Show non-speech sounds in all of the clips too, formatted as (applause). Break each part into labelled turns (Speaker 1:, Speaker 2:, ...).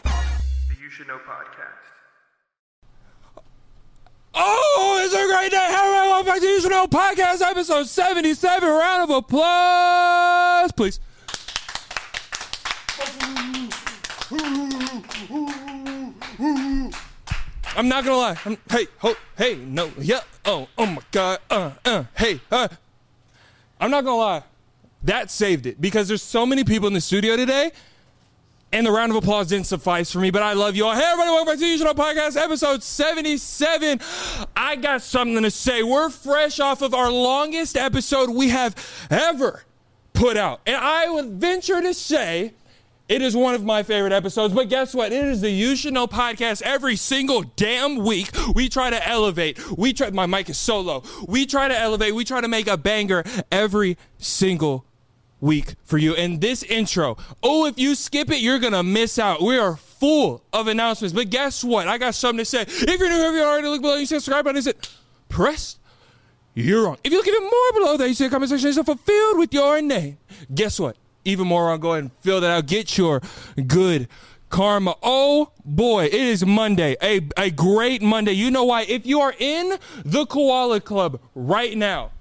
Speaker 1: Oh, Cards You Should Know podcast episode 77. Round of applause, please. I'm not gonna lie. I'm, hey, ho, hey, no, yeah, oh, oh my god, uh, uh, hey, uh. I'm not gonna lie. That saved it because there's so many people in the studio today, and the round of applause didn't suffice for me. But I love you all. Hey, everybody, welcome back to the Usual Podcast, episode 77. I got something to say. We're fresh off of our longest episode we have ever put out, and I would venture to say. It is one of my favorite episodes, but guess what? It is the You Should Know podcast. Every single damn week, we try to elevate. We try. My mic is so low. We try to elevate. We try to make a banger every single week for you. And this intro, oh, if you skip it, you're gonna miss out. We are full of announcements, but guess what? I got something to say. If you're new, if you already look below, you see the subscribe button. Is it pressed? You're on. If you look even more below that, you see the comment section is fulfilled with your name. Guess what? Even more on. Go ahead and fill that out. Get your good karma. Oh boy, it is Monday. A, a great Monday. You know why? If you are in the Koala Club right now,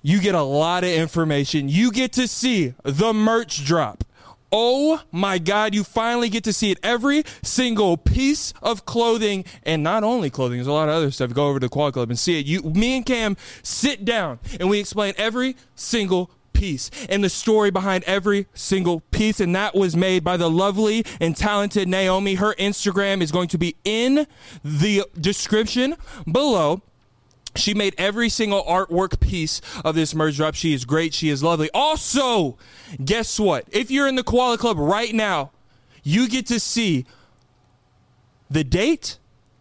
Speaker 1: you get a lot of information. You get to see the merch drop. Oh my God, you finally get to see it. Every single piece of clothing, and not only clothing, there's a lot of other stuff. Go over to the Quad Club and see it. You, me and Cam sit down and we explain every single piece and the story behind every single piece. And that was made by the lovely and talented Naomi. Her Instagram is going to be in the description below. She made every single artwork piece of this merge drop. She is great. She is lovely. Also, guess what? If you're in the Koala Club right now, you get to see the date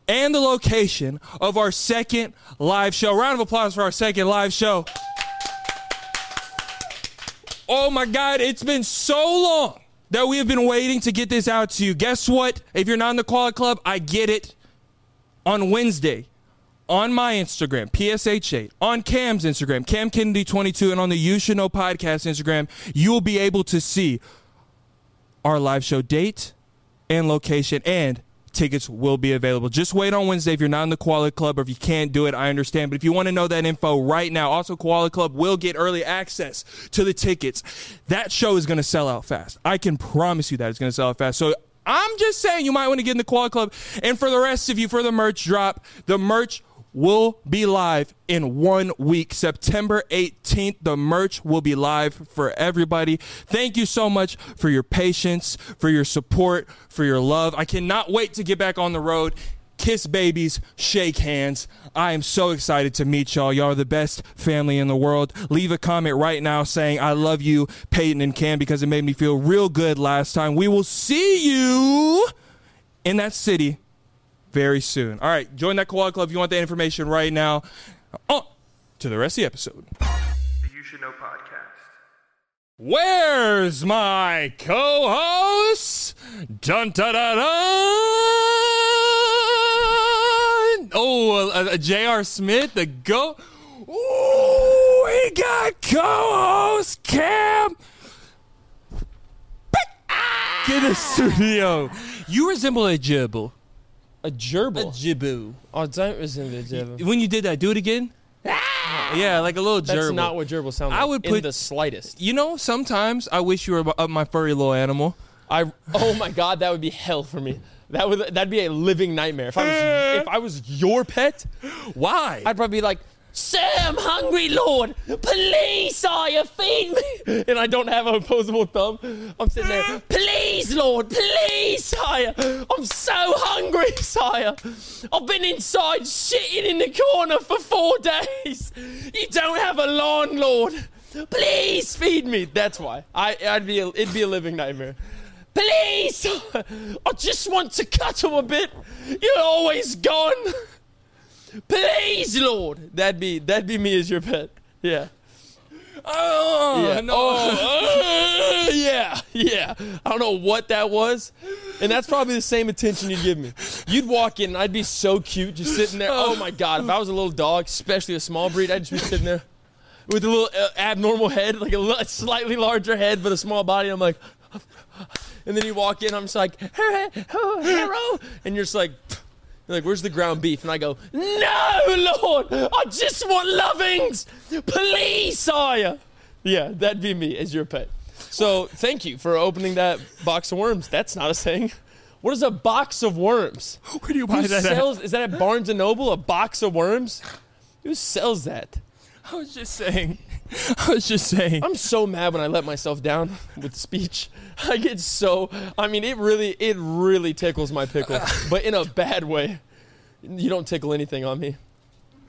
Speaker 1: and the location of our second live show. Round of applause for our second live show. Oh my God, it's been so long that we have been waiting to get this out to you. Guess what? If you're not in the Koala Club, I get it. On Wednesday, on my Instagram, PSH8, on Cam's Instagram, Cam Kennedy22, and on the You Should Know Podcast Instagram, you will be able to see our live show date and location and tickets will be available. Just wait on Wednesday if you're not in the Koala Club or if you can't do it, I understand. But if you want to know that info right now, also Koala Club will get early access to the tickets. That show is going to sell out fast. I can promise you that it's going to sell out fast. So I'm just saying you might want to get in the Koala Club. And for the rest of you, for the merch drop, the merch will be live in one week. September 18th, the merch will be live for everybody. Thank you so much for your patience, for your support, for your love. I cannot wait to get back on the road. Kiss babies, shake hands. I am so excited to meet y'all. Y'all are the best family in the world. Leave a comment right now saying, I love you, Peyton and Cam, because it made me feel real good last time. We will see you in that city very soon. All right, join that Koala Club if you want that information right now. On to the rest of the episode.
Speaker 2: The You Should Know podcast.
Speaker 1: Where's my co-host? Dun dun dun dun! Oh, uh, uh, J.R. Smith, the go. Ooh, we got co-host Cam. Get the studio. You resemble a gerbil. A gerbil.
Speaker 3: Jiboo. I Oh, don't resemble a gerbil.
Speaker 1: when you did that, do it again. Yeah, like a little gerbil.
Speaker 3: That's not what gerbil sounds like.
Speaker 1: I would
Speaker 3: in
Speaker 1: put-
Speaker 3: the slightest.
Speaker 1: You know, sometimes I wish you were up my furry little animal.
Speaker 3: I. Oh my god, that would be hell for me. That would that'd be a living nightmare. If I was (laughs) if I was your pet,
Speaker 1: Why?
Speaker 3: I'd probably be like, "Sir, I'm hungry, Lord. Please, sire, feed me." (laughs) And I don't have an opposable thumb. I'm sitting there, "Please, Lord. Please, sire. I'm so hungry, (laughs) sire. I've been inside shitting in the corner for four (laughs) days. You don't have a lawn, Lord. Please feed me." That's why. I I'd be a, it'd be a living nightmare. Please, sire. I just want to cuddle a bit. You're always gone. (laughs) Please, Lord. That'd be that'd be me as your pet. Yeah.
Speaker 1: oh,
Speaker 3: Yeah.
Speaker 1: no.
Speaker 3: Oh, uh, yeah, yeah. I don't know what that was, and that's probably the same attention you'd give me. You'd walk in, and I'd be so cute, just sitting there. Oh my God! If I was a little dog, especially a small breed, I'd just be sitting there with a little uh, abnormal head, like a li- slightly larger head but a small body. I'm like, oh, and then you walk in, I'm just like, hello, and you're just like, They're like, where's the ground beef? And I go, no, Lord, I just want lovings. Please, sire. Yeah, that'd be me as your pet. So thank you for opening that box of worms. That's not a saying. What is a box of worms?
Speaker 1: Oh, Where do you
Speaker 3: Who
Speaker 1: buy that? at?
Speaker 3: sells, is that at Barnes & Noble, a box of worms? Who sells that?
Speaker 1: I was just saying. I was just saying.
Speaker 3: I'm so mad when I let myself down with speech. (laughs) I get so I mean it really it really tickles my pickle, but in a bad way. You don't tickle anything on me.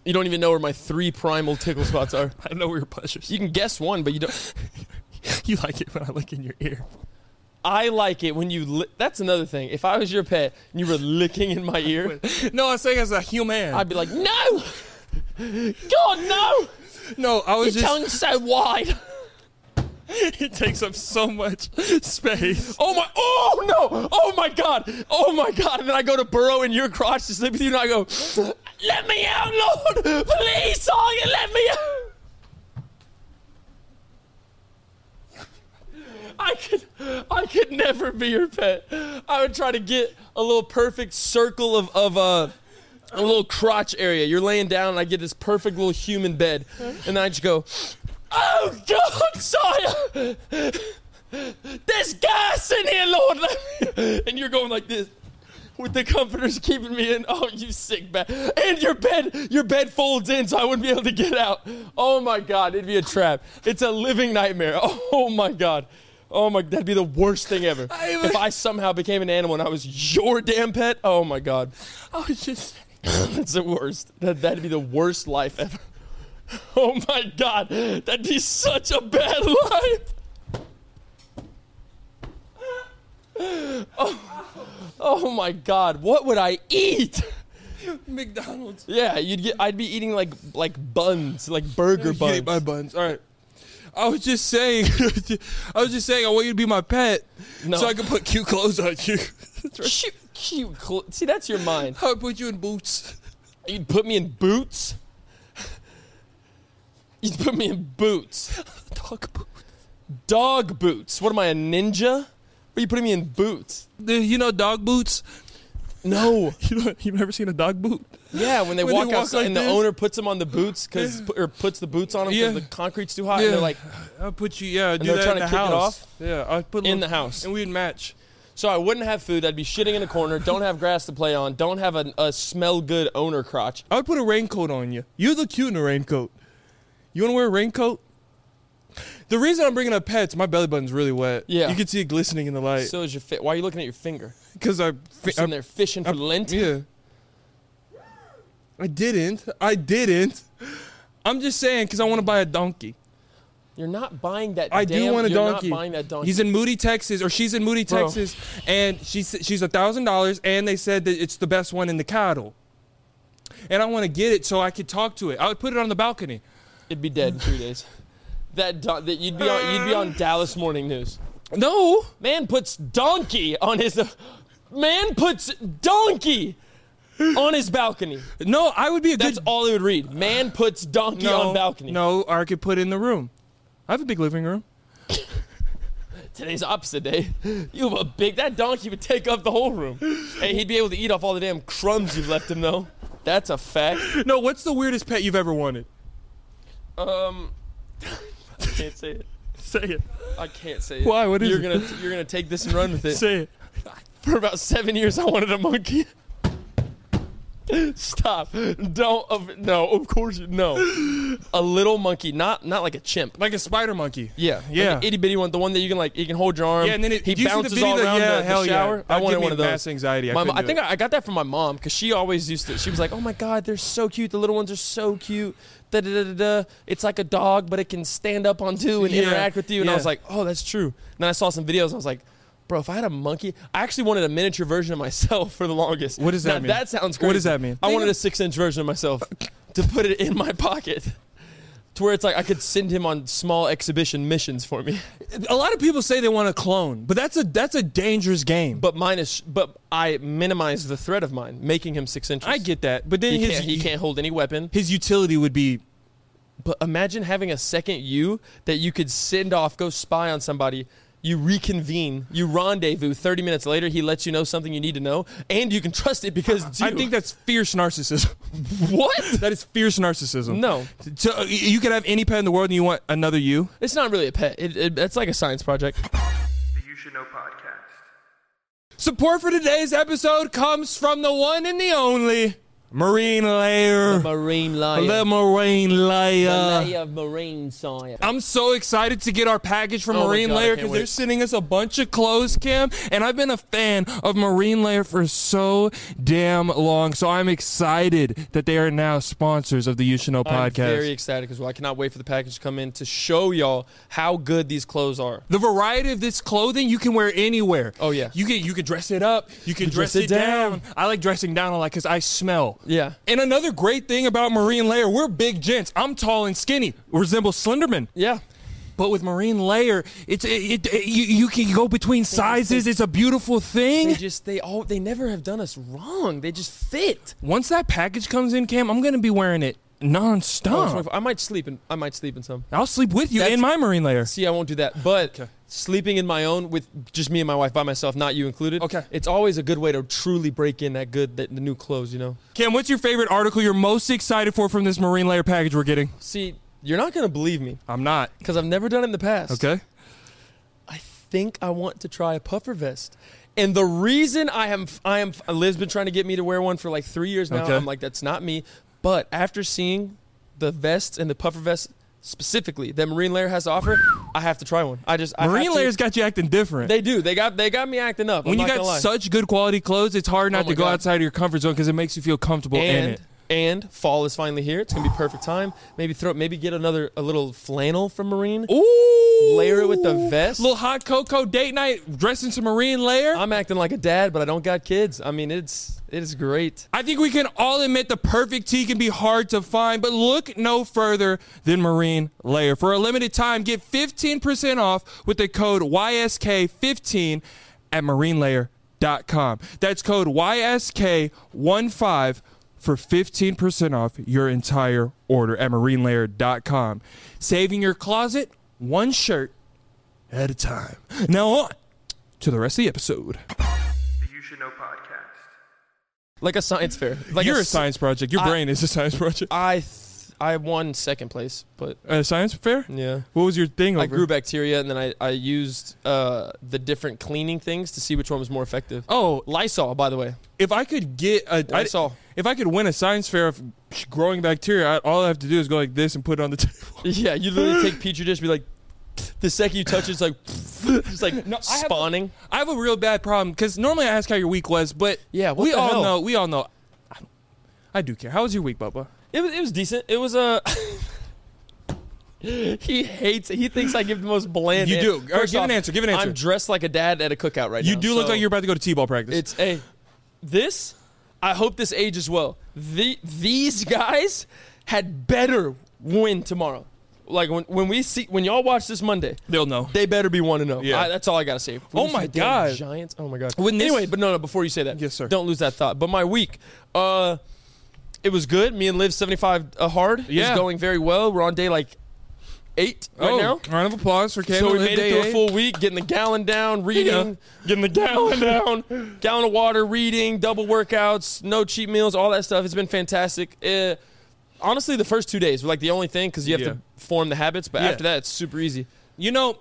Speaker 3: You don't even know where my three primal tickle spots are.
Speaker 1: I know your pleasures.
Speaker 3: You can guess one, but you don't (laughs)
Speaker 1: You like it when I lick in your ear.
Speaker 3: I like it when you li- that's another thing. If I was your pet and you were licking in my ear,
Speaker 1: No, I'm saying as a human.
Speaker 3: I'd be like, "No! God, no!
Speaker 1: no, I was
Speaker 3: Your
Speaker 1: just.
Speaker 3: tongue's so wide."
Speaker 1: (laughs) It takes up so much space.
Speaker 3: Oh my! Oh no! Oh my God! Oh my God! And then I go to burrow in your crotch to sleep with you, and I go, "Let me out, Lord! Please, Sergeant, let me out!" I could, I could never be your pet. I would try to get a little perfect circle of of uh, a little crotch area. You're laying down, and I get this perfect little human bed, and then I just go, "Oh God, Sire!" There's gas in here, Lord. Let me-" And you're going like this. With the comforters keeping me in. Oh, you sick bad. And your bed, your bed folds in so I wouldn't be able to get out. Oh my god, it'd be a trap. It's a living nightmare. Oh my god. Oh my that'd be the worst thing ever.
Speaker 1: I even-
Speaker 3: if I somehow became an animal and I was your damn pet, oh my god.
Speaker 1: I was just.
Speaker 3: That's the worst. That, that'd be the worst life ever. (laughs) Oh my god, that'd be such a bad (laughs) life. (laughs) Oh, oh my god, what would I eat? (laughs)
Speaker 1: McDonald's.
Speaker 3: Yeah, you'd get. I'd be eating like like buns, like burger
Speaker 1: You ate
Speaker 3: buns.
Speaker 1: my buns. All right. I was just saying. (laughs) I was just saying. I want you to be my pet,
Speaker 3: No.
Speaker 1: so I could put cute clothes on you. (laughs)
Speaker 3: Cute, cute. Cl- See, that's your mind.
Speaker 1: I would put you in boots.
Speaker 3: You'd put me in boots. (laughs) You'd put me in boots,
Speaker 1: Dog boots.
Speaker 3: dog boots. What am I, a ninja? What are you putting me in boots?
Speaker 1: The- You know dog boots.
Speaker 3: No.
Speaker 1: You know, you've never seen a dog boot.
Speaker 3: Yeah, when they
Speaker 1: When they
Speaker 3: walk
Speaker 1: walk
Speaker 3: outside
Speaker 1: like
Speaker 3: and the
Speaker 1: this.
Speaker 3: owner puts them on the boots because or puts the boots on them
Speaker 1: Yeah.
Speaker 3: because the concrete's too hot,
Speaker 1: Yeah.
Speaker 3: and Uh, they're like,
Speaker 1: I'll put you. Yeah, do
Speaker 3: they're
Speaker 1: that
Speaker 3: trying
Speaker 1: in
Speaker 3: to
Speaker 1: the
Speaker 3: kick it
Speaker 1: house.
Speaker 3: off?
Speaker 1: Yeah, I'd put
Speaker 3: In
Speaker 1: little-
Speaker 3: the house.
Speaker 1: and we'd match.
Speaker 3: so I wouldn't have food. I'd be shitting in a corner. Don't have grass to play on. Don't have a, a smell good owner crotch.
Speaker 1: I would put a raincoat on you. You look cute in a raincoat. You want to wear a raincoat? The reason I'm bringing up pets, my belly button's really wet.
Speaker 3: Yeah.
Speaker 1: you can see it glistening in the light.
Speaker 3: So is your fit? Why are you looking at your finger?
Speaker 1: Because I,
Speaker 3: You're
Speaker 1: I,
Speaker 3: sitting there fishing for lint.
Speaker 1: yeah, I didn't. I didn't. I'm just saying because I want to buy a donkey.
Speaker 3: You're not buying that.
Speaker 1: I
Speaker 3: damn,
Speaker 1: do want a
Speaker 3: you're
Speaker 1: donkey.
Speaker 3: Not buying that donkey.
Speaker 1: He's in Moody, Texas, or she's in Moody,
Speaker 3: Bro.
Speaker 1: Texas, and she's she's a thousand dollars, and they said that it's the best one in the cattle. And I want to get it so I could talk to it. I would put it on the balcony.
Speaker 3: It'd be dead in two days.
Speaker 1: (laughs)
Speaker 3: That, don- that you'd be on, you'd be on Dallas Morning News.
Speaker 1: No,
Speaker 3: Man puts donkey on his. Man puts donkey on his balcony.
Speaker 1: no, I would be a
Speaker 3: That's
Speaker 1: good
Speaker 3: all it would read. Man puts donkey on balcony.
Speaker 1: No, or I could put it in the room. I have a big living room.
Speaker 3: Today's opposite day. (laughs) You have a big that donkey would take up the whole room. And he'd be able to eat off all the damn crumbs you've left him though. That's a fact.
Speaker 1: No, what's the weirdest pet you've ever wanted?
Speaker 3: Um I can't say it.
Speaker 1: Say it.
Speaker 3: I can't say it.
Speaker 1: Why? What is
Speaker 3: you're
Speaker 1: it?
Speaker 3: gonna you're gonna take this and run with it.
Speaker 1: Say it.
Speaker 3: For about seven years I wanted a monkey. (laughs) Stop. Don't of no, of course you no. A little monkey, not not like a chimp.
Speaker 1: Like a spider monkey.
Speaker 3: Yeah,
Speaker 1: Yeah.
Speaker 3: Like itty bitty one, the one that you can like, you can hold your arm.
Speaker 1: Yeah, and then it-
Speaker 3: Um, he
Speaker 1: do you see the
Speaker 3: bounces
Speaker 1: video
Speaker 3: all
Speaker 1: that-
Speaker 3: around
Speaker 1: yeah,
Speaker 3: the, the
Speaker 1: hell yeah.
Speaker 3: shower. I
Speaker 1: That'd
Speaker 3: wanted
Speaker 1: give
Speaker 3: one
Speaker 1: me
Speaker 3: of those.
Speaker 1: mass anxiety. I
Speaker 3: My mo-
Speaker 1: couldn't do
Speaker 3: think
Speaker 1: it.
Speaker 3: I I got that from my mom because she always used to. She was like, "Oh my god, they're so cute. The little ones are so cute. Da da da da. da. It's like a dog, but it can stand up on two and
Speaker 1: Yeah,
Speaker 3: interact with you." And I
Speaker 1: yeah.
Speaker 3: was like, "Oh, that's true." And then I saw some videos. and I was like. Bro, if I had a monkey, I actually wanted a miniature version of myself (laughs) for the longest.
Speaker 1: What does that
Speaker 3: Now,
Speaker 1: mean?
Speaker 3: That sounds crazy.
Speaker 1: What does that mean?
Speaker 3: I
Speaker 1: Think
Speaker 3: wanted
Speaker 1: of-
Speaker 3: a six-inch version of myself (laughs) to put it in my pocket, (laughs) to where it's like I could send him on small exhibition missions for me. (laughs)
Speaker 1: A lot of people say they want a clone, but that's a that's a dangerous game.
Speaker 3: But minus, but I minimize the threat of mine, making him six inches.
Speaker 1: I get that. But then
Speaker 3: he
Speaker 1: his
Speaker 3: can't, he can't hold any weapon.
Speaker 1: his utility would be
Speaker 3: But imagine having a second you that you could send off, go spy on somebody. You reconvene. You rendezvous. 30 minutes later, he lets you know something you need to know, and you can trust it because it's
Speaker 1: I
Speaker 3: you.
Speaker 1: think that's fierce narcissism.
Speaker 3: (laughs) what?
Speaker 1: (laughs) that is fierce narcissism.
Speaker 3: No.
Speaker 1: So, uh, y- you could have any pet in the world and you want another you.
Speaker 3: It's not really a pet. It, it, it's like a science project.
Speaker 1: (laughs)
Speaker 2: The You Should Know podcast.
Speaker 1: Support for today's episode comes from the one and the only Marine Layer.
Speaker 3: Marine lion.
Speaker 1: The Marine
Speaker 3: uh,
Speaker 1: Layer.
Speaker 3: of marine science.
Speaker 1: I'm so excited to get our package from
Speaker 3: Oh my
Speaker 1: Marine
Speaker 3: God, I
Speaker 1: Layer
Speaker 3: can't
Speaker 1: because
Speaker 3: wait.
Speaker 1: they're sending us a bunch of clothes, Kim. And I've been a fan of Marine Layer for so damn long. So I'm excited that they are now sponsors of the You Should Know
Speaker 3: I'm
Speaker 1: podcast.
Speaker 3: very excited because well, I cannot wait for the package to come in to show y'all how good these clothes are.
Speaker 1: The variety of this clothing you can wear anywhere.
Speaker 3: Oh, yeah.
Speaker 1: you can you can dress it up. You can dress, it down. I like dressing down a lot because I smell.
Speaker 3: Yeah.
Speaker 1: And another great thing about Marine Layer, we're big gents. I'm tall and skinny, resemble Slenderman.
Speaker 3: Yeah.
Speaker 1: But with Marine Layer, it's it, it- you, you can go between sizes. It's a beautiful
Speaker 3: They
Speaker 1: thing.
Speaker 3: just they all they never have done us wrong. They just fit.
Speaker 1: Once that package comes in, Cam, I'm gonna be wearing it nonstop.
Speaker 3: I might sleep in I might sleep in some.
Speaker 1: I'll sleep with you
Speaker 3: That's-
Speaker 1: in my Marine Layer.
Speaker 3: See, I won't do that. But sleeping in my own with just me and my wife by myself, not you included.
Speaker 1: Okay.
Speaker 3: It's always a good way to truly break in that good that, the new clothes, you know.
Speaker 1: Cam, what's your favorite article you're most excited for from this Marine Layer package we're getting?
Speaker 3: See, you're not gonna believe me
Speaker 1: I'm not.
Speaker 3: because I've never done it in the past.
Speaker 1: Okay.
Speaker 3: I think I want to try a puffer vest. And the reason I am I am Liv's been trying to get me to wear one for like three years now.
Speaker 1: Okay.
Speaker 3: I'm like, that's not me. But after seeing the vests and the puffer vest specifically that Marine Layer has to offer, I have to try one. I just I
Speaker 1: Marine
Speaker 3: have to-
Speaker 1: Layer's got you acting different.
Speaker 3: They do. They got they got me acting up. I'm
Speaker 1: when you
Speaker 3: not
Speaker 1: got
Speaker 3: gonna lie. Oh
Speaker 1: such good quality clothes, it's hard not
Speaker 3: my
Speaker 1: to go
Speaker 3: God.
Speaker 1: outside of your comfort zone because it makes you feel comfortable in
Speaker 3: and
Speaker 1: it.
Speaker 3: and fall is finally here. It's gonna be perfect time. Maybe throw maybe get another a little flannel from Marine.
Speaker 1: Ooh,
Speaker 3: Layer it with the vest.
Speaker 1: Little hot cocoa date night, dressed into Marine Layer. i
Speaker 3: I'm acting like a dad, but I don't got kids. I mean, it's it is great.
Speaker 1: think we can all admit the perfect tee can be hard to find, but look no further than Marine Layer. For a limited time, get 15% off with the code YSK15 at marinelayer.com. That's code YSK15 for 15% off your entire order at marinelayer.com. Saving your closet one shirt at a time. Now on to the rest of the episode.
Speaker 2: The You Should Know podcast.
Speaker 3: Like a science fair. Like
Speaker 1: You're a
Speaker 3: s-
Speaker 1: science project. Your
Speaker 3: I-
Speaker 1: brain is a science project.
Speaker 3: I th- I won second place, but
Speaker 1: A science fair?
Speaker 3: yeah.
Speaker 1: What was your thing? Over?
Speaker 3: I grew bacteria and then I, I used uh, the different cleaning things to see which one was more effective.
Speaker 1: Oh,
Speaker 3: Lysol, by the way.
Speaker 1: if I could get a, I,
Speaker 3: Lysol.
Speaker 1: if I could win a science fair of growing bacteria, I, all I have to do is go like this and put it on the (laughs) table.
Speaker 3: Yeah, you literally take petri dish, be like, the second you touch it, it's like, (laughs) it's like
Speaker 1: No, I have-
Speaker 3: spawning.
Speaker 1: I have a real bad problem because normally I ask how your week was, but
Speaker 3: Yeah, what
Speaker 1: we
Speaker 3: the
Speaker 1: all
Speaker 3: hell?
Speaker 1: know, we all know. I don't- I do care. How was your week, Bubba?
Speaker 3: It was, it was decent. It was Uh, (laughs) he hates it. He thinks I give the most bland.
Speaker 1: You
Speaker 3: an-
Speaker 1: do. All right,
Speaker 3: First
Speaker 1: give an
Speaker 3: off,
Speaker 1: answer, give an answer.
Speaker 3: I'm dressed like a dad at a cookout right now.
Speaker 1: You do look
Speaker 3: so
Speaker 1: like you're about to go to t-ball practice.
Speaker 3: It's a. This, I hope this ages well. The these guys had better win tomorrow. Like when, when we see when y'all watch this Monday,
Speaker 1: They'll know.
Speaker 3: they better be one oh. to know.
Speaker 1: Yeah.
Speaker 3: I, that's all I gotta say. If we
Speaker 1: Oh
Speaker 3: lose to
Speaker 1: my
Speaker 3: the damn
Speaker 1: God.
Speaker 3: Giants. Oh my god.
Speaker 1: Wouldn't this-
Speaker 3: anyway, but no, no. Before you say that,
Speaker 1: Yes, sir.
Speaker 3: Don't lose that thought. But my week, uh, it was good. Me and Liv seventy five uh, hard.
Speaker 1: Yeah.
Speaker 3: is going very well. We're on day like eight right
Speaker 1: oh,
Speaker 3: now.
Speaker 1: round of applause for Cam.
Speaker 3: So we made it through a full week, getting the gallon down, reading, getting the (laughs) gallon down, gallon of water, reading, double workouts, no cheat meals, all that stuff. It's been fantastic. Uh, honestly, the first two days were like the only thing because you have
Speaker 1: Yeah.
Speaker 3: to form the habits. But
Speaker 1: Yeah.
Speaker 3: after that, it's super easy.
Speaker 1: You know,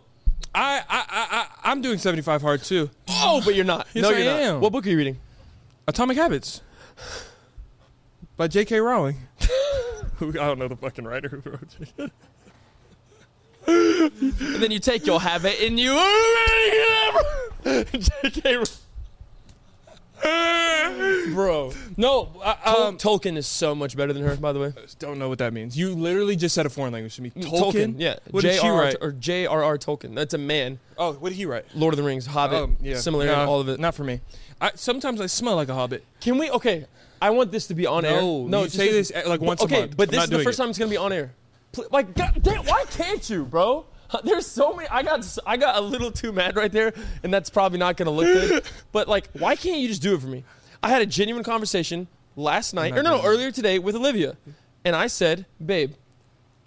Speaker 1: I, I, I, I, I'm doing 75 hard too.
Speaker 3: Oh, but you're not.
Speaker 1: Yes,
Speaker 3: no,
Speaker 1: I
Speaker 3: you're not.
Speaker 1: am.
Speaker 3: What book are you reading?
Speaker 1: Atomic Habits by J.K. Rowling. Who- (laughs) I don't know the fucking writer who wrote it.
Speaker 3: And then you take your habit and you. J.K. Row- (laughs) Bro,
Speaker 1: (laughs) No, I,
Speaker 3: Tol-
Speaker 1: um,
Speaker 3: Tolkien is so much better than her, by the way.
Speaker 1: don't know what that means. You literally just said a foreign language to me. Tolkien?
Speaker 3: yeah.
Speaker 1: What did she
Speaker 3: J.R.R.
Speaker 1: write?
Speaker 3: Or J.R.R. Tolkien. That's a man.
Speaker 1: oh, what did he write?
Speaker 3: Lord of the Rings, Hobbit,
Speaker 1: Um, yeah.
Speaker 3: similar,
Speaker 1: Nah,
Speaker 3: all of it.
Speaker 1: Not for me. I, sometimes I smell like a hobbit.
Speaker 3: Can we? Okay, I want this to be on air.
Speaker 1: No, you
Speaker 3: just
Speaker 1: say
Speaker 3: because-
Speaker 1: this, uh, like, once a
Speaker 3: okay,
Speaker 1: month.
Speaker 3: but
Speaker 1: I'm
Speaker 3: this
Speaker 1: not
Speaker 3: is the
Speaker 1: doing
Speaker 3: first
Speaker 1: it.
Speaker 3: time it's gonna be on air. Pl- Like, God, damn, why can't you, bro? Huh, There's so many. I got, s- I got a little too mad right there, and that's probably not gonna
Speaker 1: (laughs)
Speaker 3: look good. but like, why can't you just do it for me? I had a genuine conversation last night,
Speaker 1: not
Speaker 3: or no, no,
Speaker 1: doing it.
Speaker 3: earlier today with Olivia, and I said, babe,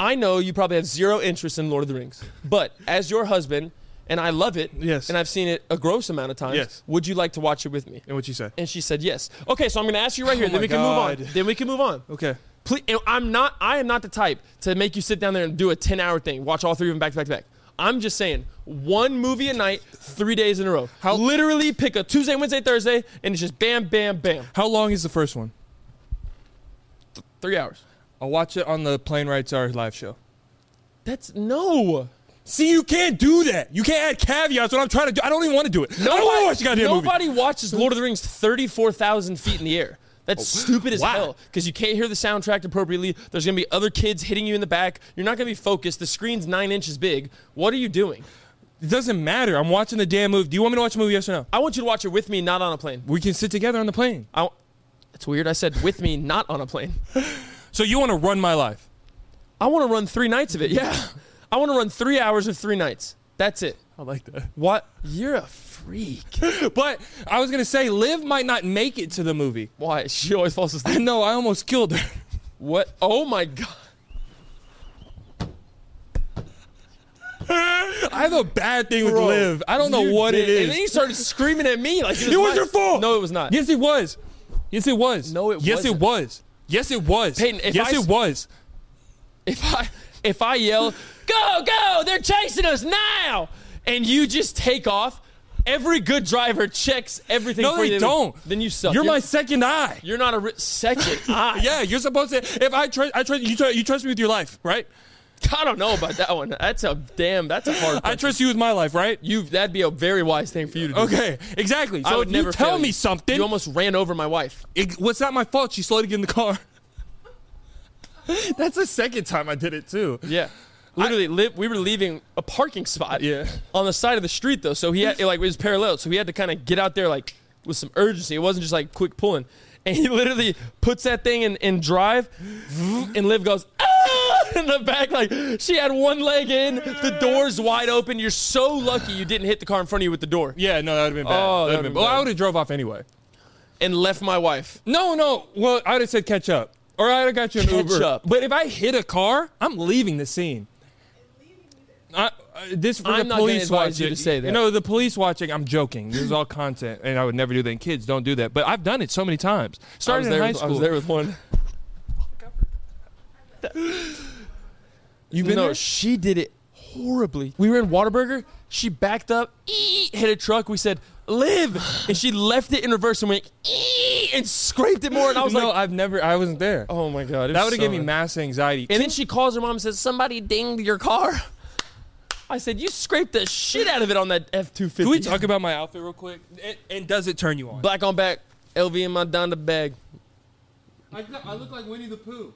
Speaker 3: I know you probably have zero interest in Lord of the Rings, but as your husband and I love it.
Speaker 1: Yes.
Speaker 3: And I've seen it a gross amount of times.
Speaker 1: Yes.
Speaker 3: Would you like to watch it with me?
Speaker 1: And what you said?
Speaker 3: And she said yes. Okay, so I'm going to ask you right here.
Speaker 1: Oh
Speaker 3: Then
Speaker 1: my
Speaker 3: we can move
Speaker 1: God.
Speaker 3: on. Then we can move on.
Speaker 1: Okay.
Speaker 3: Please, and I'm not. I am not the type to make you sit down there and do a 10 hour thing. Watch all three of them back to back to back. I'm just saying one movie a night, three days in a row. How literally pick a Tuesday, Wednesday, Thursday, and it's just bam, bam, bam,
Speaker 1: How long is the first one?
Speaker 3: three hours.
Speaker 1: I'll watch it on the plane ride to our live show.
Speaker 3: That's no.
Speaker 1: See, you can't do that. You can't add caveats. What I'm trying to do, I don't even want to do it. I don't want to watch the goddamn movie.
Speaker 3: nobody watches Lord of the Rings 34,000 feet in the air. That's
Speaker 1: Oh.
Speaker 3: stupid as
Speaker 1: wow.
Speaker 3: hell because you can't hear the soundtrack appropriately. There's going to be other kids hitting you in the back. You're not going to be focused. The screen's nine inches big. What are you doing?
Speaker 1: It doesn't matter. I'm watching the damn movie. Do you want me to watch a movie? Yes or no?
Speaker 3: I want you to watch it with me, not on a plane.
Speaker 1: We can sit together on the plane.
Speaker 3: I w- it's weird. I said with me, not on a plane.
Speaker 1: So you want to run my life?
Speaker 3: I want to run three nights of it. Yeah. I want to run three hours of three nights. That's it.
Speaker 1: I like that.
Speaker 3: What? You're a freak.
Speaker 1: (laughs) But I was gonna say, Liv might not make it to the movie. (laughs)
Speaker 3: Why? She always falls asleep.
Speaker 1: No, I almost killed her. (laughs)
Speaker 3: What? Oh my God.
Speaker 1: I have a bad thing with
Speaker 3: Bro,
Speaker 1: Liv. I don't know
Speaker 3: You
Speaker 1: what it
Speaker 3: did- And
Speaker 1: is.
Speaker 3: then he started screaming at me like
Speaker 1: (laughs) It was
Speaker 3: my-
Speaker 1: your fault.
Speaker 3: No, it was not.
Speaker 1: Yes, it was. Yes, it was.
Speaker 3: No, it
Speaker 1: yes,
Speaker 3: wasn't.
Speaker 1: it was. Yes, it was.
Speaker 3: Peyton, if
Speaker 1: yes,
Speaker 3: I s-
Speaker 1: it was.
Speaker 3: If I if I yell, "Go, go! They're chasing us now!" and you just take off, every good driver checks everything.
Speaker 1: No,
Speaker 3: for you.
Speaker 1: they don't.
Speaker 3: Then you suck.
Speaker 1: You're my Ah. second eye.
Speaker 3: You're not a ri-
Speaker 1: (laughs)
Speaker 3: second. I,
Speaker 1: Yeah, you're supposed to. If I trust, I trust you. Tr- you trust me with your life, right?
Speaker 3: I don't know about that one. That's a damn. That's a hard.
Speaker 1: I
Speaker 3: I
Speaker 1: trust you with my life, right?
Speaker 3: you. That'd be a very wise thing for you to do.
Speaker 1: Okay, exactly.
Speaker 3: I
Speaker 1: So
Speaker 3: would
Speaker 1: if
Speaker 3: never
Speaker 1: you tell
Speaker 3: fail
Speaker 1: me
Speaker 3: you.
Speaker 1: something,
Speaker 3: You almost ran over my wife.
Speaker 1: it was not my fault. She slowed to get in the
Speaker 3: (laughs)
Speaker 1: car. That's the second time I did it too.
Speaker 3: Yeah. Literally, li- we were leaving a parking spot.
Speaker 1: Yeah.
Speaker 3: On the side of the street, though, so he had it, like it was parallel, so he had to kind of get out there like with some urgency. It wasn't just like quick pulling. And he literally puts that thing in, in drive, and Liv goes ah! in the back like she had one leg in, the door's wide open. You're so lucky you didn't hit the car in front of you with the door
Speaker 1: Yeah, no, that would have been bad.
Speaker 3: Oh,
Speaker 1: That
Speaker 3: that
Speaker 1: would've
Speaker 3: would've
Speaker 1: been- well,
Speaker 3: been bad.
Speaker 1: I would have drove off anyway.
Speaker 3: and left my wife.
Speaker 1: No, no. Well, I would have said catch up, or I'd have got you an
Speaker 3: Catch
Speaker 1: Uber.
Speaker 3: up.
Speaker 1: But if I hit a car, I'm leaving the scene. I, I, this for
Speaker 3: I'm
Speaker 1: the
Speaker 3: not gonna
Speaker 1: police
Speaker 3: advise
Speaker 1: watching.
Speaker 3: you to say that.
Speaker 1: No, the police watching. I'm joking. This is all content, and I would never do that. And kids don't do that. But I've done it so many times.
Speaker 3: I
Speaker 1: Started
Speaker 3: was
Speaker 1: in
Speaker 3: there.
Speaker 1: high
Speaker 3: with, I
Speaker 1: school.
Speaker 3: was there with one.
Speaker 1: You've been
Speaker 3: no,
Speaker 1: there.
Speaker 3: she did it horribly. We were in Waterburger. She backed up, ee, hit a truck. We said, "Live," and she left it in reverse and went ee, and scraped it more. And I was
Speaker 1: no,
Speaker 3: like,
Speaker 1: I've never. I wasn't there.
Speaker 3: "Oh my god!"
Speaker 1: that would have given me mass anxiety.
Speaker 3: And then she calls her mom and says, "Somebody dinged your car." I said, "You scraped the shit out of it on that F two
Speaker 1: Can we
Speaker 3: fifty.
Speaker 1: talk about my outfit real quick? And, and does it turn you on?
Speaker 3: Black on back, LV in my Donda bag.
Speaker 1: I, I look like Winnie the Pooh.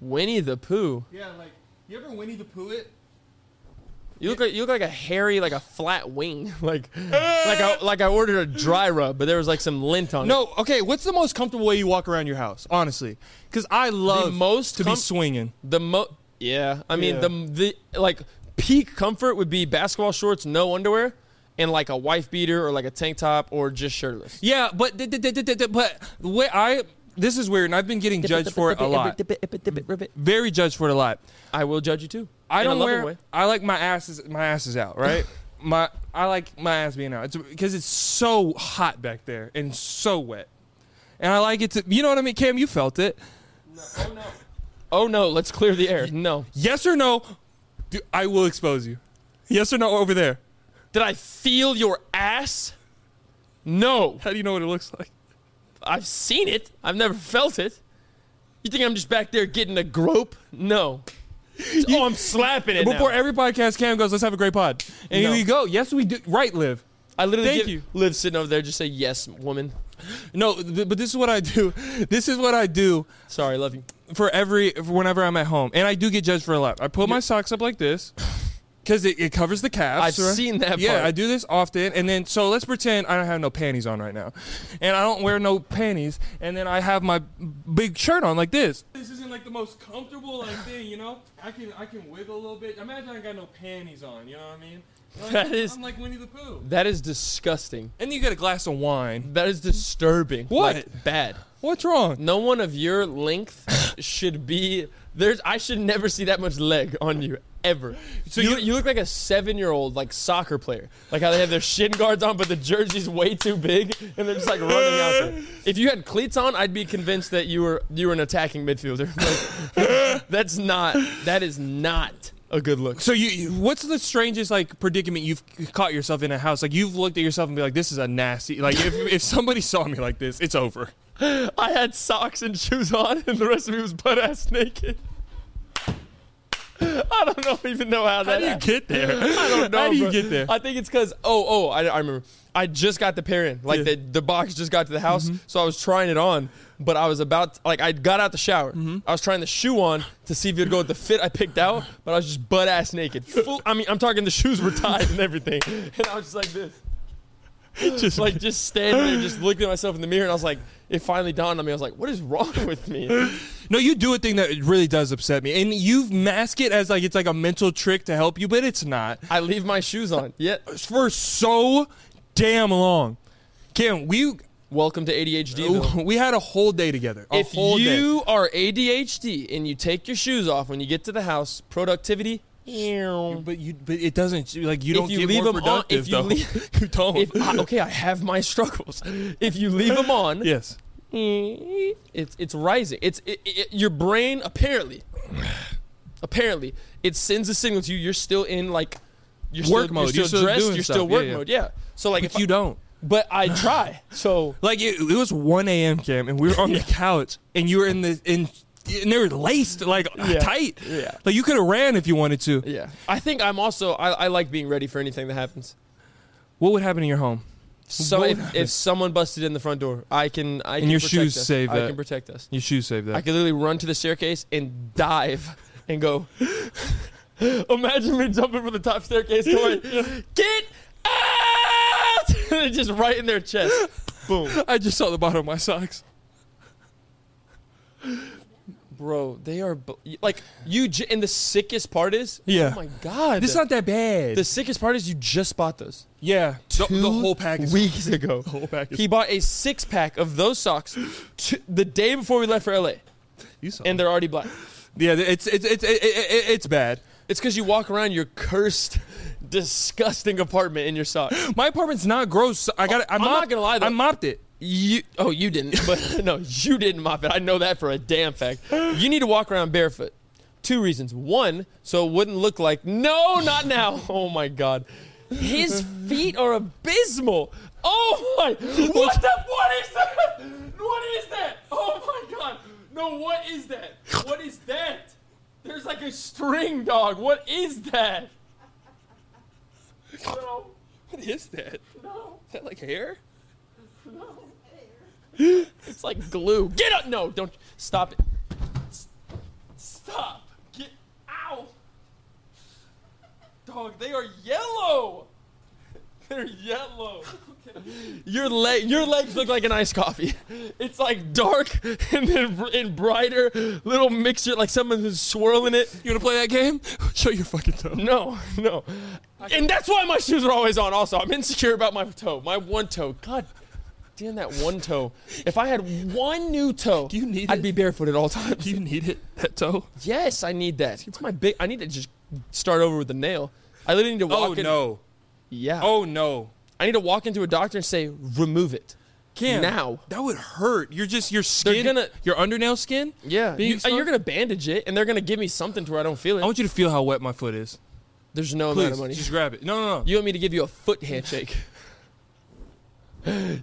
Speaker 3: Winnie the Pooh.
Speaker 1: Yeah, like you ever Winnie the Pooh it?
Speaker 3: You look like you look like a hairy, like a flat wing, (laughs)
Speaker 1: (laughs)
Speaker 3: like like I, like I ordered a dry rub, but there was like some lint on it.
Speaker 1: No, okay. What's the most comfortable way you walk around your house, honestly? Because I love
Speaker 3: most
Speaker 1: to
Speaker 3: com-
Speaker 1: be swinging.
Speaker 3: The mo Yeah, I mean
Speaker 1: Yeah.
Speaker 3: the the like peak comfort would be basketball shorts, no underwear, and like a wife beater or like a tank top or just shirtless.
Speaker 1: Yeah, but d- d- d- d- d- d- but the way I this is weird, and I've been getting judged for it a lot. Very judged for it a lot.
Speaker 3: I will judge you too.
Speaker 1: I
Speaker 3: In a
Speaker 1: don't
Speaker 3: loving
Speaker 1: wear.
Speaker 3: way.
Speaker 1: I like my ass is my ass is
Speaker 3: (laughs)
Speaker 1: out, right? my I like my ass being out. It's because it's so hot back there and so wet, and I like it to. You know what I mean, Cam? You felt it.
Speaker 3: Oh no, let's clear the air. No,
Speaker 1: Yes or no? Do- I will expose you. Yes or no? Over there.
Speaker 3: did I feel your ass? No,
Speaker 1: How do you know what it looks like?
Speaker 3: I've seen it. I've never felt it. You think I'm just back there getting a grope? No. (laughs) oh, I'm slapping it. now.
Speaker 1: Before every podcast, Cam goes, "Let's have a great pod," and
Speaker 3: No.
Speaker 1: here you go. Yes, we do. Right, live.
Speaker 3: I literally
Speaker 1: Thank
Speaker 3: give-
Speaker 1: you.
Speaker 3: Liv sitting over there just say yes, woman.
Speaker 1: No, th- but this is what I do. (laughs) This is what I do
Speaker 3: Sorry, love you.
Speaker 1: for every for whenever I'm at home, and I do get judged for a lot. I pull my socks up like this because it, it covers the calves.
Speaker 3: I've seen that
Speaker 1: Yeah,
Speaker 3: part.
Speaker 1: I do this often, and then so let's pretend I don't have no panties on right now, and I don't wear no panties, and then I have my big shirt on like this. This isn't like the most comfortable
Speaker 3: (sighs)
Speaker 1: like thing, you know. I can I can wiggle a little bit. Imagine I got no panties on. You know what I mean?
Speaker 3: That is- I'm
Speaker 1: like Winnie the Pooh.
Speaker 3: That is disgusting.
Speaker 1: And you get a glass of wine.
Speaker 3: That is disturbing.
Speaker 1: What?
Speaker 3: Like, bad.
Speaker 1: What's wrong?
Speaker 3: No (laughs) one of your length should be. There's. I should never see that much leg on you ever.
Speaker 1: So
Speaker 3: So you,
Speaker 1: you-
Speaker 3: you, look like a seven year old like soccer player. Like how they have their shin guards on, but the jersey's way too big, and they're just like running out there. If you had cleats on, I'd be convinced that you were you were an attacking midfielder. (laughs) Like, (laughs) that's not. That is not a good look.
Speaker 1: So you, you- what's the strangest like predicament you've caught yourself in a house? Like you've looked at yourself and be like, this is a nasty. Like if if somebody (laughs) saw me like this, it's over.
Speaker 3: I had socks and shoes on, and the rest of me was butt ass naked. (laughs) I don't know, even know
Speaker 1: How
Speaker 3: how that.
Speaker 1: do you
Speaker 3: happened.
Speaker 1: get there?
Speaker 3: (laughs) I don't know.
Speaker 1: How do you
Speaker 3: bro.
Speaker 1: get there?
Speaker 3: I think it's because oh oh I, I remember I just got the pair in like
Speaker 1: Yeah. Mm-hmm.
Speaker 3: the the box just got to the house so I was trying it on but I was about like I got out the shower
Speaker 1: Mm-hmm.
Speaker 3: I was trying the shoe on to see if it'd go with the fit I picked out but I was just butt ass naked Full, I mean I'm talking the shoes were tied and everything (laughs) and I was just like this
Speaker 1: (laughs) Just
Speaker 3: like just standing there just looking at myself in the mirror and I was like it finally dawned on me I was like what is wrong
Speaker 1: (laughs)
Speaker 3: with me
Speaker 1: no, you do a thing that really does upset me, and you mask it as like it's like a mental trick to help you, but it's not.
Speaker 3: I leave my shoes on yeah
Speaker 1: for so damn long. Kim, we
Speaker 3: welcome to ADHD though.
Speaker 1: we had a whole day together. A
Speaker 3: if
Speaker 1: whole day.
Speaker 3: you are ADHD and you take your shoes off when you get to the house, productivity. If
Speaker 1: but you but it doesn't like you
Speaker 3: If
Speaker 1: don't
Speaker 3: you
Speaker 1: get
Speaker 3: leave
Speaker 1: more
Speaker 3: them on-
Speaker 1: productive
Speaker 3: if you
Speaker 1: though.
Speaker 3: leave-
Speaker 1: (laughs) you don't.
Speaker 3: I, okay, I have my (laughs) struggles. If you leave them on,
Speaker 1: yes.
Speaker 3: it's it's rising. It's it, it, your brain apparently, apparently it sends a signal to you. You're still in like you're
Speaker 1: Work
Speaker 3: still,
Speaker 1: mode.
Speaker 3: You're
Speaker 1: You're
Speaker 3: still
Speaker 1: still
Speaker 3: dressed.
Speaker 1: doing
Speaker 3: You're still
Speaker 1: stuff.
Speaker 3: work
Speaker 1: Yeah, yeah.
Speaker 3: mode. Yeah. So like
Speaker 1: If
Speaker 3: if
Speaker 1: you
Speaker 3: I-
Speaker 1: don't.
Speaker 3: but I try.
Speaker 1: (sighs)
Speaker 3: So
Speaker 1: Like it, it was 1 a.m. Cam, and we were on
Speaker 3: (laughs)
Speaker 1: the couch, and you were in the in, and they were laced like
Speaker 3: (laughs) Yeah.
Speaker 1: tight.
Speaker 3: Yeah.
Speaker 1: Like you could have ran if you wanted to.
Speaker 3: yeah, I think I'm also I, I like being ready for anything that happens.
Speaker 1: What would happen in your home?
Speaker 3: So
Speaker 1: What
Speaker 3: if, if someone busted in the front door, I can I can
Speaker 1: your
Speaker 3: protect
Speaker 1: shoes
Speaker 3: us.
Speaker 1: save
Speaker 3: I
Speaker 1: that.
Speaker 3: can protect us.
Speaker 1: Your shoes saved that.
Speaker 3: I could literally run to the staircase and dive and go. (laughs) Imagine me jumping from the top staircase going, (laughs) get out! (laughs) just right in their chest. Boom.
Speaker 1: I just saw the bottom of my socks.
Speaker 3: Bro, they are bl- like you. J- and the sickest part is,
Speaker 1: Yeah.
Speaker 3: oh my god,
Speaker 1: It's not that bad.
Speaker 3: the sickest part is you just bought those
Speaker 1: yeah. The, the
Speaker 3: Two
Speaker 1: whole package.
Speaker 3: weeks (laughs) ago.
Speaker 1: the whole package.
Speaker 3: He bought a six pack of those socks t- the day before we left for LA,
Speaker 1: You saw it.
Speaker 3: and they're already black.
Speaker 1: yeah, it's it's it's it, it, it- it's bad.
Speaker 3: It's because you walk around your cursed, (laughs) disgusting apartment in your socks.
Speaker 1: My apartment's not gross. I got. I
Speaker 3: Oh, I'm not
Speaker 1: mopped-
Speaker 3: gonna lie, though.
Speaker 1: I mopped it.
Speaker 3: You oh you didn't (laughs) but no you didn't mop it I know that for a damn fact. You need to walk around barefoot. Two reasons. One, so it wouldn't look like no not now. (laughs) Oh my god, his feet are abysmal. Oh my what the what is that? What is that? Oh my god no what is that? What is that? There's like a string dog. What is that? No
Speaker 1: What is that? Is
Speaker 3: no.
Speaker 1: that like hair?
Speaker 3: It's like glue. Get up! No, don't. Stop it. S- Stop. Get. Ow! Dog, they are yellow. (laughs)
Speaker 1: (laughs)
Speaker 3: They're yellow. Your leg, your legs look like an iced coffee. (laughs) It's like dark (laughs) and then br- and brighter, little mixture, like someone's been swirling it.
Speaker 1: You wanna play that game? (laughs) Show your fucking toe.
Speaker 3: No, no. And that's why my shoes are always on, also. I'm insecure about my toe, my one toe. God damn that one toe. If I had one new toe,
Speaker 1: Do you need
Speaker 3: I'd
Speaker 1: it?
Speaker 3: be barefoot at all times.
Speaker 1: Do you need
Speaker 3: (laughs)
Speaker 1: it? That toe?
Speaker 3: yes, I need that. It's my big, I need to just start over with a nail. I literally need to walk in. Yeah.
Speaker 1: Oh no.
Speaker 3: I need to walk into a doctor and say, remove it.
Speaker 1: Cam.
Speaker 3: Now.
Speaker 1: That would hurt. You're just your skin.
Speaker 3: gonna-
Speaker 1: your undernail skin.
Speaker 3: Yeah.
Speaker 1: Being
Speaker 3: You, uh,
Speaker 1: exposed?
Speaker 3: are going to bandage it, and they're going to give me something to where I don't feel it.
Speaker 1: I want you to feel how wet my foot is.
Speaker 3: There's no amount
Speaker 1: Please,
Speaker 3: of money.
Speaker 1: just grab it. No, no, no.
Speaker 3: You want me to give you a foot
Speaker 1: (laughs)
Speaker 3: handshake?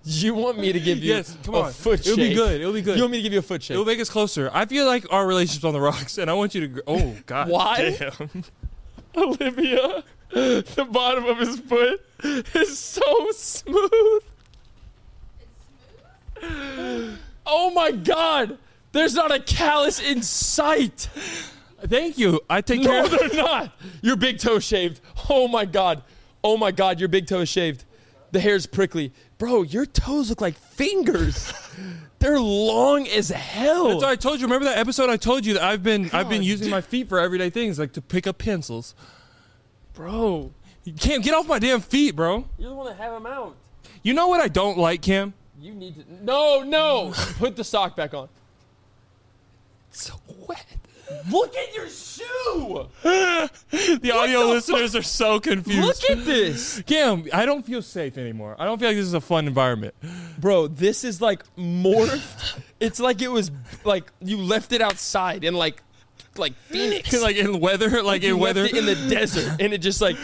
Speaker 3: you want me to give you
Speaker 1: Yes, come
Speaker 3: a
Speaker 1: on.
Speaker 3: foot
Speaker 1: It'll be
Speaker 3: shake?
Speaker 1: good. It'll be good.
Speaker 3: You want me to give you a foot shake?
Speaker 1: It'll make us closer. I feel like our relationship's on the rocks, and I want you to. Gr- oh God.
Speaker 3: Why?
Speaker 1: Damn.
Speaker 3: Olivia, the bottom of his foot is so smooth. Oh my god! There's not a callus in sight.
Speaker 1: Thank you. I take care.
Speaker 3: (laughs) No,
Speaker 1: of
Speaker 3: they're not. Your big toe shaved. Oh my god. Oh my god, your big toe is shaved. The hair's prickly. Bro, your toes look like (laughs) fingers. They're long as
Speaker 1: (laughs)
Speaker 3: hell.
Speaker 1: So I told you. Remember that episode? I told you that I've been I've been
Speaker 3: God.
Speaker 1: using my feet for everyday things, like to pick up pencils.
Speaker 3: Bro,
Speaker 1: Cam, get off my damn feet, bro.
Speaker 3: you're the one that have them out.
Speaker 1: You know what I don't like, Cam?
Speaker 3: You need (laughs) to. No, no. Put the sock back on.
Speaker 1: So wet.
Speaker 3: Look at your shoe.
Speaker 1: the audio
Speaker 3: the
Speaker 1: listeners are so confused.
Speaker 3: Look at this.
Speaker 1: Cam, I don't feel safe anymore. I don't feel like this is a fun environment. (laughs)
Speaker 3: Bro, this is like morphed. It's like it was like you left it outside in like like Phoenix.
Speaker 1: like in weather, like
Speaker 3: You
Speaker 1: in
Speaker 3: left
Speaker 1: weather.
Speaker 3: it in the desert and it just like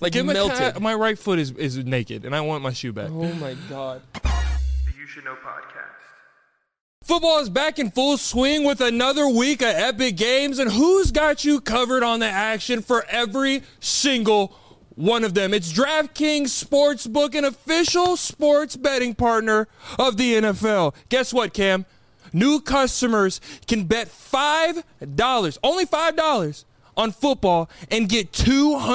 Speaker 3: like
Speaker 1: Give my
Speaker 3: melted.
Speaker 1: cat- my right foot is, is naked, and I want my shoe back.
Speaker 3: oh my god.
Speaker 2: The You Should Know Podcast.
Speaker 1: Football is back in full swing with another week of epic games, and who's got you covered on the action for every single one of them? It's DraftKings Sportsbook, an official sports betting partner of the NFL. Guess what, Cam? New customers can bet $5, only $5 on football, and get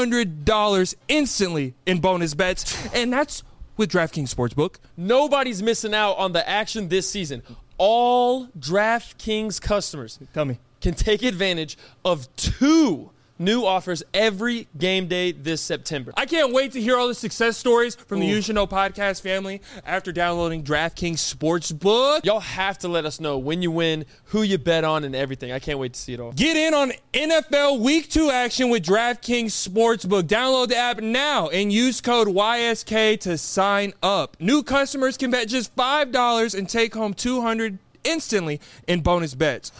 Speaker 1: $200 instantly in bonus bets, and that's with DraftKings Sportsbook.
Speaker 3: Nobody's missing out on the action this season. All DraftKings customers
Speaker 1: Tell me.
Speaker 3: can take advantage of two new offers every game day this September.
Speaker 1: I can't wait to hear all the success stories from the You Should Know podcast family after downloading DraftKings Sportsbook.
Speaker 3: Y'all have to let us know when you win, who you bet on, and everything. I can't wait to see it all.
Speaker 1: Get in on NFL Week 2 action with DraftKings Sportsbook. Download the app now and use code YSK to sign up. New customers can bet just $5 and take home 200 instantly in bonus bets.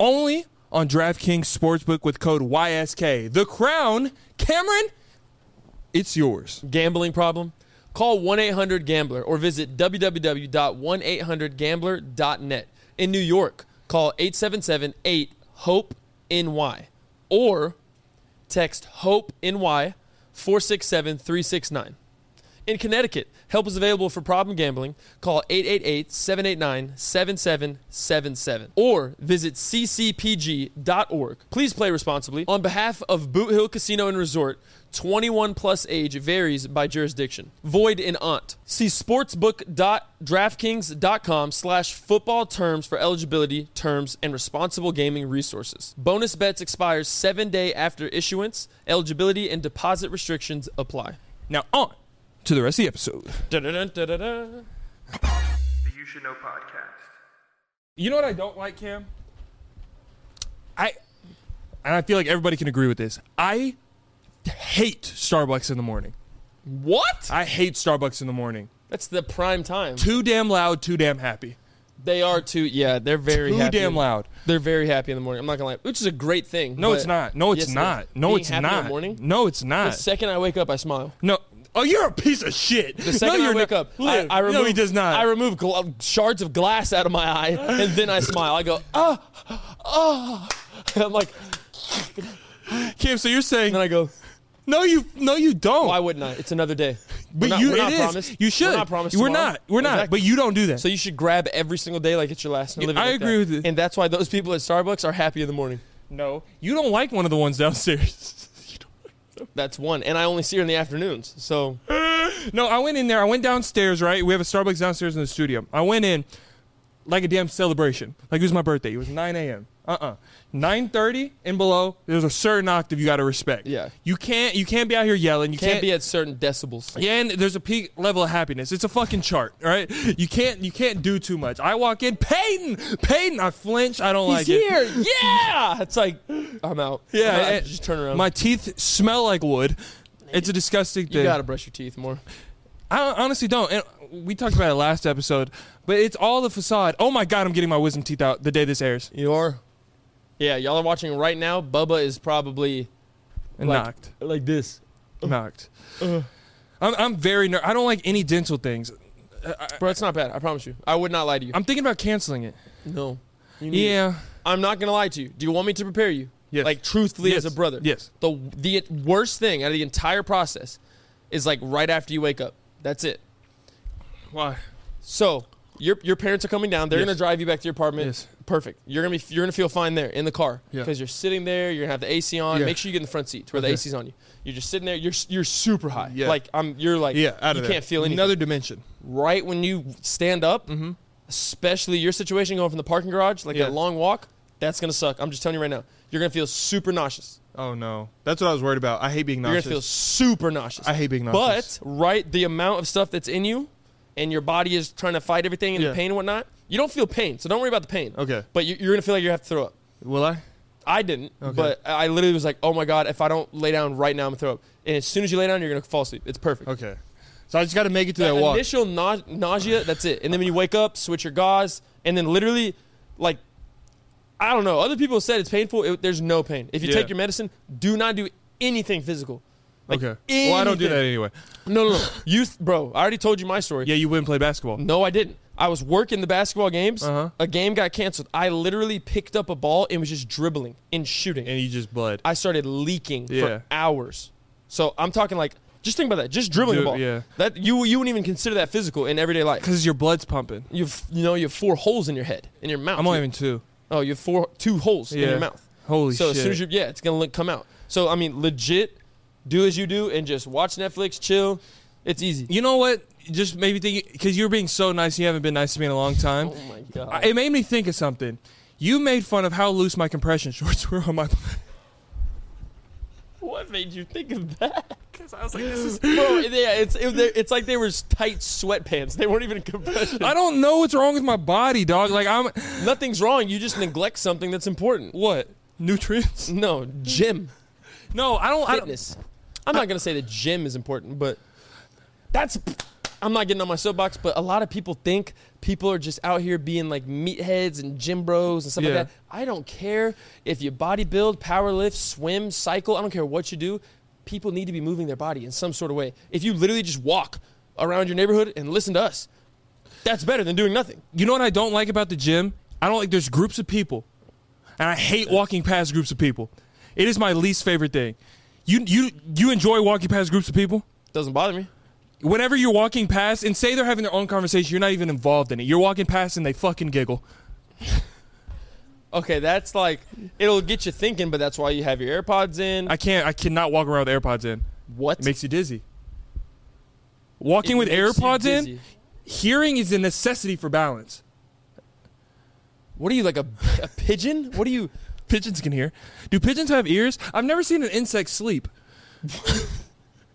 Speaker 1: Only on DraftKings Sportsbook with code YSK. The crown, Cameron, it's yours.
Speaker 3: Gambling problem? Call 1 800 Gambler or visit www.1800Gambler.net. In New York, call 877 8 HOPE NY or text HOPE NY 467 369. In Connecticut, help is available for problem gambling. Call 888 789 7777 or visit ccpg.org. Please play responsibly. On behalf of Boot Hill Casino and Resort, 21 plus age varies by jurisdiction. Void in aunt. See sportsbook.draftkings.com slash football terms for eligibility, terms, and responsible gaming resources. Bonus bets expires seven day after issuance. Eligibility and deposit restrictions apply.
Speaker 1: Now on to the rest of the episode.
Speaker 3: Da-da-da-da-da-da.
Speaker 2: The You Should Know Podcast.
Speaker 1: You know what I don't like, Cam? I and I feel like everybody can agree with this. I hate Starbucks in the morning.
Speaker 3: What?
Speaker 1: I hate Starbucks in the morning.
Speaker 3: That's the prime time.
Speaker 1: Too damn loud, too damn happy.
Speaker 3: They are too. Yeah, they're very
Speaker 1: Too
Speaker 3: happy.
Speaker 1: damn loud.
Speaker 3: They're very happy in the morning. I'm not gonna lie, which is a great thing.
Speaker 1: No,
Speaker 3: but
Speaker 1: it's not. No, it's
Speaker 3: Yes, it
Speaker 1: not.
Speaker 3: is.
Speaker 1: No,
Speaker 3: Being
Speaker 1: it's
Speaker 3: happy in the
Speaker 1: not.
Speaker 3: morning?
Speaker 1: No, it's
Speaker 3: The
Speaker 1: not.
Speaker 3: second I wake up, I smile.
Speaker 1: no. Oh, you're a piece of shit. (laughs)
Speaker 3: The second
Speaker 1: no, you're
Speaker 3: I wake
Speaker 1: not.
Speaker 3: up,
Speaker 1: Liv,
Speaker 3: I, I remove.
Speaker 1: no, he does not.
Speaker 3: I remove gl- shards of glass out of my eye, and then I smile. I go ah, ah. (laughs) I'm like,
Speaker 1: Cam, so you're saying
Speaker 3: then I go.
Speaker 1: no, you no, you don't.
Speaker 3: Why wouldn't I? It's another day.
Speaker 1: but
Speaker 3: we're not,
Speaker 1: you,
Speaker 3: we're not
Speaker 1: it is.
Speaker 3: promised.
Speaker 1: You should.
Speaker 3: We're not promised.
Speaker 1: We're
Speaker 3: tomorrow.
Speaker 1: not. We're not.
Speaker 3: Exactly.
Speaker 1: But you don't do that.
Speaker 3: So you should grab every single day like it's your last. And live it
Speaker 1: I
Speaker 3: like
Speaker 1: agree
Speaker 3: that.
Speaker 1: with it.
Speaker 3: And that's why those people at Starbucks are happy in the morning.
Speaker 1: no, you don't like one of the ones downstairs. (laughs)
Speaker 3: That's one. And I only see her in the afternoons. So
Speaker 1: No, I went in there. I went downstairs, right? We have a Starbucks downstairs in the studio. I went in like a damn celebration. Like it was my birthday. It was 9 a.m. Uh-uh. 9.30 and below, there's a certain octave you got to respect.
Speaker 3: Yeah.
Speaker 1: You can't you can't be out here yelling. You
Speaker 3: can't,
Speaker 1: can't,
Speaker 3: be at certain decibels.
Speaker 1: yeah, (laughs) and there's a peak level of happiness. It's a fucking chart, all right? You can't you can't do too much. I walk in, Peyton, Peyton, I flinch. I don't like
Speaker 3: He's
Speaker 1: it.
Speaker 3: here. (laughs) Yeah. It's like I'm out.
Speaker 1: Yeah,
Speaker 3: I'm out.
Speaker 1: and-
Speaker 3: just turn around.
Speaker 1: My teeth smell like wood. It's a disgusting thing.
Speaker 3: you gotta brush your teeth more.
Speaker 1: I honestly don't. And we talked about it last episode, but it's all the facade. Oh my god, I'm getting my wisdom teeth out the day this airs.
Speaker 3: You are. Yeah, y'all are watching right now. Bubba is probably
Speaker 1: And
Speaker 3: Like-
Speaker 1: knocked,
Speaker 3: like this.
Speaker 1: knocked. I'm I'm very ner- I don't like any dental things.
Speaker 3: Bro, it's not bad. I promise you. I would not lie to you.
Speaker 1: I'm thinking about canceling it.
Speaker 3: no. You need-
Speaker 1: Yeah,
Speaker 3: I'm not gonna lie to you. Do you want me to prepare you?
Speaker 1: Yes.
Speaker 3: Like truthfully
Speaker 1: Yes.
Speaker 3: as a brother.
Speaker 1: Yes.
Speaker 3: The the worst thing out of the entire process is like right after you wake up. That's it.
Speaker 1: why?
Speaker 3: So your your parents are coming down. They're
Speaker 1: Yes.
Speaker 3: gonna drive you back to your apartment.
Speaker 1: Yes.
Speaker 3: Perfect. You're gonna be you're gonna feel fine there in the car
Speaker 1: Yeah.
Speaker 3: because you're sitting there. You're gonna have the AC on.
Speaker 1: Yeah.
Speaker 3: Make sure you get in the front seat to where the
Speaker 1: Okay.
Speaker 3: AC's on you. You're just sitting there. You're s- you're super high.
Speaker 1: Yeah.
Speaker 3: Like I'm. You're like
Speaker 1: Yeah, out of
Speaker 3: you
Speaker 1: there.
Speaker 3: can't feel anything.
Speaker 1: Another dimension.
Speaker 3: right when you stand up, especially your situation going from the parking garage, like
Speaker 1: Mm-hmm. Yeah.
Speaker 3: that long walk. That's gonna suck. I'm just telling you right now. You're gonna feel super nauseous.
Speaker 1: Oh no, that's what I was worried about. I hate being
Speaker 3: You're gonna feel super nauseous.
Speaker 1: I hate being nauseous.
Speaker 3: But right, the amount of stuff that's in you, and your body is trying to fight everything and
Speaker 1: Yeah.
Speaker 3: the pain and whatnot. You don't feel pain, so don't worry about the pain.
Speaker 1: Okay.
Speaker 3: But you, you're gonna feel like you have to throw up.
Speaker 1: Will I?
Speaker 3: I didn't, but I literally was like, "Oh my god, if I don't lay down right now, I'm gonna throw up." And as soon as you lay down, you're gonna fall asleep. It's perfect.
Speaker 1: Okay. So I just got to make it to that
Speaker 3: That
Speaker 1: walk.
Speaker 3: initial nau- nausea, that's it. And then when you wake up, switch your gauze, and then literally, like, I don't know. Other people said it's painful. It, there's no pain. If you
Speaker 1: Yeah.
Speaker 3: take your medicine, do not do anything physical. Like,
Speaker 1: okay. Well, I don't do
Speaker 3: anything.
Speaker 1: that anyway.
Speaker 3: No, no, no. You, th- bro. I already told you my story.
Speaker 1: Yeah, you wouldn't play basketball.
Speaker 3: No, I didn't. I was working the basketball games.
Speaker 1: Uh-huh.
Speaker 3: A game got canceled. I literally picked up a ball and was just dribbling and shooting.
Speaker 1: And you just bled.
Speaker 3: I started leaking
Speaker 1: Yeah.
Speaker 3: for hours. So I'm talking like, just think about that. Just dribbling
Speaker 1: Dude,
Speaker 3: the ball.
Speaker 1: yeah.
Speaker 3: That you you wouldn't even consider that physical in everyday life.
Speaker 1: Because your blood's pumping.
Speaker 3: You have you know you have four holes in your head in your mouth.
Speaker 1: I'm only even two.
Speaker 3: oh you have four two holes in
Speaker 1: Yeah.
Speaker 3: your mouth.
Speaker 1: Holy
Speaker 3: so
Speaker 1: shit.
Speaker 3: as soon as you yeah it's gonna look, come out. So I mean legit, do as you do and just watch Netflix, chill. It's easy.
Speaker 1: you know what? Just maybe think because you're being so nice. You haven't been nice to me in a long time.
Speaker 3: Oh my god.
Speaker 1: I- It made me think of something. You made fun of how loose my compression (laughs) shorts were on my.
Speaker 3: (laughs) What made you think of that? Because I was like, this is. (laughs) Bro, yeah, it's, it, they- it's like they were tight sweatpants. (laughs) They weren't even compression. (laughs)
Speaker 1: I don't know what's wrong with my body, dog. Like I'm
Speaker 3: Nothing's wrong. You just neglect something that's important.
Speaker 1: what nutrients?
Speaker 3: No, gym.
Speaker 1: No, I don't. I don't
Speaker 3: Fitness. I'm not going to say the gym is important, but that's. I'm not getting on my soapbox, but a lot of people think people are just out here being like meatheads and gym bros and stuff
Speaker 1: Yeah.
Speaker 3: like that. I don't care if you bodybuild, power lift, swim, cycle. I don't care what you do. People need to be moving their body in some sort of way. If you literally just walk around your neighborhood and listen to us, that's better than doing nothing.
Speaker 1: you know what I don't like about the gym? I don't like there's groups of people, and I hate walking past groups of people. It is my least favorite thing. You you you enjoy walking past groups of people?
Speaker 3: Doesn't bother me.
Speaker 1: Whenever you're walking past, and say they're having their own conversation, you're not even involved in it. You're walking past and they fucking giggle.
Speaker 3: Okay, that's like it'll get you thinking, but that's why you have your AirPods in.
Speaker 1: I can't. I cannot walk around with AirPods in.
Speaker 3: what?
Speaker 1: It makes you dizzy. Walking
Speaker 3: It
Speaker 1: with
Speaker 3: makes you
Speaker 1: AirPods in,
Speaker 3: dizzy.
Speaker 1: hearing is a necessity for balance.
Speaker 3: What are you like a, a pigeon? What are you?
Speaker 1: Pigeons can hear. Do pigeons have ears? I've never seen an insect sleep. (laughs)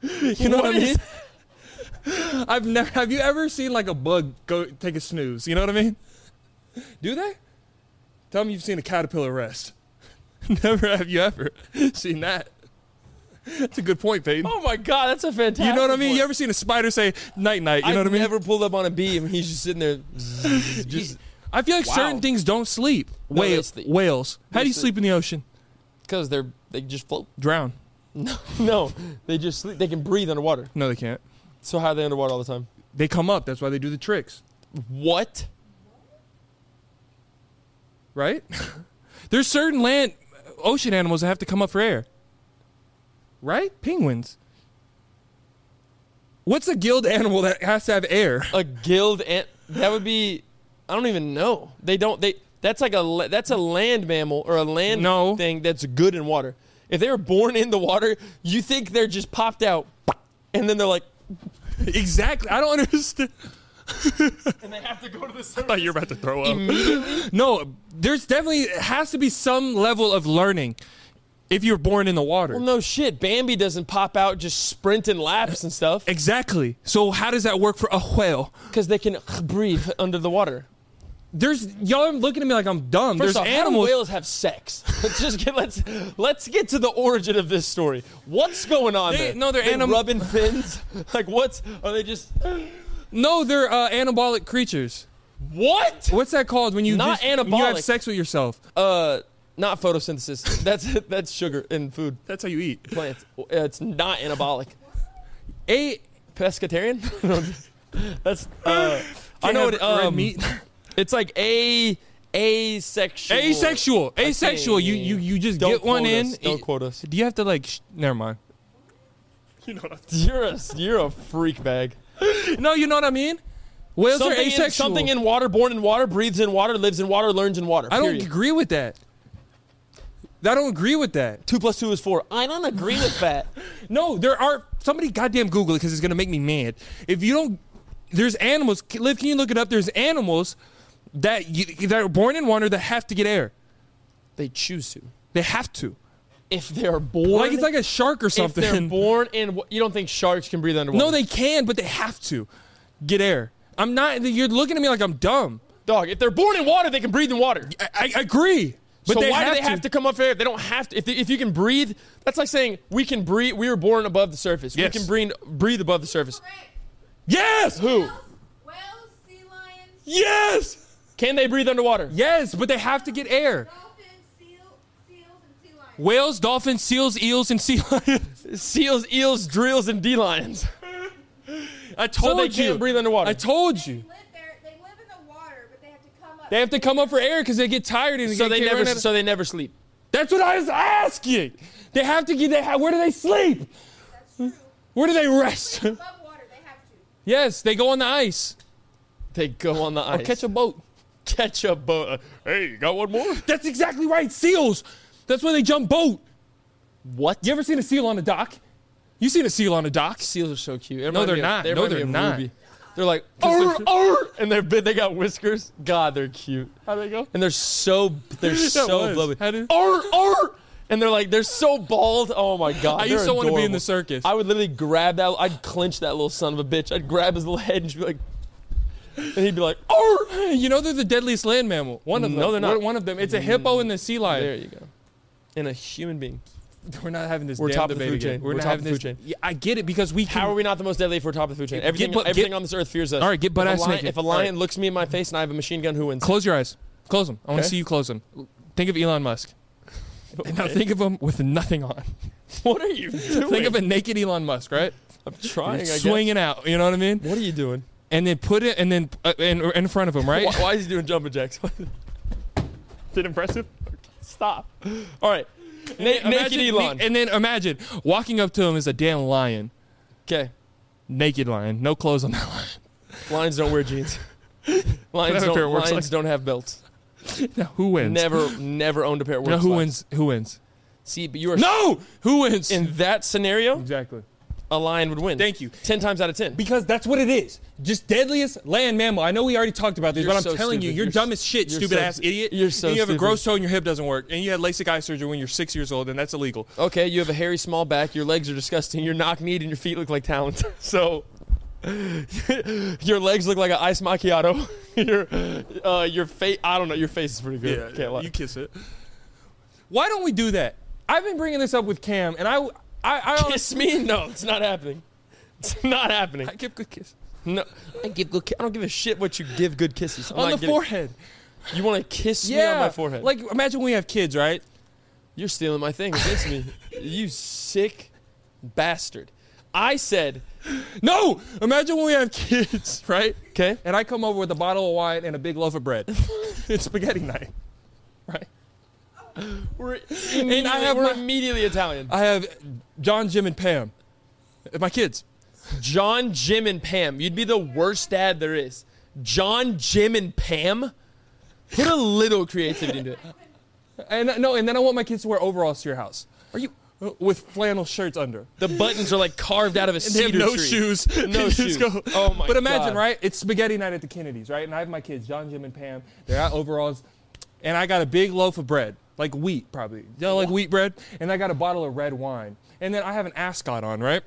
Speaker 1: you know what,
Speaker 3: What
Speaker 1: I
Speaker 3: is-
Speaker 1: mean? I've never. (laughs) Have you ever seen like a bug go take a snooze? You know what I mean? Do they? Tell me you've seen a caterpillar rest. (laughs) never have you ever (laughs) seen that. That's a good point, Peyton.
Speaker 3: Oh my god, that's a fantastic.
Speaker 1: you know what I mean?
Speaker 3: one.
Speaker 1: You ever seen a spider say night night? You know
Speaker 3: I've
Speaker 1: what I mean?
Speaker 3: never pulled up on a bee and he's just sitting there. (laughs)
Speaker 1: (laughs)
Speaker 3: just
Speaker 1: I feel like
Speaker 3: Wow.
Speaker 1: certain things don't sleep.
Speaker 3: No, they
Speaker 1: Whale-
Speaker 3: sleep.
Speaker 1: Whales. How
Speaker 3: They
Speaker 1: do you
Speaker 3: sleep.
Speaker 1: sleep in the ocean?
Speaker 3: because they're they just float. (laughs)
Speaker 1: Drown.
Speaker 3: No, they just sleep. They can breathe underwater.
Speaker 1: No, they can't.
Speaker 3: So how are they underwater all the time?
Speaker 1: They come up. That's why they do the tricks,
Speaker 3: What?
Speaker 1: right? (laughs) There's certain land, ocean animals that have to come up for air, right? Penguins. What's a guild animal that has to have air? (laughs)
Speaker 3: A guild ant? That would be. I don't even know. They don't. They. That's like a. la- That's a land mammal or a land
Speaker 1: No.
Speaker 3: thing that's good in water. If they were born in the water, you think they're just popped out, and then they're like,
Speaker 1: exactly. I don't understand.
Speaker 3: and they have to go to the
Speaker 1: I thought you were about to throw up. no, there's definitely has to be some level of learning if you're born in the water.
Speaker 3: Well, no shit. Bambi doesn't pop out just sprinting laps and stuff
Speaker 1: Exactly. So how does that work for a whale?
Speaker 3: because they can breathe under the water.
Speaker 1: There's y'all are looking at me like I'm dumb.
Speaker 3: First
Speaker 1: There's
Speaker 3: off, how
Speaker 1: animals.
Speaker 3: do whales have sex? (laughs) Let's just get let's let's get to the origin of this story. What's going on
Speaker 1: They-
Speaker 3: there?
Speaker 1: no, they're
Speaker 3: They
Speaker 1: anim-
Speaker 3: rubbing fins. (laughs) Like what's are they just
Speaker 1: no, they're uh, anabolic creatures.
Speaker 3: what?
Speaker 1: What's that called when you
Speaker 3: Not
Speaker 1: just- when You have
Speaker 3: anabolic.
Speaker 1: sex with yourself.
Speaker 3: Uh, not photosynthesis. (laughs) That's that's sugar in food
Speaker 1: That's how you eat.
Speaker 3: plants. Uh, It's not anabolic.
Speaker 1: A
Speaker 3: Pescatarian. (laughs) that's uh, I
Speaker 1: can't
Speaker 3: know
Speaker 1: have
Speaker 3: what
Speaker 1: red
Speaker 3: um,
Speaker 1: meat.
Speaker 3: It's like a asexual.
Speaker 1: Asexual.
Speaker 3: Okay.
Speaker 1: Asexual. You you you just
Speaker 3: Don't
Speaker 1: get one
Speaker 3: quote
Speaker 1: in.
Speaker 3: us. Don't
Speaker 1: It-
Speaker 3: quote us. (laughs)
Speaker 1: Do you have to like? Sh- Never mind. (laughs)
Speaker 3: You're a you're a freak bag.
Speaker 1: No, you know what I mean. Whales are
Speaker 3: Something
Speaker 1: asexual.
Speaker 3: in, something in water, born in water, breathes in water, lives in water, learns in water.
Speaker 1: I don't
Speaker 3: period.
Speaker 1: agree with that. I don't agree with that.
Speaker 3: Two plus two is four. I don't agree with that. (laughs)
Speaker 1: No, there are somebody goddamn Google it because it's gonna make me mad. If you don't, there's animals. Can- Liv, can you look it up? There's animals that you, that are born in water that have to get air.
Speaker 3: they choose to.
Speaker 1: They have to.
Speaker 3: If they're born,
Speaker 1: Like it's like a shark or
Speaker 3: if they're
Speaker 1: something. (laughs)
Speaker 3: born in, wa- you don't think sharks can breathe underwater?
Speaker 1: no, they can, but they have to get air. I'm not. You're looking at me like I'm dumb.
Speaker 3: dog. If they're born in water, they can breathe in water.
Speaker 1: I, I agree. But
Speaker 3: so
Speaker 1: they
Speaker 3: why
Speaker 1: have
Speaker 3: do they have
Speaker 1: to.
Speaker 3: to come up here if they don't have to? If, they, if you can breathe, that's like saying we can breathe. We were born above the surface.
Speaker 1: Yes.
Speaker 3: We can breathe, breathe above the surface.
Speaker 4: Correct.
Speaker 1: Yes.
Speaker 3: Who?
Speaker 4: Whales, whales, sea lions,
Speaker 1: Yes.
Speaker 3: Can they breathe underwater?
Speaker 1: Yes, but they have to get air.
Speaker 4: dolphins, seal, seals, and sea lions.
Speaker 1: Whales, dolphins, seals, eels, and sea (laughs) lions.
Speaker 3: Seals, eels, drills, and D lions.
Speaker 1: I told
Speaker 3: they
Speaker 1: you.
Speaker 3: can't breathe underwater.
Speaker 1: I told
Speaker 4: They
Speaker 1: you.
Speaker 4: live there. They live in the water, but they have to come up.
Speaker 1: They have to come up for air because they get tired and
Speaker 3: So
Speaker 1: get-
Speaker 3: they
Speaker 1: get
Speaker 3: never.
Speaker 1: run out of-
Speaker 3: So they never sleep.
Speaker 1: That's what I was asking. They have to get. They ha- where do they sleep?
Speaker 4: That's true.
Speaker 3: Hmm.
Speaker 1: Where do they rest? (laughs)
Speaker 4: Above water, they have to.
Speaker 1: yes, they go on the ice
Speaker 3: They go on the ice.
Speaker 1: or catch a boat.
Speaker 3: catch a boat. Uh, Hey, you got one more?
Speaker 1: That's exactly right. Seals. That's why they jump boat.
Speaker 3: What?
Speaker 1: You ever seen a seal on a dock? You seen a seal on a dock?
Speaker 3: Seals are so cute. It
Speaker 1: No,
Speaker 3: reminds
Speaker 1: they're
Speaker 3: me of-
Speaker 1: not.
Speaker 3: they
Speaker 1: No,
Speaker 3: remind me
Speaker 1: they're
Speaker 3: of
Speaker 1: not.
Speaker 3: Ruby. They're like,
Speaker 1: Arr, arr.
Speaker 3: and they're big. They got whiskers. God, they're cute.
Speaker 1: How they go?
Speaker 3: And they're so,
Speaker 1: (laughs)
Speaker 3: they're so
Speaker 1: was.
Speaker 3: blubby.
Speaker 1: How did-
Speaker 3: Arr, arr. And they're like, they're so bald. Oh my God.
Speaker 1: I
Speaker 3: they're
Speaker 1: used to want to be in
Speaker 3: adorable.
Speaker 1: the circus.
Speaker 3: I would literally grab that. I'd clinch that little son of a bitch. I'd grab his little head and just be like, and he'd be like,
Speaker 1: Arr! You know they're the deadliest land mammal. One of them.
Speaker 3: No, they're not.
Speaker 1: One- One of them. It's a hippo and the sea lion.
Speaker 3: there you go. And a human being.
Speaker 1: We're not having this
Speaker 3: We're
Speaker 1: damn
Speaker 3: top of the
Speaker 1: debate
Speaker 3: food
Speaker 1: again.
Speaker 3: chain.
Speaker 1: We're,
Speaker 3: We're
Speaker 1: not
Speaker 3: top
Speaker 1: having
Speaker 3: of the
Speaker 1: this.
Speaker 3: food chain.
Speaker 1: Yeah, I get it because we can.
Speaker 3: How are we not the most deadly if we're top of the food chain? Everything,
Speaker 1: but-
Speaker 3: everything
Speaker 1: get-
Speaker 3: on this earth fears us.
Speaker 1: All right, get butt
Speaker 3: If a
Speaker 1: ass
Speaker 3: lion-
Speaker 1: naked.
Speaker 3: If a
Speaker 1: All right.
Speaker 3: lion looks me in my face and I have a machine gun,
Speaker 1: (laughs)
Speaker 3: who wins?
Speaker 1: Close your eyes. Close them. I want to
Speaker 3: Okay.
Speaker 1: see you close them. Think of Elon
Speaker 3: (laughs)
Speaker 1: Musk. And now think of him with nothing on.
Speaker 3: What are you doing?
Speaker 1: Think of a naked Elon Musk, right?
Speaker 3: I'm trying. I guess.
Speaker 1: Swinging out. You know what I mean?
Speaker 3: What are you doing?
Speaker 1: And then put it and then uh, in, in front of him, right?
Speaker 3: Why, why is he doing jumping jacks? (laughs) Is it impressive? Stop. All right. Na- naked
Speaker 1: Imagine-
Speaker 3: Elon.
Speaker 1: And then imagine walking up to him is a damn lion.
Speaker 3: okay.
Speaker 1: Naked lion. No clothes on that lion. (laughs)
Speaker 3: Lions don't wear jeans. Lions
Speaker 1: Whatever
Speaker 3: don't.
Speaker 1: pair it works
Speaker 3: Lions
Speaker 1: like.
Speaker 3: don't have belts.
Speaker 1: Now, who wins?
Speaker 3: Never, never owned a pair of
Speaker 1: Now,
Speaker 3: work
Speaker 1: who
Speaker 3: slacks.
Speaker 1: wins? Who wins?
Speaker 3: See, but you are
Speaker 1: No! Who wins?
Speaker 3: in that scenario,
Speaker 1: exactly.
Speaker 3: a lion would win.
Speaker 1: Thank you.
Speaker 3: Ten times out of ten.
Speaker 1: Because that's what it is. Just deadliest land mammal. I know we already talked about this,
Speaker 3: You're
Speaker 1: but I'm
Speaker 3: so
Speaker 1: telling you,
Speaker 3: stupid.
Speaker 1: you're,
Speaker 3: You're
Speaker 1: dumb
Speaker 3: so-
Speaker 1: as shit,
Speaker 3: you're
Speaker 1: stupid
Speaker 3: so
Speaker 1: ass
Speaker 3: stu-
Speaker 1: idiot.
Speaker 3: you're so
Speaker 1: and you have a
Speaker 3: stupid.
Speaker 1: gross toe and your hip doesn't work, and you had LASIK eye surgery when you're six years old, and that's illegal.
Speaker 3: okay, you have a hairy small back, your legs are disgusting, you're knock kneed, and your feet look like talons. (laughs) so your legs look like an ice macchiato. (laughs) your uh, your face, I don't know, your face is pretty good. Can't lie.
Speaker 1: you kiss it. Why don't we do that? I've been bringing this up with Cam, and I, I, I honestly-
Speaker 3: (laughs) Kiss me? No, it's not happening. It's not happening.
Speaker 1: I give good kiss
Speaker 3: No, I give good. Ki- I don't give a shit what you give good kisses I'm
Speaker 1: on
Speaker 3: not
Speaker 1: the
Speaker 3: getting-
Speaker 1: forehead.
Speaker 3: You want to kiss me
Speaker 1: Yeah,
Speaker 3: on my forehead?
Speaker 1: Like imagine we have kids, right?
Speaker 3: You're stealing my thing against me. You sick bastard. I said,
Speaker 1: No, imagine when we have kids, (laughs) right?
Speaker 3: okay,
Speaker 1: And I come over with a bottle of wine and a big loaf of bread. (laughs) it's spaghetti night, right?
Speaker 3: we're immediately,
Speaker 1: have
Speaker 3: we're
Speaker 1: my-
Speaker 3: immediately Italian.
Speaker 1: I have John, Jim, and Pam. uh, My kids.
Speaker 3: John, Jim, and Pam. You'd be the worst dad there is. John, Jim, and Pam? Put a little creativity into it.
Speaker 1: And no, and then I want my kids to wear overalls to your house. Are you with flannel shirts under?
Speaker 3: The buttons are like carved out of
Speaker 1: (laughs)
Speaker 3: a
Speaker 1: They
Speaker 3: cedar
Speaker 1: have no
Speaker 3: tree.
Speaker 1: shoes. (laughs)
Speaker 3: No
Speaker 1: They just
Speaker 3: shoes.
Speaker 1: go-
Speaker 3: Oh my
Speaker 1: But imagine,
Speaker 3: God.
Speaker 1: right? It's spaghetti night at the Kennedys, right? And I have my kids, John, Jim, and Pam. They're out overalls, and I got a big loaf of bread, like wheat, probably. Y'all like wheat bread? And I got a bottle of red wine, and then I have an ascot on, right?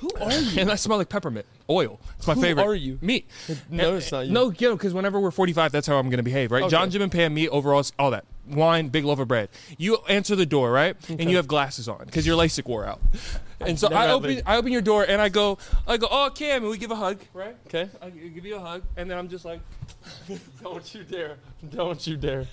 Speaker 1: Who are you? (laughs) And I smell like peppermint oil. It's my
Speaker 3: Who
Speaker 1: favorite.
Speaker 3: are you?
Speaker 1: Me.
Speaker 3: No,
Speaker 1: And-
Speaker 3: it's not you.
Speaker 1: No, you because whenever we're 45, that's how I'm going to behave, right? John,
Speaker 3: Okay.
Speaker 1: Jim, and Pam, me, overalls, all that. Wine, big loaf of bread. You answer the door, right? And you have glasses on because your LASIK wore out. And so
Speaker 3: (laughs) never
Speaker 1: I
Speaker 3: had
Speaker 1: open,
Speaker 3: LASIK.
Speaker 1: I open your door and I go, I go, oh, Cam, and we give a hug, right?
Speaker 3: Okay.
Speaker 1: I give you a hug, and then I'm just like,
Speaker 3: Don't you dare. Don't you dare.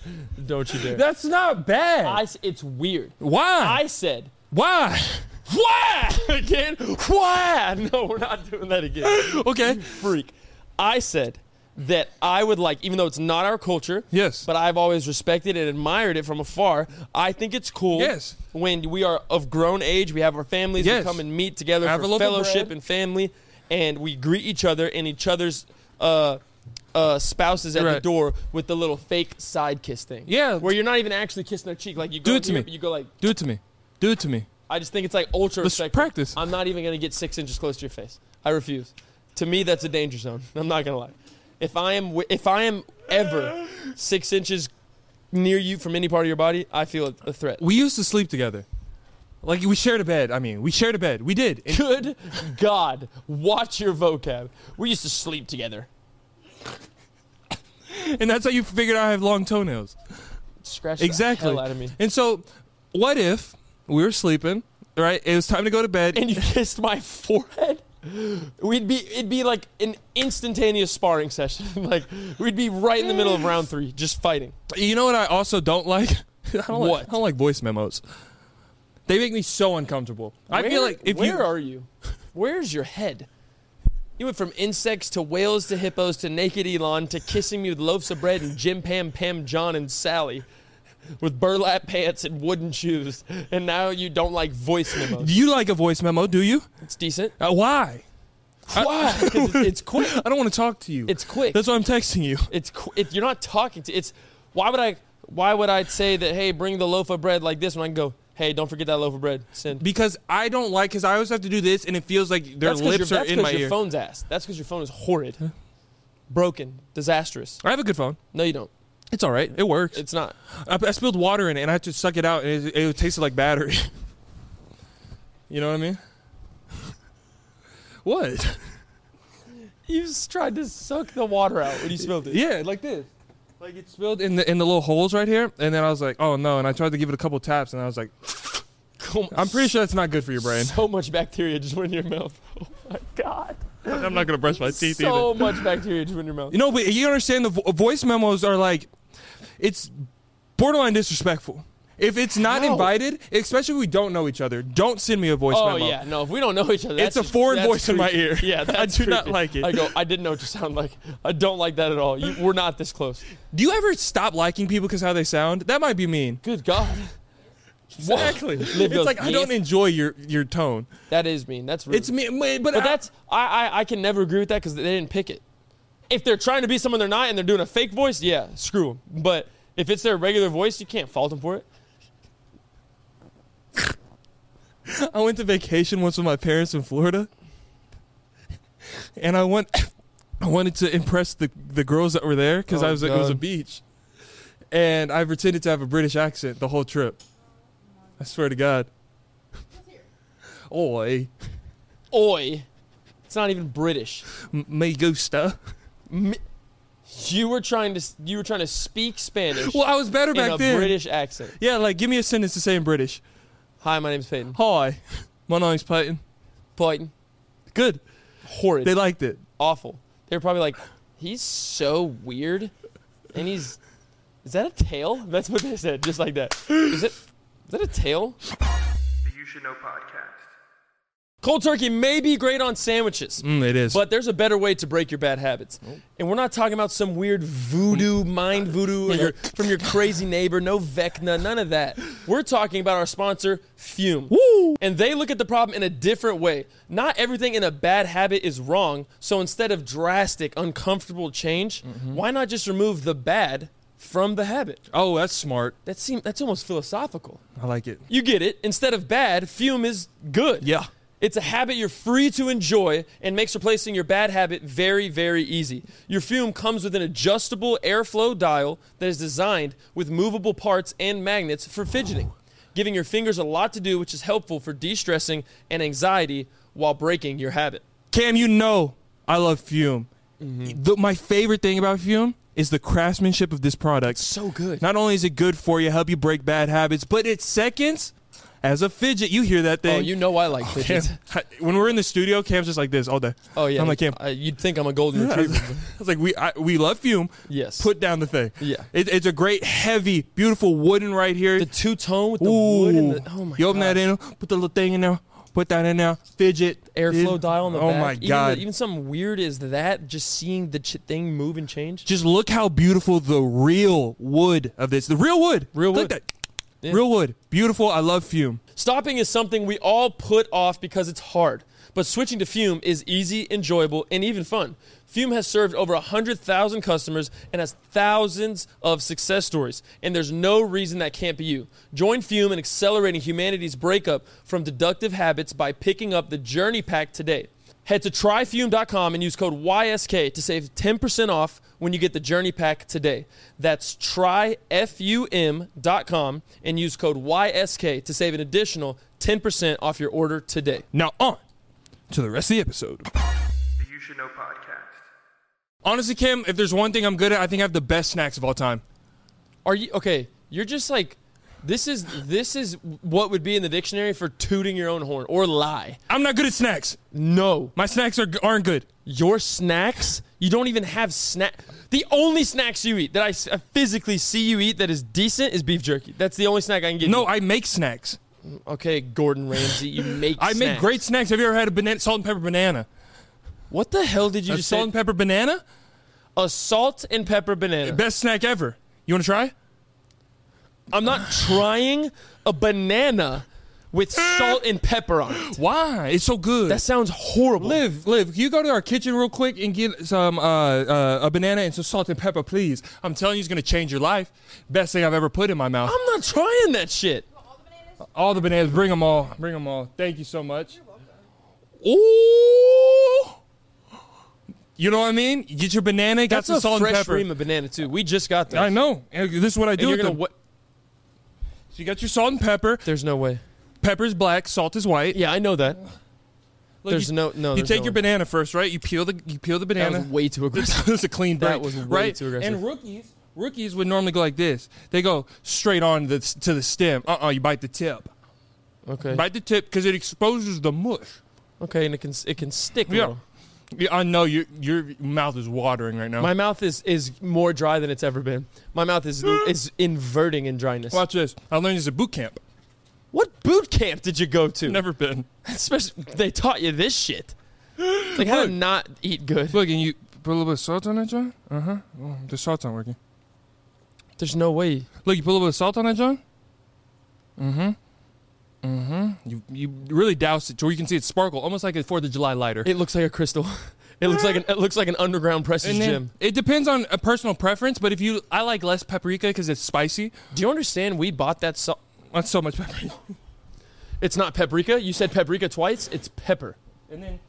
Speaker 3: Don't you dare.
Speaker 1: that's not bad.
Speaker 3: I s it's weird.
Speaker 1: Why?
Speaker 3: I said,
Speaker 1: Why?
Speaker 3: (laughs) why? Again? Why? (laughs) No, we're not doing that again.
Speaker 1: (laughs) okay.
Speaker 3: Freak. I said that I would like, even though it's not our culture,
Speaker 1: Yes.
Speaker 3: but I've always respected and admired it from afar. I think it's cool
Speaker 1: Yes.
Speaker 3: when we are of grown age, we have our families,
Speaker 1: Yes.
Speaker 3: we come and meet together
Speaker 1: Have a
Speaker 3: for
Speaker 1: loaf of
Speaker 3: fellowship
Speaker 1: bread.
Speaker 3: and family, and we greet each other and each other's uh, uh, spouses at the
Speaker 1: Right.
Speaker 3: door with the little fake side kiss thing.
Speaker 1: Yeah.
Speaker 3: where you're not even actually kissing their cheek. Like you go
Speaker 1: Do it to
Speaker 3: here,
Speaker 1: me.
Speaker 3: You go like.
Speaker 1: Do it to me. Do it to me.
Speaker 3: I just think it's like ultra
Speaker 1: Let's
Speaker 3: respectful.
Speaker 1: practice.
Speaker 3: I'm not even gonna get six inches close to your face. I refuse. To me, that's a danger zone. (laughs) I'm not gonna lie. If I am, wi- if I am ever six inches near you from any part of your body, I feel a, a threat.
Speaker 1: We used to sleep together. Like we shared a bed. I mean, we shared a bed. We did. And
Speaker 3: Good God, watch your vocab. We used to sleep together.
Speaker 1: And that's how you figured out I have long toenails.
Speaker 3: scratched
Speaker 1: Exactly.
Speaker 3: the hell out of me.
Speaker 1: And so, what if we were sleeping, right? It was time to go to bed.
Speaker 3: And you kissed my forehead. We'd be it'd be like an instantaneous sparring session. (laughs) like we'd be right in the middle of round three, just fighting.
Speaker 1: you know what I also don't
Speaker 3: (laughs)
Speaker 1: like? I don't
Speaker 3: What?
Speaker 1: Like, I don't like voice memos. They make me so uncomfortable. I feel
Speaker 3: Where-
Speaker 1: like if
Speaker 3: where
Speaker 1: you
Speaker 3: are you? Where's your head? You went from insects to whales to hippos to naked Elon to kissing me with loaves of bread and Jim Pam Pam John and Sally with burlap pants and wooden shoes. And now you don't like voice memos.
Speaker 1: do you like a voice memo, do you?
Speaker 3: It's decent.
Speaker 1: Uh, why?
Speaker 3: (laughs) Why? 'Cause it's, it's quick.
Speaker 1: I don't want to talk to you.
Speaker 3: It's quick.
Speaker 1: That's why I'm texting you.
Speaker 3: It's qu- it, you're not talking to. It's why would I? Why would I say that? Hey, bring the loaf of bread like this when I can go. Hey, don't forget that loaf of bread. Send.
Speaker 1: Because I don't like because I always have to do this and it feels like their
Speaker 3: 'cause your,
Speaker 1: lips are
Speaker 3: that's
Speaker 1: in
Speaker 3: 'cause
Speaker 1: my
Speaker 3: your
Speaker 1: ear.
Speaker 3: phone's ass. That's because your phone is horrid, broken, disastrous.
Speaker 1: I have a good phone.
Speaker 3: No, you don't.
Speaker 1: It's all right. It works.
Speaker 3: It's not.
Speaker 1: I, I spilled water in it and I had to suck it out and it, it tasted like battery. (laughs) you know what I mean? (laughs) what?
Speaker 3: You just tried to suck the water out when you spilled it.
Speaker 1: Yeah, like this. Like it spilled in the in the little holes right here, and then I was like, oh no, and I tried to give it a couple taps, and I was like,
Speaker 3: Come on.
Speaker 1: I'm pretty sure that's not good for your brain.
Speaker 3: So much bacteria just went in your mouth. (laughs) Oh my god.
Speaker 1: (laughs) I'm not gonna brush my teeth
Speaker 3: So
Speaker 1: either.
Speaker 3: much bacteria just went in your mouth.
Speaker 1: You know, but you understand the vo- voice memos are like, it's borderline disrespectful. If it's not
Speaker 3: How?
Speaker 1: invited, especially if we don't know each other, don't send me a voice
Speaker 3: Oh
Speaker 1: memo.
Speaker 3: yeah, no. If we don't know each other,
Speaker 1: It's
Speaker 3: that's
Speaker 1: a
Speaker 3: just-
Speaker 1: foreign
Speaker 3: that's
Speaker 1: voice in my
Speaker 3: creepy.
Speaker 1: ear. (laughs)
Speaker 3: Yeah,
Speaker 1: I
Speaker 3: that's
Speaker 1: do not
Speaker 3: creepy.
Speaker 1: like it.
Speaker 3: I go. I didn't know what you sound like. I don't like that at all. You, we're not this close.
Speaker 1: Do you ever stop liking people because how they sound? That might be mean.
Speaker 3: Good God, (laughs)
Speaker 1: Exactly.
Speaker 3: goes,
Speaker 1: it's like I don't
Speaker 3: "Yes."
Speaker 1: enjoy your your tone.
Speaker 3: that is mean. That's rude.
Speaker 1: It's me, but,
Speaker 3: but that's I, I I can never agree with that because they didn't pick it. If they're trying to be someone they're not and they're doing a fake voice, yeah, screw them. But if it's their regular voice, you can't fault them for it.
Speaker 1: I went to vacation once with my parents in Florida, and I went. (coughs) I wanted to impress the the girls that were there because
Speaker 3: Oh,
Speaker 1: I was like, it was a
Speaker 3: God.
Speaker 1: beach, and I pretended to have a British accent the whole trip. I swear to God. Oi,
Speaker 3: Oi, it's not even British.
Speaker 1: m- me
Speaker 3: (laughs)
Speaker 1: gusta.
Speaker 3: Mi- You were trying to s- you were trying to speak Spanish
Speaker 1: Well, I was better
Speaker 3: in
Speaker 1: back
Speaker 3: a
Speaker 1: then.
Speaker 3: British accent.
Speaker 1: Yeah, like give me a sentence to say in British.
Speaker 3: Hi, my name's Peyton.
Speaker 1: Hi, my name's Peyton.
Speaker 3: Peyton.
Speaker 1: Good.
Speaker 3: Horrid.
Speaker 1: They liked it.
Speaker 3: awful. They were probably like, he's so weird, and he's, is that a tail? That's what they said, just like that. Is it? Is that a tail?
Speaker 2: The You Should Know Podcast.
Speaker 3: Cold turkey may be great on sandwiches,
Speaker 1: Mm, it is.
Speaker 3: but there's a better way to break your bad habits. And we're not talking about some weird voodoo, mind voodoo, or your, from your crazy neighbor. No Vecna, none of that. We're talking about our sponsor, Fume.
Speaker 1: Woo!
Speaker 3: And they look at the problem in a different way. Not everything in a bad habit is wrong. So instead of drastic, uncomfortable change, why not just remove the bad from the habit?
Speaker 1: oh, that's smart.
Speaker 3: That seem that's almost philosophical.
Speaker 1: I like it.
Speaker 3: You get it. Instead of bad, fume is good.
Speaker 1: Yeah.
Speaker 3: It's a habit you're free to enjoy and makes replacing your bad habit very, very easy. Your fume comes with an adjustable airflow dial that is designed with movable parts and magnets for fidgeting, giving your fingers a lot to do, which is helpful for de stressing and anxiety while breaking your habit.
Speaker 1: Cam, you know I love Fume.
Speaker 3: Mm-hmm.
Speaker 1: The- my favorite thing about Fume is the craftsmanship of this product.
Speaker 3: So good.
Speaker 1: Not only is it good for you, help you break bad habits, but it seconds as a fidget. You hear that thing?
Speaker 3: Oh, you know I
Speaker 1: (laughs)
Speaker 3: like
Speaker 1: Cam,
Speaker 3: fidgets.
Speaker 1: when we're in the studio, Cam's just like this all day.
Speaker 3: Oh, yeah.
Speaker 1: I'm like Cam.
Speaker 3: Uh, you'd think I'm a golden
Speaker 1: I was (laughs)
Speaker 3: retriever.
Speaker 1: I was like, we I, we love Fume.
Speaker 3: Yes.
Speaker 1: Put down the thing.
Speaker 3: Yeah.
Speaker 1: It, it's a great, heavy, beautiful wooden right here.
Speaker 3: The two tone with the
Speaker 1: Ooh.
Speaker 3: wood and the. Oh, my
Speaker 1: You open that
Speaker 3: God.
Speaker 1: in, put the little thing in there, put that in there, fidget.
Speaker 3: airflow
Speaker 1: It-
Speaker 3: dial on the
Speaker 1: Oh
Speaker 3: back.
Speaker 1: my
Speaker 3: Even
Speaker 1: god.
Speaker 3: the- Even, something weird is that just seeing the ch- thing move and change.
Speaker 1: Just look how beautiful the real wood of this. The real wood.
Speaker 3: Real
Speaker 1: Look
Speaker 3: wood.
Speaker 1: at that. Real wood. Beautiful. I love fume.
Speaker 3: Stopping is something we all put off because it's hard, but switching to Fume is easy, enjoyable, and even fun. Fume has served over 100,000 customers and has thousands of success stories, and there's no reason that can't be you. Join Fume in accelerating humanity's breakup from deductive habits by picking up the Journey Pack today. Head to tryfume.com and use code YSK to save 10% off when you get the journey pack today. That's tryfum.com and use code YSK to save an additional 10% off your order today.
Speaker 1: Now on to the rest of the episode.
Speaker 2: The You Should Know Podcast.
Speaker 1: Honestly, Kim, if there's one thing I'm good at, I think I have the best snacks of all time.
Speaker 3: Are you okay? You're just like, this is this is what would be in the dictionary for tooting your own horn or lie.
Speaker 1: I'm not good at snacks.
Speaker 3: No,
Speaker 1: My snacks are, aren't good.
Speaker 3: your snacks. You don't even have snack. The only snacks you eat that I s- I physically see you eat that is decent is beef jerky. That's the only snack I can get.
Speaker 1: No,
Speaker 3: you.
Speaker 1: I make snacks.
Speaker 3: okay, Gordon
Speaker 1: (laughs)
Speaker 3: Ramsay, you make.
Speaker 1: I make
Speaker 3: snacks.
Speaker 1: great snacks. Have you ever had a banana, salt and pepper banana?
Speaker 3: What the hell did you
Speaker 1: A
Speaker 3: just
Speaker 1: salt
Speaker 3: say?
Speaker 1: and pepper banana?
Speaker 3: a salt and pepper banana.
Speaker 1: Best snack ever. You want to try? (laughs)
Speaker 3: I'm not trying a banana with salt and pepper on it.
Speaker 1: Why? It's so good.
Speaker 3: That sounds horrible.
Speaker 1: Liv, Liv, can you go to our kitchen real quick and get some uh, uh, a banana and some salt and pepper, please? I'm telling you, it's gonna change your life. Best thing I've ever put in my mouth.
Speaker 3: I'm not trying that shit.
Speaker 4: All the bananas.
Speaker 1: all the bananas, bring them all, bring them all. Thank you so much.
Speaker 3: Ooh.
Speaker 1: You know what I mean? You get your banana, got
Speaker 3: That's
Speaker 1: some
Speaker 3: a
Speaker 1: salt and
Speaker 3: fresh
Speaker 1: pepper.
Speaker 3: ream of banana too. We just got this.
Speaker 1: I know. And This is what I
Speaker 3: And
Speaker 1: do.
Speaker 3: you're
Speaker 1: With
Speaker 3: gonna
Speaker 1: them.
Speaker 3: what?
Speaker 1: So you got your salt and pepper.
Speaker 3: There's no way.
Speaker 1: Pepper's black, salt is white.
Speaker 3: Yeah, I know that.
Speaker 1: Look,
Speaker 3: there's
Speaker 1: you,
Speaker 3: no no.
Speaker 1: You
Speaker 3: there's
Speaker 1: take
Speaker 3: no
Speaker 1: your
Speaker 3: way.
Speaker 1: banana first, right? You peel the you peel the
Speaker 3: That
Speaker 1: banana.
Speaker 3: was
Speaker 1: (laughs)
Speaker 3: way too aggressive.
Speaker 1: This was a clean break.
Speaker 3: That was way
Speaker 1: right?
Speaker 3: too aggressive.
Speaker 1: And rookies, rookies would normally go like this. They go straight on the, to the stem. Uh uh you bite the tip.
Speaker 3: Okay.
Speaker 1: Bite the tip because it exposes the mush.
Speaker 3: Okay, and it can s- it can stick.
Speaker 1: Yeah.
Speaker 3: Yeah.
Speaker 1: Yeah, I know your your mouth is watering right now.
Speaker 3: My mouth is is more dry than it's ever been. My
Speaker 1: (gasps)
Speaker 3: mouth is is inverting in dryness.
Speaker 1: Watch this. I learned this at boot camp.
Speaker 3: What boot camp did you go to?
Speaker 1: Never been.
Speaker 3: Especially they taught you this (gasps) shit. It's Like how to
Speaker 1: Look.
Speaker 3: not eat good.
Speaker 1: Look, and you put a little bit of salt on that, John? Uh huh. the salt's not working.
Speaker 3: There's no way.
Speaker 1: Look, you put a little bit of salt on that, John? Mm hmm. Mm hmm. You, you really douse it to where you can see it sparkle, almost like a 4th of July lighter.
Speaker 3: It looks like a crystal. (laughs) It looks like an it looks like an underground presses
Speaker 1: And then-
Speaker 3: gym.
Speaker 1: It depends on a personal preference, but if you, I like less paprika because it's spicy.
Speaker 3: Do you understand? We bought that. So-
Speaker 1: That's so much (laughs) paprika.
Speaker 3: it's not paprika. You said paprika twice. It's pepper.
Speaker 1: And then,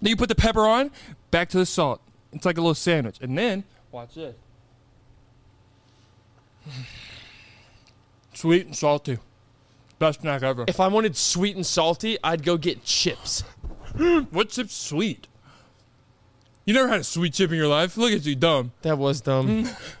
Speaker 1: then you put the pepper on, back to the salt. It's like a little sandwich. And then, watch this. Sweet and salty. Best snack ever.
Speaker 3: If I wanted sweet and salty, I'd go get chips.
Speaker 1: What chip's sweet? You never had a sweet chip in your life? Look at you, dumb.
Speaker 3: That was dumb. Mm.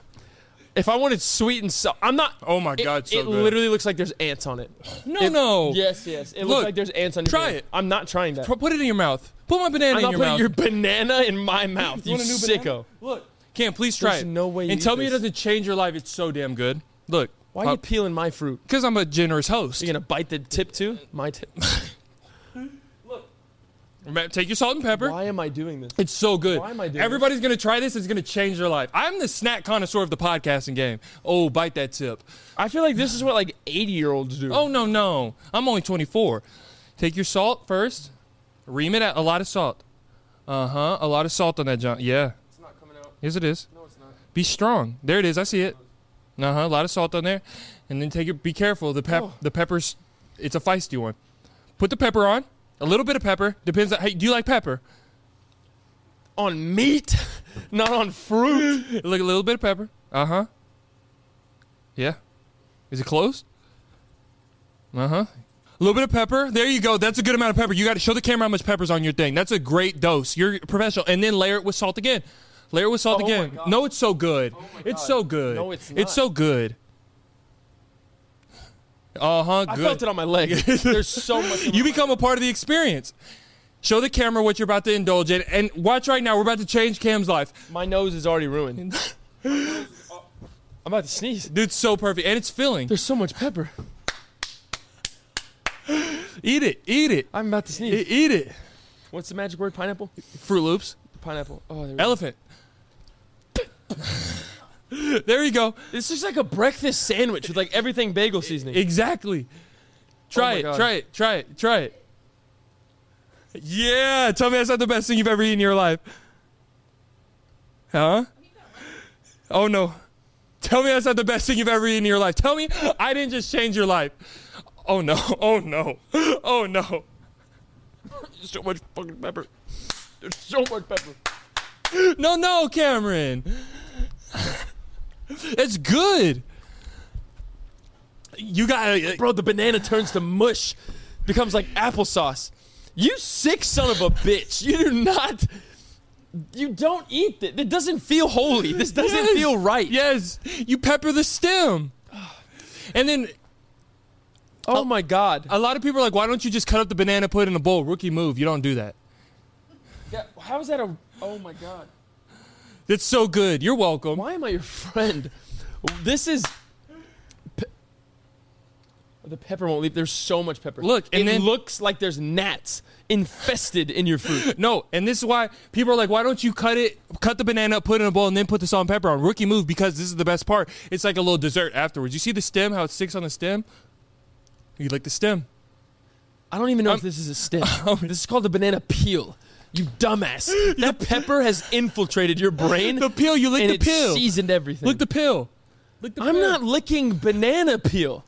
Speaker 3: if I wanted sweet and salt, I'm not.
Speaker 1: Oh my
Speaker 3: it,
Speaker 1: god, so
Speaker 3: it
Speaker 1: good.
Speaker 3: literally looks like there's ants on it.
Speaker 1: no, no.
Speaker 3: Yes, yes. It
Speaker 1: Look,
Speaker 3: looks like there's ants on your
Speaker 1: try
Speaker 3: banana.
Speaker 1: it.
Speaker 3: I'm not trying that.
Speaker 1: P- Put it in your mouth. Put my banana in
Speaker 3: I'm not
Speaker 1: your
Speaker 3: putting
Speaker 1: mouth.
Speaker 3: your banana in my mouth. You,
Speaker 1: want a new
Speaker 3: sicko.
Speaker 1: banana? Look, Cam, please try
Speaker 3: There's
Speaker 1: it.
Speaker 3: no way you
Speaker 1: and
Speaker 3: eat
Speaker 1: tell me it
Speaker 3: this.
Speaker 1: doesn't change your life. It's so damn good. Look,
Speaker 3: Why are you peeling my fruit?
Speaker 1: Because I'm a generous host.
Speaker 3: You gonna bite the tip too? My (laughs) tip.
Speaker 1: Remember, Take your salt and pepper.
Speaker 3: Why am I doing this?
Speaker 1: It's so good.
Speaker 3: Why am I doing this?
Speaker 1: Everybody's gonna try this. It's gonna change their life. I'm the snack connoisseur of the podcasting game. Oh, bite that tip.
Speaker 3: I feel like this is what like 80 year olds do.
Speaker 1: Oh no no, I'm only 24. Take your salt first. Ream it out. A lot of salt. Uh huh. A lot of salt on that junk. Yeah.
Speaker 3: it's not coming out.
Speaker 1: Yes it is.
Speaker 3: No, it's not.
Speaker 1: Be strong. There it is. I see it. Uh huh. A lot of salt on there, and then take your. Be careful. The pep.
Speaker 3: Oh.
Speaker 1: The peppers. It's a feisty one. Put the pepper on. A little bit of pepper. Depends on. Hey, do you like pepper?
Speaker 3: On meat, (laughs) not on (laughs) fruit.
Speaker 1: Look, a little bit of pepper. Uh huh. Yeah. Is it closed? Uh huh. A little bit of pepper. There you go. That's a good amount of pepper. You got to show the camera how much pepper's on your thing. That's a great dose. You're professional. And then layer it with salt again. Layer it with salt
Speaker 3: Oh my
Speaker 1: again.
Speaker 3: God. Oh
Speaker 1: No, it's so good.
Speaker 3: my
Speaker 1: it's
Speaker 3: God.
Speaker 1: so good.
Speaker 3: No, it's not.
Speaker 1: It's so good. Uh huh.
Speaker 3: I
Speaker 1: Good.
Speaker 3: felt it on my (laughs) leg. There's so much. in
Speaker 1: You
Speaker 3: my-
Speaker 1: become a part of the experience. Show the camera what you're about to indulge in, and watch right now. We're about to change Cam's life.
Speaker 3: my nose is already (laughs) ruined. I'm about to sneeze.
Speaker 1: Dude, it's so perfect, and it's filling.
Speaker 3: There's so much pepper.
Speaker 1: Eat it, eat it,
Speaker 3: I'm about to sneeze.
Speaker 1: E- eat it.
Speaker 3: What's the magic word? Pineapple.
Speaker 1: Fruit Loops,
Speaker 3: Pineapple. Oh, there we go.
Speaker 1: elephant. (laughs) there you go.
Speaker 3: this is like a breakfast sandwich with like everything bagel seasoning.
Speaker 1: Exactly. Try
Speaker 3: Oh my
Speaker 1: it,
Speaker 3: God.
Speaker 1: try it, try it, try it. Yeah, tell me that's not the best thing you've ever eaten in your life. Huh? Oh no. Tell me that's not the best thing you've ever eaten in your life. Tell me I didn't just change your life. Oh no, (laughs) oh no, oh no.
Speaker 3: There's so much fucking pepper. There's so much pepper.
Speaker 1: No, no, Cameron. it's good. You uh, gotta.
Speaker 3: Bro, the banana turns to mush, becomes like applesauce. You sick son of a bitch. You do not. You don't eat it. It doesn't feel holy. This doesn't
Speaker 1: Yes.
Speaker 3: feel right.
Speaker 1: Yes, you pepper the stem. And then
Speaker 3: Oh my god.
Speaker 1: a lot of people are like, why don't you just cut up the banana, put it in a bowl? Rookie move. You don't do that.
Speaker 3: Yeah, how is that a? Oh my god.
Speaker 1: That's so good. You're welcome.
Speaker 3: Why am I your friend? This is. pe- The pepper won't leave. There's so much pepper.
Speaker 1: Look, and
Speaker 3: it
Speaker 1: then-
Speaker 3: looks like there's gnats infested in your food.
Speaker 1: No, and this is why people are like, why don't you cut it, cut the banana, put it in a bowl, and then put the salt and pepper on? Rookie move because this is the best part. It's like a little dessert afterwards. You see the stem, how it sticks on the stem? You like the stem.
Speaker 3: I don't even know
Speaker 1: Um,
Speaker 3: if this is
Speaker 1: (laughs)
Speaker 3: a stem.
Speaker 1: oh,
Speaker 3: this is called a banana peel. You dumbass. That pepper has infiltrated your brain.
Speaker 1: The peel, you lick
Speaker 3: and
Speaker 1: the
Speaker 3: it's
Speaker 1: peel.
Speaker 3: seasoned everything.
Speaker 1: Look the pill. Look the
Speaker 3: I'm
Speaker 1: pill.
Speaker 3: not licking banana peel.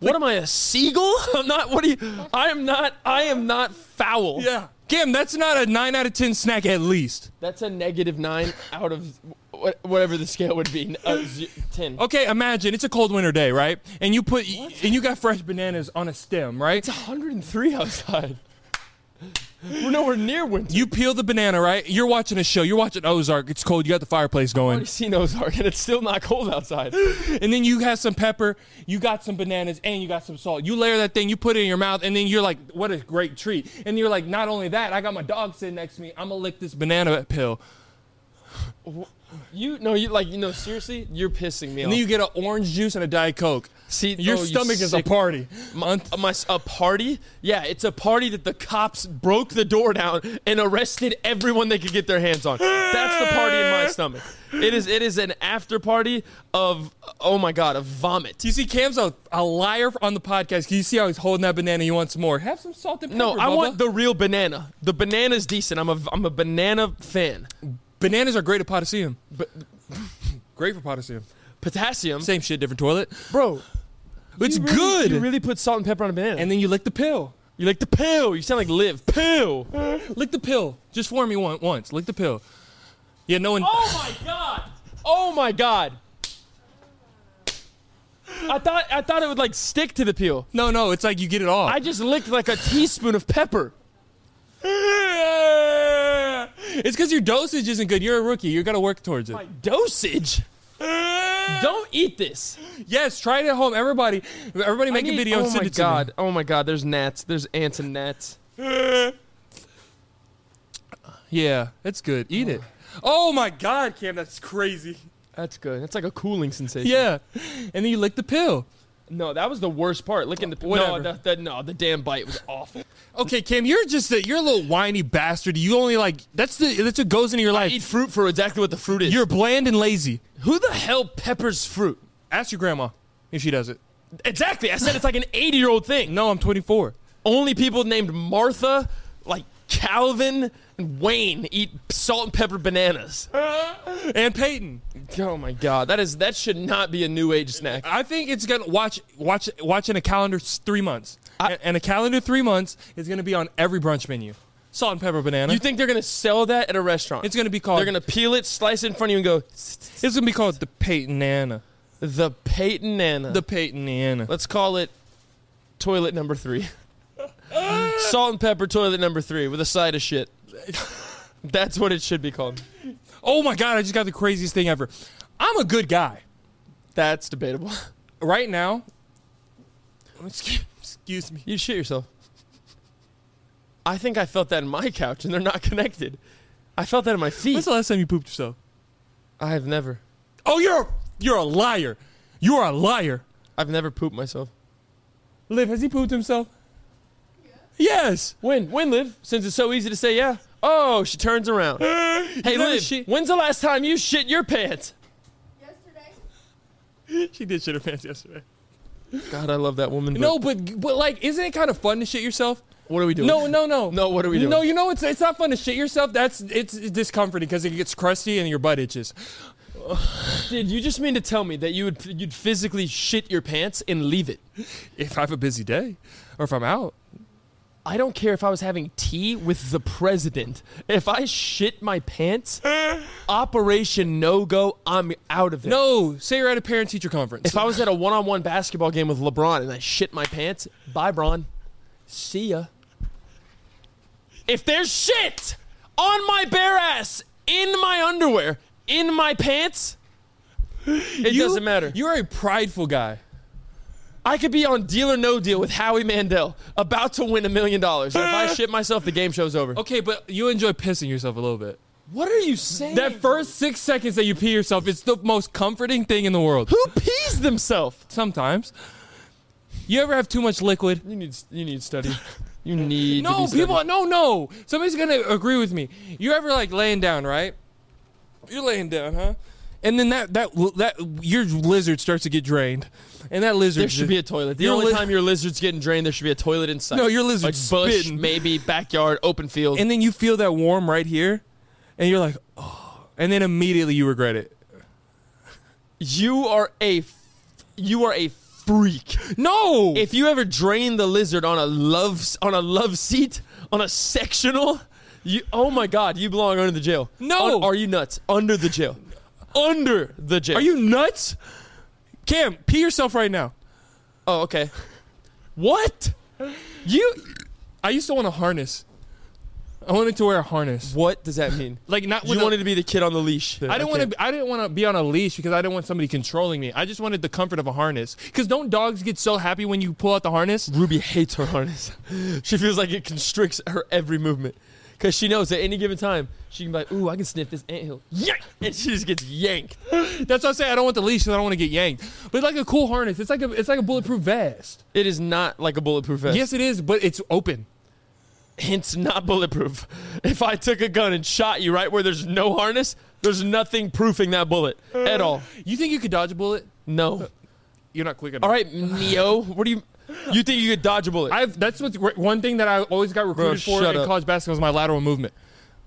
Speaker 3: What am I, a seagull? (laughs) I'm not. What are you? I am not. I am not foul.
Speaker 1: Yeah. Kim, that's not a 9 out of 10 snack at least.
Speaker 3: That's a negative nine out of wha- whatever the scale would be. Uh, z- Ten.
Speaker 1: Okay, imagine it's a cold winter day, right? And you put and you got fresh bananas on a stem, right?
Speaker 3: It's 103 outside. We're nowhere near winter.
Speaker 1: You peel the banana, right? You're watching a show. You're watching Ozark. It's cold. You got the fireplace going.
Speaker 3: already seen Ozark, and it's still not
Speaker 1: (laughs)
Speaker 3: cold outside.
Speaker 1: and then you have some pepper, you got some bananas, and you got some salt. You layer that thing, you put it in your mouth, and then you're like, what a great treat. And you're like, not only that, I got my dog sitting next to me. I'm going to lick this banana pill.
Speaker 3: You no, you like you know seriously, you're pissing me
Speaker 1: And then
Speaker 3: off.
Speaker 1: you get an orange juice and a Diet Coke.
Speaker 3: See,
Speaker 1: Your
Speaker 3: oh, you
Speaker 1: stomach is a
Speaker 3: sick-
Speaker 1: party.
Speaker 3: My, my, a party? Yeah, it's a party that the cops broke the door down and arrested everyone they could get their hands on. That's the party in my stomach. It is. It is an after party of oh my god, of vomit.
Speaker 1: You see, Cam's a, a liar on the podcast. Can you see how he's holding that banana? You want some more? Have some salt and pepper.
Speaker 3: No, I
Speaker 1: Bubba.
Speaker 3: want the real banana. The banana's decent. I'm a I'm a banana fan.
Speaker 1: bananas are great at potassium. But (laughs) great for potassium.
Speaker 3: Potassium,
Speaker 1: Same shit, different toilet.
Speaker 3: bro.
Speaker 1: It's
Speaker 3: you really-
Speaker 1: good.
Speaker 3: You really put salt and pepper on a banana.
Speaker 1: and then you lick the pill.
Speaker 3: you like the pill. You sound like live pill.
Speaker 1: Lick the pill. Just for me one, once. Lick the pill. Yeah, no one.
Speaker 3: Oh my god! Oh my god! I thought I thought it would like stick to the peel.
Speaker 1: No, no, it's like you get it all.
Speaker 3: I just licked like a teaspoon of pepper.
Speaker 1: (laughs) it's because your dosage isn't good. You're a rookie. You got to work towards it.
Speaker 3: Oh My dosage. Don't eat this.
Speaker 1: (laughs) Yes, try it at home. Everybody, everybody,
Speaker 3: I
Speaker 1: make
Speaker 3: need-
Speaker 1: a video.
Speaker 3: Oh
Speaker 1: and send
Speaker 3: my
Speaker 1: it to
Speaker 3: god!
Speaker 1: Me.
Speaker 3: Oh my god! There's gnats. There's ants and gnats.
Speaker 1: Yeah, that's good. Eat it. Oh my god, Cam, that's crazy.
Speaker 3: (laughs) That's good. That's like a cooling sensation.
Speaker 1: Yeah, and then you lick the pill.
Speaker 3: No, that was the worst part. Licking the
Speaker 1: Whatever.
Speaker 3: No, the, the, no, the damn bite was awful.
Speaker 1: Okay, Cam, you're just a, you're a little whiny bastard. You only like that's the that's what goes into your
Speaker 3: Eat
Speaker 1: life.
Speaker 3: fruit for exactly what the fruit is.
Speaker 1: You're bland and lazy.
Speaker 3: who the hell peppers fruit?
Speaker 1: Ask your grandma if she does it.
Speaker 3: Exactly. I said it's like an 80 year old thing.
Speaker 1: No, I'm 24.
Speaker 3: only people named Martha, like Calvin and Wayne, eat salt and pepper bananas.
Speaker 1: And Peyton.
Speaker 3: Oh my god, that is that should not be a new age snack.
Speaker 1: I think it's gonna watch watch watching a calendar s- three months, A- and, a calendar three months is gonna be on every brunch menu. Salt and pepper banana.
Speaker 3: You think they're gonna sell that at a restaurant?
Speaker 1: it's gonna be called.
Speaker 3: they're gonna peel it, slice it in front of you, and go "Tsk,
Speaker 1: It's gonna be called the Peyton Anna.
Speaker 3: the Peyton Nana.
Speaker 1: The Peyton Anna.
Speaker 3: Let's call it toilet number three. salt and pepper toilet number three with a side of shit. That's what it should be called.
Speaker 1: Oh my god! I just got the craziest thing ever. I'm a good guy.
Speaker 3: That's debatable.
Speaker 1: Right now. Excuse excuse me.
Speaker 3: You shit yourself. I think I felt that in my couch, and they're not connected. I felt that in my feet.
Speaker 1: When's the last time you pooped yourself?
Speaker 3: I've never,
Speaker 1: Oh, you're a, you're a liar. You are a liar.
Speaker 3: I've never pooped myself.
Speaker 1: Liv, has he pooped himself? Yes.
Speaker 3: When, when, Liv? Since it's so easy to say yeah. Oh, she turns (gasps) around. hey,
Speaker 1: never
Speaker 3: Liv,
Speaker 1: shit-
Speaker 3: when's the last time you shit your pants?
Speaker 4: Yesterday,
Speaker 1: She did shit her pants yesterday.
Speaker 3: God, I love that woman. but
Speaker 1: No, but but like, isn't it kind of fun to shit yourself?
Speaker 3: what are we doing?
Speaker 1: No, no, no.
Speaker 3: No, what are we doing?
Speaker 1: No, you know it's it's not fun to shit yourself. That's it's discomforting because it gets crusty and your butt itches.
Speaker 3: Did you just mean to tell me that you would you'd physically shit your pants and leave it?
Speaker 1: If I have a busy day, or if I'm out,
Speaker 3: I don't care if I was having tea with the president. If I shit my (gasps) pants, Operation No Go, I'm out of it.
Speaker 1: no. Say you're at a parent teacher conference.
Speaker 3: If I was at a one-on-one basketball game with LeBron and I shit my pants, bye, Bron. See ya. If there's shit on my bare ass, in my underwear, in my pants, it
Speaker 1: You-
Speaker 3: doesn't matter.
Speaker 1: You're a prideful guy.
Speaker 3: I could be on Deal or No Deal with Howie Mandel, about to win a million dollars. If I shit myself, the game show's over.
Speaker 1: Okay, but you enjoy pissing yourself a little bit.
Speaker 3: What are you saying?
Speaker 1: That first six seconds that you pee yourself is the most comforting thing in the world.
Speaker 3: who pees themselves?
Speaker 1: Sometimes. You ever have too much liquid?
Speaker 3: You need you need study. You need to
Speaker 1: No,
Speaker 3: be
Speaker 1: people,
Speaker 3: studied.
Speaker 1: no, no. Somebody's gonna agree with me. You ever like laying down, right? You're laying down, huh? And then that that that your lizard starts to get drained, and that lizard
Speaker 3: There should be a toilet. The
Speaker 1: Your
Speaker 3: only
Speaker 1: li-
Speaker 3: time your lizard's getting drained, there should be a toilet in sight.
Speaker 1: No, your
Speaker 3: like
Speaker 1: lizard's
Speaker 3: bush,
Speaker 1: spitting.
Speaker 3: maybe backyard, open field.
Speaker 1: and then you feel that warm right here, and you're like, oh, and then immediately you regret it.
Speaker 3: you are a, f- you are a freak.
Speaker 1: No,
Speaker 3: If you ever drain the lizard on a love s- on a love seat on a sectional, you oh my god, you belong under the jail.
Speaker 1: No.
Speaker 3: Un- are you nuts? Under the jail, under the jail.
Speaker 1: are you nuts? Cam, pee yourself right now.
Speaker 3: Oh okay.
Speaker 1: What? You? I used to want a harness. I wanted to wear a harness,
Speaker 3: What does that mean?
Speaker 1: like not
Speaker 3: You
Speaker 1: with a-
Speaker 3: wanted to be the kid on the leash.
Speaker 1: I didn't want to. I didn't want to be on a leash because I didn't want somebody controlling me. I just wanted the comfort of a harness. Because don't dogs get so happy when you pull out the harness?
Speaker 3: Ruby hates her harness. (laughs) She feels like it constricts her every movement. Because she knows at any given time, she can be like, ooh, I can sniff this anthill. Yank! (laughs) And she just gets
Speaker 1: (laughs)
Speaker 3: yanked.
Speaker 1: That's what I say. I don't want the leash because I don't want to get yanked. But like a cool harness, it's like a it's like a bulletproof vest.
Speaker 3: It is not like a bulletproof vest.
Speaker 1: Yes, it is, but it's open.
Speaker 3: It's not bulletproof. If I took a gun and shot you right where there's no harness, there's nothing proofing that bullet
Speaker 1: Uh.
Speaker 3: at all.
Speaker 1: You think you could dodge a bullet?
Speaker 3: No.
Speaker 1: You're not quick enough.
Speaker 3: All right, Neo, what do you... You think you could dodge a bullet?
Speaker 1: I've that's what's gr- one thing that I always got recruited for
Speaker 3: shut
Speaker 1: in
Speaker 3: up.
Speaker 1: college basketball is my lateral movement,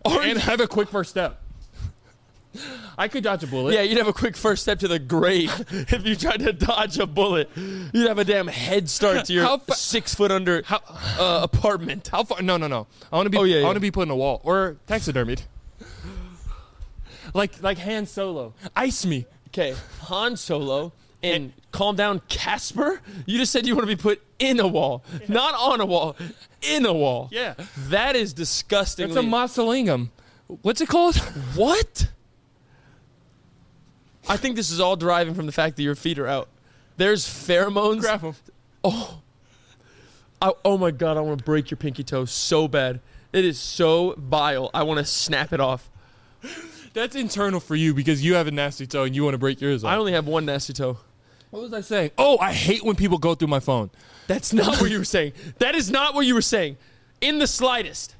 Speaker 1: and (laughs) have a quick first step. I could dodge a bullet.
Speaker 3: Yeah, you'd have a quick first step to the grave (laughs) if you tried to dodge a bullet. You'd have a damn head start to your
Speaker 1: How fa-
Speaker 3: six foot under uh, apartment.
Speaker 1: How far? No, no, no. I want to be.
Speaker 3: Oh, yeah,
Speaker 1: I
Speaker 3: yeah.
Speaker 1: want to be put in a wall or taxidermied. like like Han Solo, ice me.
Speaker 3: Okay, Han Solo and calm down, Casper. You just said you want to be put in a wall, not on a wall, in a wall.
Speaker 1: Yeah.
Speaker 3: that is disgusting.
Speaker 1: It's a mausoleum. What's it called?
Speaker 3: what? I think this is all deriving from the fact that your feet are out. There's
Speaker 1: (laughs)
Speaker 3: pheromones.
Speaker 1: Grab 'em.
Speaker 3: I, oh my god, I want to break your pinky toe so bad. It is so vile. I want to snap it off.
Speaker 1: That's internal for you because you have a nasty toe and you want to break yours.
Speaker 3: I
Speaker 1: Off.
Speaker 3: only have one nasty toe.
Speaker 1: What was I saying? Oh, I hate when people go through my phone.
Speaker 3: That's not what you were saying. That is not what you were saying. In the slightest.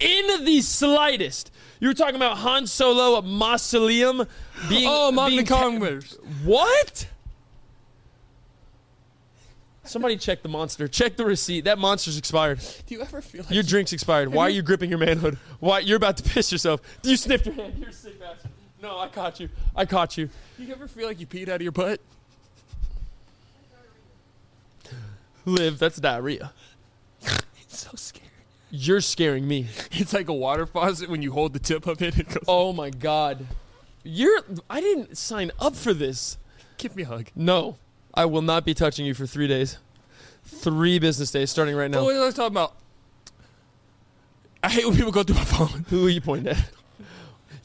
Speaker 3: In the slightest. You were talking about Han Solo at Mausoleum being.
Speaker 1: Oh, Magna
Speaker 3: being ta-
Speaker 1: Congress.
Speaker 3: What? Somebody check the monster. Check the receipt. That monster's expired.
Speaker 1: Do you ever feel like
Speaker 3: Your drink's expired. Why are you gripping your manhood? Why you're about to piss yourself? You sniffed your hand. You're a sick bastard. No, I caught you. I caught you.
Speaker 1: you ever feel like you peed out of your butt?
Speaker 3: Live. That's diarrhea.
Speaker 1: It's so scary.
Speaker 3: You're scaring me.
Speaker 1: It's like a water faucet when you hold the tip of it. It goes.
Speaker 3: Oh my god. You're I didn't sign up for this.
Speaker 1: give me a hug.
Speaker 3: No. I will not be touching you for 3 days. 3 business days starting right
Speaker 1: What
Speaker 3: now.
Speaker 1: was I talking about? I hate when people go through my phone.
Speaker 3: Who are you pointing at?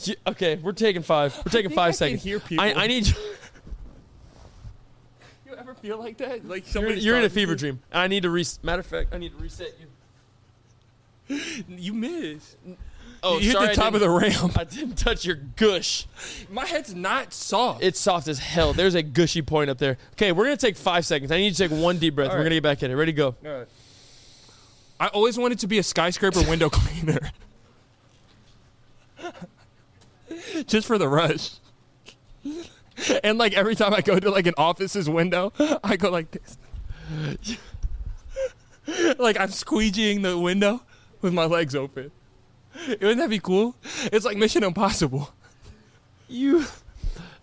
Speaker 3: You- okay, we're taking 5. We're taking
Speaker 1: think
Speaker 3: 5
Speaker 1: I can
Speaker 3: seconds.
Speaker 1: hear
Speaker 3: I,
Speaker 1: people.
Speaker 3: I need you
Speaker 1: You ever feel like that? Like
Speaker 3: You're,
Speaker 1: somebody's
Speaker 3: you're in a
Speaker 1: talking
Speaker 3: fever
Speaker 1: to you?
Speaker 3: dream. I need to re matter of fact, I need to reset you.
Speaker 1: You miss.
Speaker 3: Oh,
Speaker 1: you hit
Speaker 3: sorry,
Speaker 1: the
Speaker 3: I
Speaker 1: top of the
Speaker 3: didn't-
Speaker 1: ramp.
Speaker 3: I didn't touch your gush.
Speaker 1: My head's not soft.
Speaker 3: It's soft as hell. There's a gushy point up there. Okay, we're gonna take five seconds. I need to take one deep breath.
Speaker 1: All
Speaker 3: We're
Speaker 1: right.
Speaker 3: gonna get back at it. Ready, go.
Speaker 1: I always wanted to be a skyscraper window (laughs) cleaner. Just for the rush. And like every time I go to like an office's window, I go like this. (laughs) like I'm squeegeeing the window with my legs open. Wouldn't that be cool? It's like Mission Impossible.
Speaker 3: You.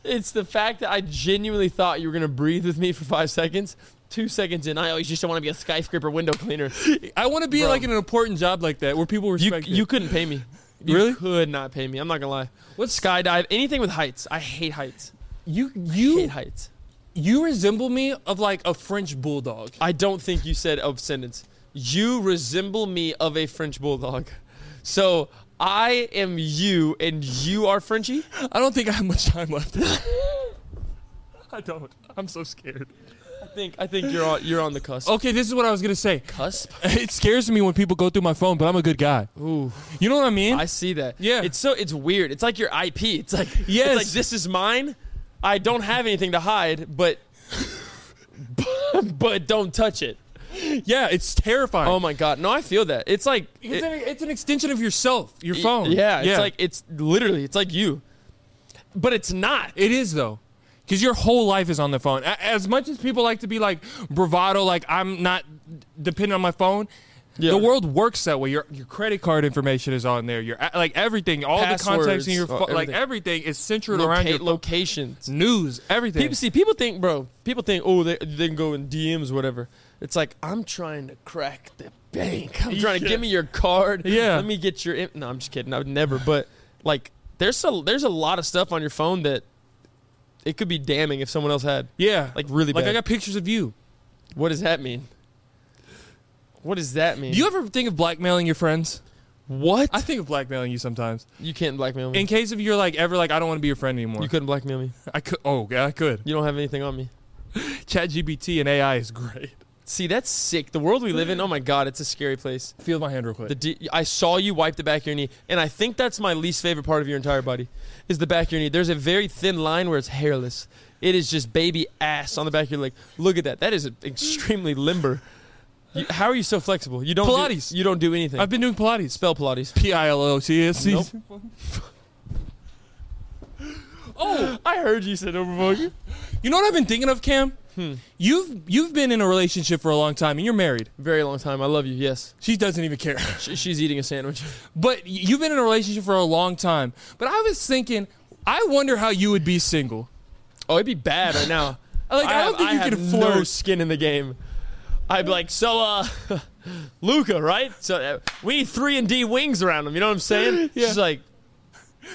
Speaker 3: It's the fact that I genuinely thought you were gonna breathe with me for five seconds. Two seconds in, I always used to want to be a skyscraper window cleaner.
Speaker 1: I want to be
Speaker 3: Bro.
Speaker 1: like in an important job like that where people
Speaker 3: You
Speaker 1: respect
Speaker 3: you couldn't pay me. You
Speaker 1: Really?
Speaker 3: Could not pay me. I'm not gonna lie.
Speaker 1: What's-
Speaker 3: skydive? Anything with heights? I hate heights.
Speaker 1: You
Speaker 3: Hate
Speaker 1: you
Speaker 3: heights.
Speaker 1: you resemble me of like a French bulldog.
Speaker 3: I don't think you said of sentence. You resemble me of a French bulldog. So I am you, and you are Frenchy. (laughs)
Speaker 1: I don't think I have much time left. I don't. I'm so scared.
Speaker 3: think I think you're on you're on the cusp.
Speaker 1: Okay, this is what I was gonna say.
Speaker 3: Oh,
Speaker 1: (laughs)
Speaker 3: Cusp? (laughs)
Speaker 1: It scares me when people go through my phone, but I'm a good guy.
Speaker 3: Ooh,
Speaker 1: You know what I mean?
Speaker 3: I see that.
Speaker 1: Yeah.
Speaker 3: It's so it's weird. It's like your IP. It's like
Speaker 1: Yes.
Speaker 3: it's like this is mine. I don't have anything to hide, but (laughs) but don't touch it.
Speaker 1: yeah, it's terrifying.
Speaker 3: Oh my god. No, I feel that. It's like
Speaker 1: it's,
Speaker 3: it-
Speaker 1: an, it's an extension of yourself, your phone.
Speaker 3: Yeah, it's like it's literally it's like you. But it's not.
Speaker 1: It is though, because your whole life is on the phone. A- As much as people like to be like bravado, like I'm not dependent on my phone.
Speaker 3: Yeah.
Speaker 1: The world works that way. Your your credit card information is on there. Your a- like everything, all the contacts in your
Speaker 3: Passwords,
Speaker 1: phone,
Speaker 3: uh,
Speaker 1: like
Speaker 3: everything.
Speaker 1: everything is centered around
Speaker 3: Locate-
Speaker 1: your
Speaker 3: locations.
Speaker 1: news. Everything.
Speaker 3: People see people think, bro. People think, oh, they, they can go in DMs, whatever. It's like I'm trying to crack the
Speaker 1: (laughs)
Speaker 3: bank. I'm trying to
Speaker 1: Yeah.
Speaker 3: give me your card.
Speaker 1: Yeah.
Speaker 3: let me get your. im- No, I'm just kidding. I would never. But like, there's a there's a lot of stuff on your phone that it could be damning if someone else had.
Speaker 1: yeah,
Speaker 3: like, really
Speaker 1: Like
Speaker 3: bad.
Speaker 1: I got pictures of you.
Speaker 3: What does that mean? What does that mean?
Speaker 1: Do you ever think of blackmailing your friends?
Speaker 3: what?
Speaker 1: I think of blackmailing you sometimes.
Speaker 3: you can't blackmail me.
Speaker 1: In case if you're like ever like I don't want to be your friend anymore.
Speaker 3: you couldn't blackmail me.
Speaker 1: I could. Oh, yeah, I could.
Speaker 3: You don't have anything on me.
Speaker 1: Chat GBT and AI is great.
Speaker 3: See, that's sick. The world we live in. Oh my god, it's a scary place.
Speaker 1: (laughs) Feel my hand real quick.
Speaker 3: The D- I saw you wipe the back of your knee, and I think that's my least favorite part of your entire body, is the back of your knee. There's a very thin line where it's hairless. It is just baby ass on the back of your leg. Look at that. That is extremely limber. You, how are you so flexible? You don't do-
Speaker 1: Pilates.
Speaker 3: you don't do anything.
Speaker 1: I've been doing Pilates.
Speaker 3: Spell Pilates.
Speaker 1: P I L O T S E. C.
Speaker 3: Nope. I heard you said overvogue.
Speaker 1: You know what I've been thinking of, Cam? You've you've been in a relationship for a long time and you're married.
Speaker 3: Very long time. I love you. Yes.
Speaker 1: She doesn't even care. (laughs)
Speaker 3: Sh- she's eating a sandwich.
Speaker 1: But y- you've been in a relationship for a long time. But I was thinking, I wonder how you would be single. (laughs)
Speaker 3: Oh, it'd be bad right now.
Speaker 1: Like I, don't
Speaker 3: have-
Speaker 1: think you
Speaker 3: have
Speaker 1: can
Speaker 3: No
Speaker 1: flirt.
Speaker 3: skin in the game. I'd be like, so, uh, (laughs) Luca, right? So uh, we need three and D wings around him. You know what I'm saying?
Speaker 1: (laughs) Yeah.
Speaker 3: She's like,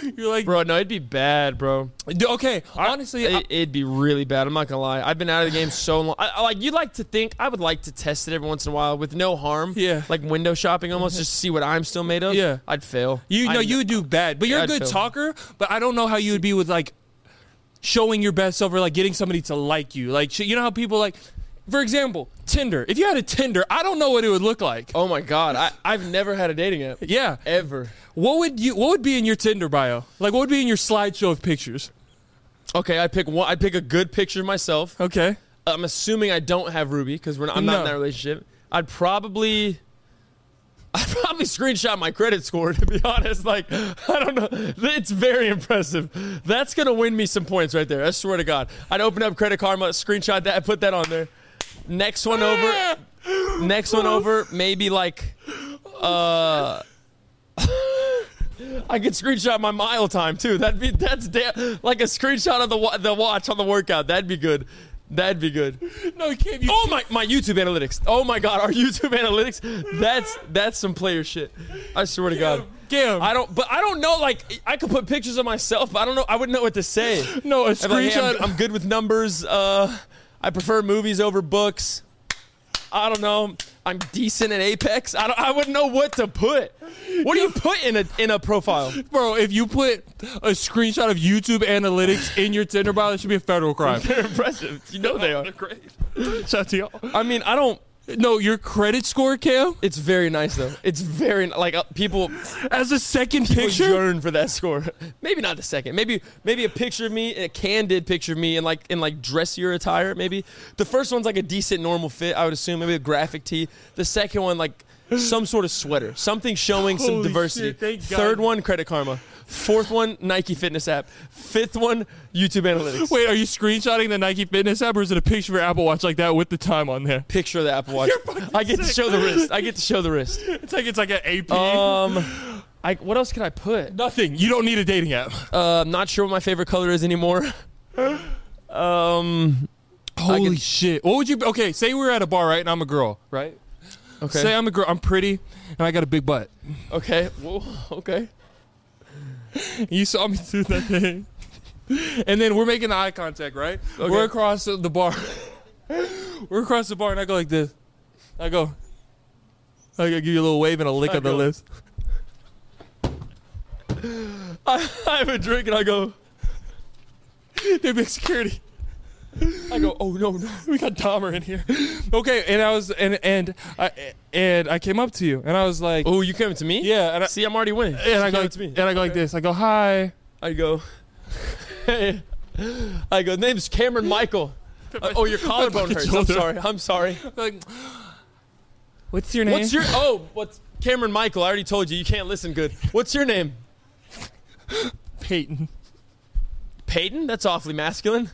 Speaker 1: You're like,
Speaker 3: bro, no, it'd be bad, bro.
Speaker 1: D- okay, honestly, I-
Speaker 3: It, it'd be really bad. I'm not gonna lie. I've been out of the game so long. I, I like you like to think I would like to test it every once in a while with no harm.
Speaker 1: Yeah.
Speaker 3: Like window
Speaker 1: (laughs)
Speaker 3: shopping almost, just to see what I'm still made of.
Speaker 1: Yeah.
Speaker 3: I'd fail.
Speaker 1: you know
Speaker 3: I-
Speaker 1: you would do bad. But you're
Speaker 3: Yeah,
Speaker 1: a
Speaker 3: I'd
Speaker 1: good
Speaker 3: fail.
Speaker 1: talker. But I don't know how you would be with like showing your best self or like getting somebody to like you. Like sh- you know how people like, for example, Tinder. If you had a Tinder, I don't know what it would look like.
Speaker 3: Oh my god, I, I've never had a
Speaker 1: (laughs)
Speaker 3: dating app
Speaker 1: Yeah.
Speaker 3: ever.
Speaker 1: What would you? What would be in your Tinder bio? Like, what would be in your slideshow of pictures?
Speaker 3: Okay, I pick one. I pick a good picture of myself.
Speaker 1: Okay.
Speaker 3: I'm assuming I don't have Ruby because we're not, I'm not in
Speaker 1: No.
Speaker 3: that relationship. I'd probably, (laughs) I'd probably screenshot my credit score to be honest. Like I don't know, it's very impressive. That's gonna win me some points right there. I swear to God. I'd open up Credit Karma, screenshot that, put that on there. Next one over. Next one over. Maybe like, uh. I could screenshot my mile time too. That'd be that's da- like a screenshot of the wa- the watch on the workout. That'd be good. That'd be good.
Speaker 1: No, Cam. You,
Speaker 3: Oh my my YouTube analytics. Oh my god, our (laughs) YouTube analytics. That's that's some player shit. I swear to God.
Speaker 1: Cam.
Speaker 3: I don't, but I don't know. Like, I could put pictures of myself. But I don't know. I wouldn't know what to (laughs) say.
Speaker 1: no, a
Speaker 3: I'd be like, hey,
Speaker 1: screenshot.
Speaker 3: I'm, I'm good with numbers. Uh, I prefer movies over books. I don't know. I'm decent at Apex. I don't. I wouldn't know what to put. What do you put in a in a profile?
Speaker 1: bro, if you put a screenshot of YouTube analytics in your Tinder bio, that should be a federal
Speaker 3: (laughs)
Speaker 1: crime.
Speaker 3: (laughs) They're impressive. You know they are.
Speaker 1: Shout to y'all.
Speaker 3: I mean, I don't.
Speaker 1: No, your credit score, Cam,
Speaker 3: It's very nice though. It's very like uh, people.
Speaker 1: as a second
Speaker 3: people
Speaker 1: picture.
Speaker 3: yearn for
Speaker 1: (laughs)
Speaker 3: that score. Maybe not the second. Maybe maybe a picture of me, a candid picture of me in like in like dressier attire. Maybe the first one's like a decent normal fit. I would assume maybe a graphic tee. The second one like some sort of sweater, something showing some
Speaker 1: Holy
Speaker 3: diversity.
Speaker 1: shit, thank God.
Speaker 3: Third one, Credit Karma. Fourth one, Nike Fitness app. Fifth one, YouTube Analytics.
Speaker 1: Wait, are you screenshotting the Nike Fitness app, or is it a picture of your Apple Watch like that with the time on there?
Speaker 3: Picture of the Apple Watch.
Speaker 1: fucking
Speaker 3: I get to
Speaker 1: sick.
Speaker 3: show the wrist. I get to show
Speaker 1: (laughs)
Speaker 3: the wrist.
Speaker 1: It's like it's like an AP.
Speaker 3: Um, I, what else could I put?
Speaker 1: Uh, Nothing. You don't need a dating app.
Speaker 3: Uh, I'm not sure what my favorite color is anymore. Um,
Speaker 1: Holy shit! What would you? Okay, say we were at a bar, right? And I'm a girl, right?
Speaker 3: okay.
Speaker 1: Say I'm a girl. I'm pretty, and I got a big butt.
Speaker 3: Okay. Whoa. (laughs) Okay.
Speaker 1: You saw me do that thing. (laughs) And then we're making eye contact, right? We're across the bar. (laughs) we're across the bar, and I go like this. I go. I go give you a little wave and a lick of the
Speaker 3: go-
Speaker 1: lips. (laughs)
Speaker 3: I, I have a drink and I go.
Speaker 1: They big security.
Speaker 3: I go, oh no, no.
Speaker 1: (laughs) we got Dahmer in here. Okay, and I was and and I and I came up to you and I was like,
Speaker 3: Oh, you came to me?
Speaker 1: yeah, and I,
Speaker 3: See, I'm already winning.
Speaker 1: and I
Speaker 3: She
Speaker 1: go
Speaker 3: came to me.
Speaker 1: and I go like this. I go hi.
Speaker 3: I go, (laughs) hey. I go, name's Cameron Michael. Uh, (laughs) oh, your collarbone hurts. I'm
Speaker 1: shoulder.
Speaker 3: sorry. I'm (laughs) sorry.
Speaker 1: Like, what's your name?
Speaker 3: What's your, oh, what's Cameron Michael? I already told you, you can't listen good. What's your name?
Speaker 1: (laughs) Peyton?
Speaker 3: Peyton? That's awfully masculine.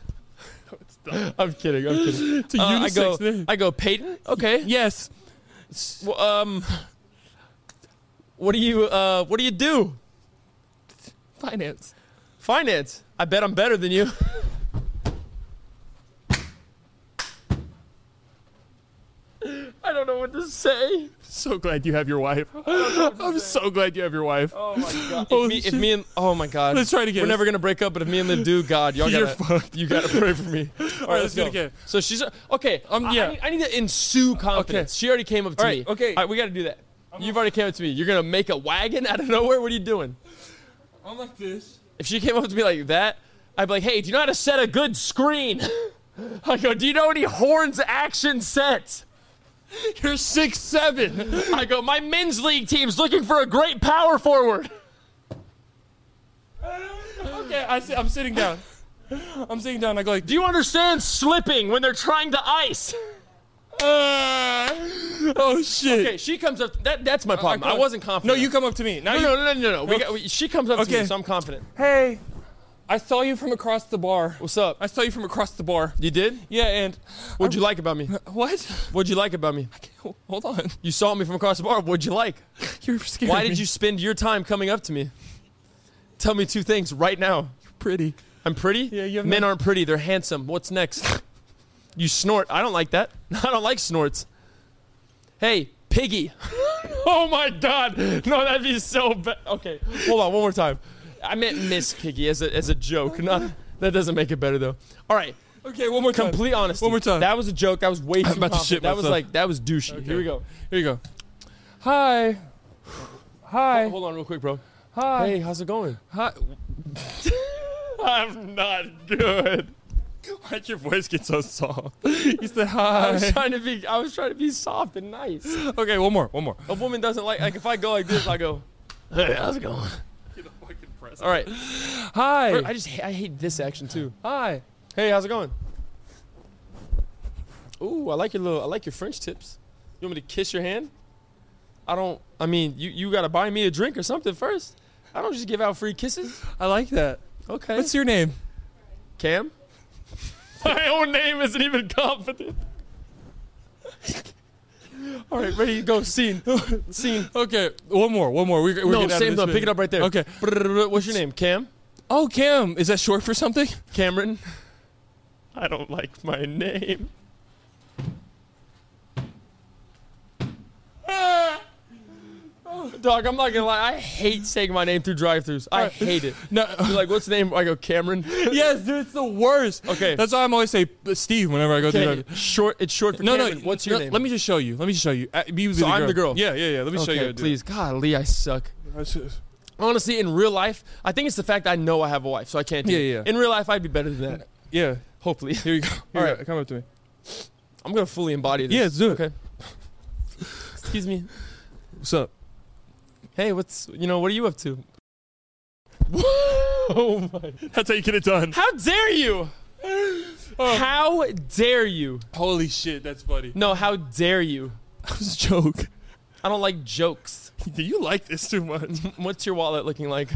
Speaker 3: I'm
Speaker 1: (laughs)
Speaker 3: kidding. I'm kidding.
Speaker 1: It's a
Speaker 3: Uh, I
Speaker 1: unisex
Speaker 3: go,
Speaker 1: name.
Speaker 3: I go, Peyton? Okay.
Speaker 1: yes.
Speaker 3: Well, um, what do you, uh, what do you do?
Speaker 1: Finance.
Speaker 3: Finance. I bet I'm better than you. (laughs) I don't know what to say.
Speaker 1: So glad you have your (laughs) wife. I'm so glad you have your wife.
Speaker 3: Oh my god.
Speaker 1: Oh,
Speaker 3: If me, if
Speaker 1: shit.
Speaker 3: me and oh my god.
Speaker 1: Let's try it again.
Speaker 3: We're never gonna break up, but if me and Liv do, God, y'all
Speaker 1: You're
Speaker 3: gotta
Speaker 1: fucked.
Speaker 3: you gotta pray for
Speaker 1: (laughs)
Speaker 3: me. All
Speaker 1: right, let's do it
Speaker 3: go.
Speaker 1: again.
Speaker 3: So she's okay. Um,
Speaker 1: yeah.
Speaker 3: I, need, I need to ensue confidence. She already came up to
Speaker 1: All right,
Speaker 3: me.
Speaker 1: okay.
Speaker 3: All right, we gotta do that. You've already came up to me. You're gonna make a wagon (laughs) out of nowhere. What are you doing?
Speaker 1: I'm like this.
Speaker 3: If she came up to me like that, I'd be like, hey, do you know how to set a good screen? (laughs) I go, do you know any horns action sets?
Speaker 1: You're six seven.
Speaker 3: I go, my men's league team's looking for a great power forward.
Speaker 1: okay, I, sit- I'm sitting (laughs) down. I'm sitting down. I go like.
Speaker 3: Do you understand slipping when they're trying to ice?
Speaker 1: Uh, oh shit.
Speaker 3: Okay, she comes up. That, that's my problem. I,
Speaker 1: go-
Speaker 3: wasn't confident.
Speaker 1: No, you come up to me. Now
Speaker 3: No,
Speaker 1: you,
Speaker 3: no, no, no, no. no. We
Speaker 1: No.
Speaker 3: got, we, she comes up to me,
Speaker 1: Okay.
Speaker 3: so I'm confident.
Speaker 1: Hey, I saw you from across the bar.
Speaker 3: What's up?
Speaker 1: I saw you from across the bar.
Speaker 3: You did?
Speaker 1: Yeah, and
Speaker 3: What'd you
Speaker 1: (laughs)
Speaker 3: like about me?
Speaker 1: what?
Speaker 3: What'd you like about me?
Speaker 1: Hold on. (laughs)
Speaker 3: You saw me from across the bar. What'd you like?
Speaker 1: You're scared.
Speaker 3: Why did you spend your time coming up to me? Tell me two things right now.
Speaker 1: pretty?
Speaker 3: I'm pretty?
Speaker 1: Yeah, you have
Speaker 3: Men
Speaker 1: no-
Speaker 3: aren't pretty, they're handsome. What's next? (laughs) you snort. I don't like that. (laughs) I don't like snorts. Hey, piggy. (laughs) oh my god. No, that'd be so bad. Okay, hold on, one more time. I meant Miss Piggy as a, as a joke. Not, that doesn't make it better though. All right,
Speaker 1: Okay, one more time.
Speaker 3: complete honesty.
Speaker 1: One more time.
Speaker 3: That was a joke. That was way too
Speaker 1: about to shit
Speaker 3: confident. That was
Speaker 1: myself.
Speaker 3: like that was douchey. Here we go.
Speaker 1: Here you go. Hi. Hi.
Speaker 3: Hold on real quick, bro.
Speaker 1: Hi.
Speaker 3: Hey, how's it going?
Speaker 1: (laughs) Hi.
Speaker 3: I'm not good.
Speaker 1: Why'd your voice get so soft? (laughs) you said hi.
Speaker 3: I was trying to be I was trying to be soft and nice.
Speaker 1: okay, one more. One more.
Speaker 3: A woman doesn't like like if I go like this, I go. (laughs) Hey, how's it going? All right,
Speaker 1: Hi.
Speaker 3: I just ha- I hate this action too.
Speaker 1: hi.
Speaker 3: Hey, how's it going? Ooh, I like your little I like your French tips. You want me to kiss your hand? I don't. I mean, you you gotta buy me a drink or something first. I don't just give out free kisses.
Speaker 1: I like that.
Speaker 3: Okay.
Speaker 1: What's your name?
Speaker 3: (laughs) Cam? My own name isn't even confident. All right, ready to go. Scene. (laughs) Scene.
Speaker 1: Okay, one more. One more. We're, we're
Speaker 3: No,
Speaker 1: getting out of
Speaker 3: same
Speaker 1: this
Speaker 3: though.
Speaker 1: bit.
Speaker 3: Pick it up right there.
Speaker 1: Okay.
Speaker 3: What's your name? Cam?
Speaker 1: Oh, Cam, is that short for something?
Speaker 3: Cameron. I don't like my name. Dog, I'm not gonna lie. I hate saying my name through drive-throughs. I hate it.
Speaker 1: No.
Speaker 3: You're like, what's the name? I go
Speaker 1: (laughs)
Speaker 3: Cameron.
Speaker 1: yes, dude, it's the worst.
Speaker 3: Okay.
Speaker 1: That's why I'm always say Steve whenever I go through.
Speaker 3: Okay, Short. It's short for
Speaker 1: No,
Speaker 3: Cameron.
Speaker 1: no.
Speaker 3: what's your
Speaker 1: no,
Speaker 3: name?
Speaker 1: Let me just show you. Let me just show you. Uh, you
Speaker 3: So I'm the girl.
Speaker 1: Yeah, yeah, yeah. Let me show
Speaker 3: okay,
Speaker 1: you. how to do
Speaker 3: please. Golly, I suck.
Speaker 1: it.
Speaker 3: Honestly, in real life, I think it's the fact I know I have a wife, so I can't do
Speaker 1: Yeah,
Speaker 3: it.
Speaker 1: yeah.
Speaker 3: In real life, I'd be better than that.
Speaker 1: Yeah.
Speaker 3: Hopefully.
Speaker 1: Here you go. Here
Speaker 3: All
Speaker 1: you
Speaker 3: right.
Speaker 1: go. Come up to me.
Speaker 3: I'm gonna fully embody this.
Speaker 1: Yeah, let's do it.
Speaker 3: Okay. Excuse me.
Speaker 1: What's
Speaker 3: (laughs)
Speaker 1: up?
Speaker 3: Hey, what's you know what are you up to? oh my!
Speaker 1: That's how you get it done.
Speaker 3: How dare you? How dare you?
Speaker 1: Holy shit, that's funny.
Speaker 3: No, how dare you?
Speaker 1: (laughs) That was a joke. (laughs)
Speaker 3: I don't like jokes.
Speaker 1: Do you like this too much?
Speaker 3: (laughs) What's your wallet looking like?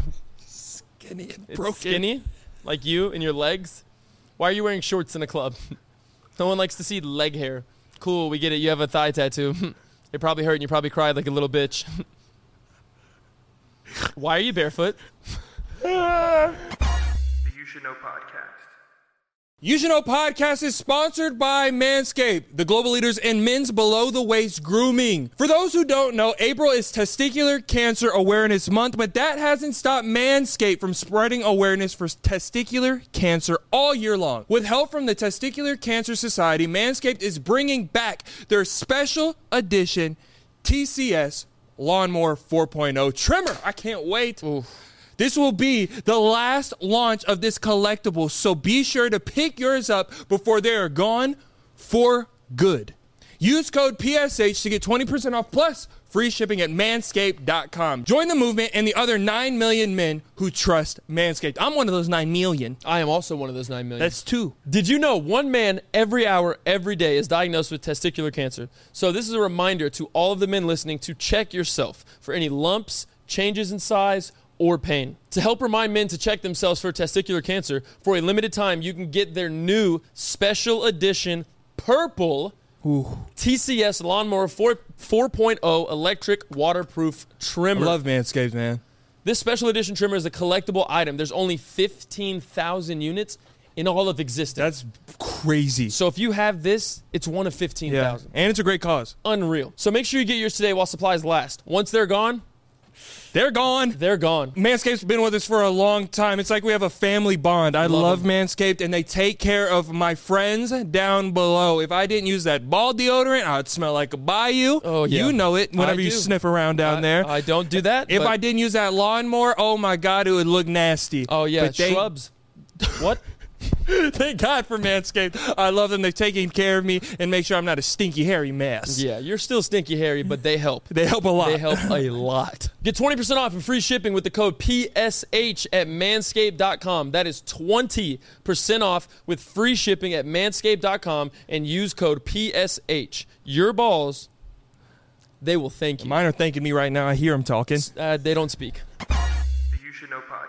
Speaker 1: Skinny and
Speaker 3: It's
Speaker 1: broken.
Speaker 3: skinny, like you and your legs. Why are you wearing shorts in a club? (laughs) no one likes to see leg hair. Cool, we get it. You have a thigh tattoo. (laughs) it probably hurt and you probably cried like a little bitch. (laughs) Why are you barefoot?
Speaker 2: The You Should Know Podcast.
Speaker 1: You Should Know podcast is sponsored by Manscaped, the global leaders in men's below the waist grooming. For those who don't know, April is Testicular Cancer Awareness Month, but that hasn't stopped Manscaped from spreading awareness for testicular cancer all year long. With help from the Testicular Cancer Society, Manscaped is bringing back their special edition TCS Lawnmower 4.0 trimmer. I can't wait. This will be the last launch of this collectible, so be sure to pick yours up before they are gone for good. Use code PSH to get 20% off plus free shipping at manscaped.com. Join the movement and the other 9 million men who trust Manscaped. I'm one of those 9 million.
Speaker 3: I am also one of those 9 million.
Speaker 1: That's two.
Speaker 3: Did you know one man every hour, every day is diagnosed with testicular cancer? So, this is a reminder to all of the men listening to check yourself for any lumps, changes in size, or pain. To help remind men to check themselves for testicular cancer, for a limited time, you can get their new special edition purple TCS lawnmower 4, 4.0 electric waterproof
Speaker 1: I
Speaker 3: trimmer.
Speaker 1: love Manscaped, man.
Speaker 3: This special edition trimmer is a collectible item. There's only 15,000 units in all of existence.
Speaker 1: That's crazy.
Speaker 3: So if you have this, it's one of
Speaker 1: Yeah.
Speaker 3: 15,000.
Speaker 1: And it's a great cause.
Speaker 3: Unreal. So make sure you get yours today while supplies last. Once they're gone,
Speaker 1: They're gone.
Speaker 3: they're gone.
Speaker 1: Manscaped's been with us for a long time. It's like we have a family bond. I love, Manscaped, and they take care of my friends down below. If I didn't use that ball deodorant, I'd smell like a bayou.
Speaker 3: Oh, yeah.
Speaker 1: You know it whenever
Speaker 3: I
Speaker 1: you
Speaker 3: do.
Speaker 1: sniff around down
Speaker 3: I-
Speaker 1: there.
Speaker 3: I, don't do that.
Speaker 1: if
Speaker 3: but-
Speaker 1: I didn't use that lawnmower, oh my God, it would look nasty.
Speaker 3: Oh, yeah.
Speaker 1: But they,
Speaker 3: shrubs. what?
Speaker 1: (laughs) Thank God for Manscaped. I love them. They're taking care of me and make sure I'm not a stinky, hairy mess.
Speaker 3: Yeah, you're still stinky, Harry, but they help.
Speaker 1: They help a lot.
Speaker 3: They help a lot. Get 20% off and free shipping with the code PSH at manscaped.com. That is 20% off with free shipping at manscaped.com and use code PSH. Your balls, they will thank
Speaker 1: (laughs)
Speaker 3: you.
Speaker 1: Mine are thanking me right now. I hear them talking.
Speaker 3: Uh, they don't speak.
Speaker 2: The You Should Know Podcast.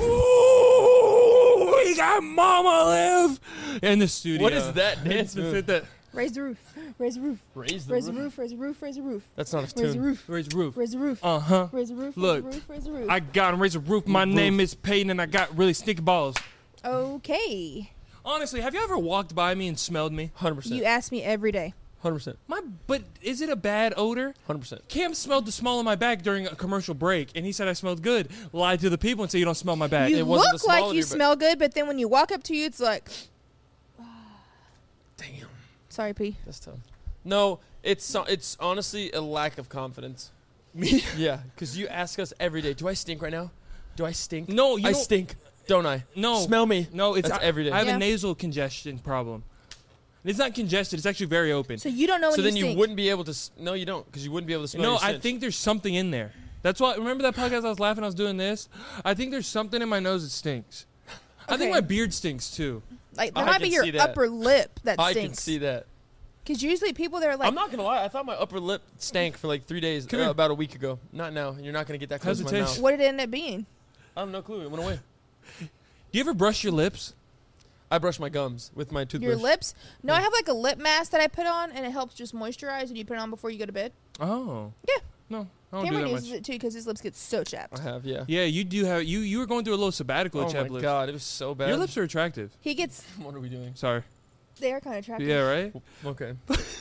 Speaker 1: Ooh, we got Mama Live in the studio.
Speaker 3: What is that dance move?
Speaker 1: that?
Speaker 5: Raise the roof. Raise the roof.
Speaker 3: Raise the
Speaker 5: Raise the
Speaker 3: roof.
Speaker 5: roof. Raise the roof. Raise the roof.
Speaker 3: That's not a
Speaker 5: Raise the
Speaker 3: tune. Uh-huh.
Speaker 5: roof.
Speaker 1: Raise roof.
Speaker 5: Raise the roof.
Speaker 1: Uh huh.
Speaker 5: Raise the roof.
Speaker 1: Look,
Speaker 5: Raise the roof. Raise the roof.
Speaker 1: I got him. Raise a roof. My name is Peyton, and I got really sticky balls.
Speaker 5: Okay.
Speaker 1: Honestly, have you ever walked by me and smelled me?
Speaker 3: 100%.
Speaker 5: You ask me every day.
Speaker 3: 100%.
Speaker 1: My, but is it a bad odor?
Speaker 3: 100%.
Speaker 1: Cam smelled the smell of my bag during a commercial break, and he said I smelled good. Lied to the people and said you don't smell my bag.
Speaker 5: You
Speaker 3: it wasn't the
Speaker 5: look
Speaker 3: smell
Speaker 5: like
Speaker 3: of
Speaker 5: you
Speaker 3: your ba-
Speaker 5: smell good, but then when you walk up to you, it's like,
Speaker 3: Damn.
Speaker 5: sorry, P.
Speaker 3: That's tough. No, it's it's honestly a lack of confidence.
Speaker 1: Me?
Speaker 3: (laughs) Yeah, because you ask us every day, do I stink right now? Do I stink?
Speaker 1: No, you
Speaker 3: I
Speaker 1: don't-
Speaker 3: stink, don't I?
Speaker 1: No.
Speaker 3: Smell me.
Speaker 1: No, it's
Speaker 3: That's
Speaker 1: I-
Speaker 3: every day.
Speaker 1: I have
Speaker 5: Yeah.
Speaker 1: a nasal congestion problem. It's not congested. It's actually very open.
Speaker 5: So you don't know when
Speaker 3: so then you
Speaker 5: stink.
Speaker 3: wouldn't be able to. s- No, you don't, because you wouldn't be able to smell.
Speaker 1: No,
Speaker 3: your
Speaker 1: I
Speaker 3: stench.
Speaker 1: think there's something in there. That's why. Remember that podcast I was laughing. I was doing this. I think there's something in my nose that stinks. I think
Speaker 5: Okay.
Speaker 1: my beard stinks too.
Speaker 5: Like, there
Speaker 3: I
Speaker 5: might be
Speaker 3: can
Speaker 5: your
Speaker 3: see that.
Speaker 5: upper lip that
Speaker 3: I can
Speaker 5: stinks.
Speaker 3: see that.
Speaker 5: Because usually people that are like,
Speaker 3: I'm not gonna lie. I thought my upper lip stank for like three days,
Speaker 1: Come
Speaker 3: uh,
Speaker 1: here.
Speaker 3: about a week ago. Not now. and You're not gonna get that close
Speaker 1: How's
Speaker 3: to
Speaker 1: it
Speaker 3: my
Speaker 1: taste?
Speaker 3: mouth.
Speaker 5: what did it end up being?
Speaker 3: I have no clue. It went away.
Speaker 1: Do you ever brush your lips?
Speaker 3: I brush my gums with my toothbrush.
Speaker 5: Your lips? No, I have like a lip mask that I put on, and it helps just moisturize, and you put it on before you go to bed.
Speaker 1: Oh
Speaker 5: Yeah.
Speaker 1: no, I don't
Speaker 5: Cameron
Speaker 1: do that
Speaker 5: uses
Speaker 1: much.
Speaker 5: it too because his lips get so chapped.
Speaker 3: I have, yeah.
Speaker 1: Yeah, you do have you. You were going through a little sabbatical.
Speaker 3: Oh
Speaker 1: at
Speaker 3: my
Speaker 1: Chad lips.
Speaker 3: god, it was so bad.
Speaker 1: Your lips are attractive.
Speaker 5: He gets,
Speaker 3: What are we doing?
Speaker 1: Sorry.
Speaker 5: they are kind of attractive.
Speaker 1: Yeah, right.
Speaker 3: Okay.
Speaker 5: And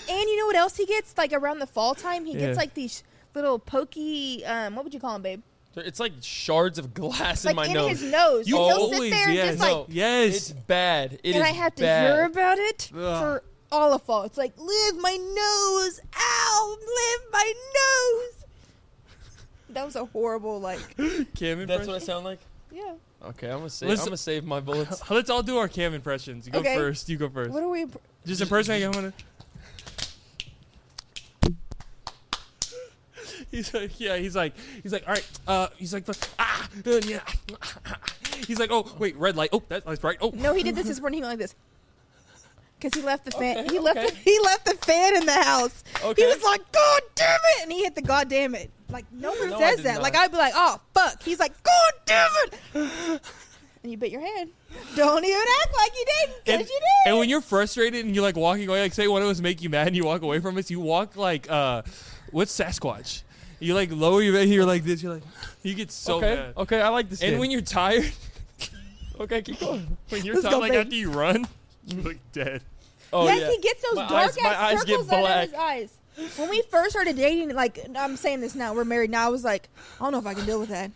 Speaker 5: you know what else he gets? Like around the fall time, he
Speaker 1: Yeah.
Speaker 5: gets like these little pokey. Um, what would you call them, babe?
Speaker 3: So (laughs) It's like shards of glass
Speaker 5: Like
Speaker 3: in my
Speaker 5: in
Speaker 3: nose.
Speaker 5: his nose.
Speaker 1: You
Speaker 5: and he'll
Speaker 1: always-
Speaker 5: sit there and
Speaker 1: yes.
Speaker 5: just like,
Speaker 3: No,
Speaker 1: Yes.
Speaker 3: It's bad. It is
Speaker 5: and I have to
Speaker 3: bad.
Speaker 5: hear about it
Speaker 1: Ugh.
Speaker 5: for all of fall. It's like, live my nose, ow, live my nose. (laughs) That was a horrible like.
Speaker 1: Cam
Speaker 3: That's what I
Speaker 1: impression.
Speaker 3: sound like.
Speaker 5: Yeah.
Speaker 3: Okay, I'm gonna save.
Speaker 1: Listen-
Speaker 3: I'm gonna save my (laughs) bullets.
Speaker 1: Let's all do our Cam impressions. You go
Speaker 5: Okay.
Speaker 1: first. You go first.
Speaker 5: What are we?
Speaker 1: Just impersonate. I'm gonna. He's like, yeah, he's like, he's like, all right, uh, he's like, ah, uh, yeah. He's like, oh, wait, red light. Oh, that light's right. Oh,
Speaker 5: No, he did this this morning. He went like this. Cause he left the fan.
Speaker 3: Okay,
Speaker 5: he left.
Speaker 3: okay.
Speaker 5: The, he left the fan in the house.
Speaker 3: Okay.
Speaker 5: He was like, "God damn it!" and he hit the "God damn it." Like no one
Speaker 3: No, I
Speaker 5: says
Speaker 3: did
Speaker 5: that.
Speaker 3: not.
Speaker 5: Like I'd be like, "Oh fuck!" He's like, "God damn it!" and you bit your hand. Don't even act like you didn't, cause
Speaker 1: and,
Speaker 5: you did.
Speaker 1: and when you're frustrated and you're like walking away, like say one of us make you mad and you walk away from us, you walk like, uh, what's Sasquatch? You like lower your head, you're like this, you're like, you get so
Speaker 3: okay,
Speaker 1: mad.
Speaker 3: okay, I like this.
Speaker 1: And when you're tired, (laughs)
Speaker 3: you okay, keep going.
Speaker 1: when you're
Speaker 5: Let's
Speaker 1: tired,
Speaker 5: go,
Speaker 1: like
Speaker 5: babe.
Speaker 1: after you run, you look dead.
Speaker 3: Oh
Speaker 5: yes,
Speaker 3: yeah.
Speaker 5: he gets those
Speaker 3: My
Speaker 5: dark
Speaker 3: eyes- my eyes
Speaker 5: ass
Speaker 3: get
Speaker 5: circles out
Speaker 3: black.
Speaker 5: of his eyes. When we first started dating, like I'm saying this now, we're married now. I was like, I don't know if I can deal with that.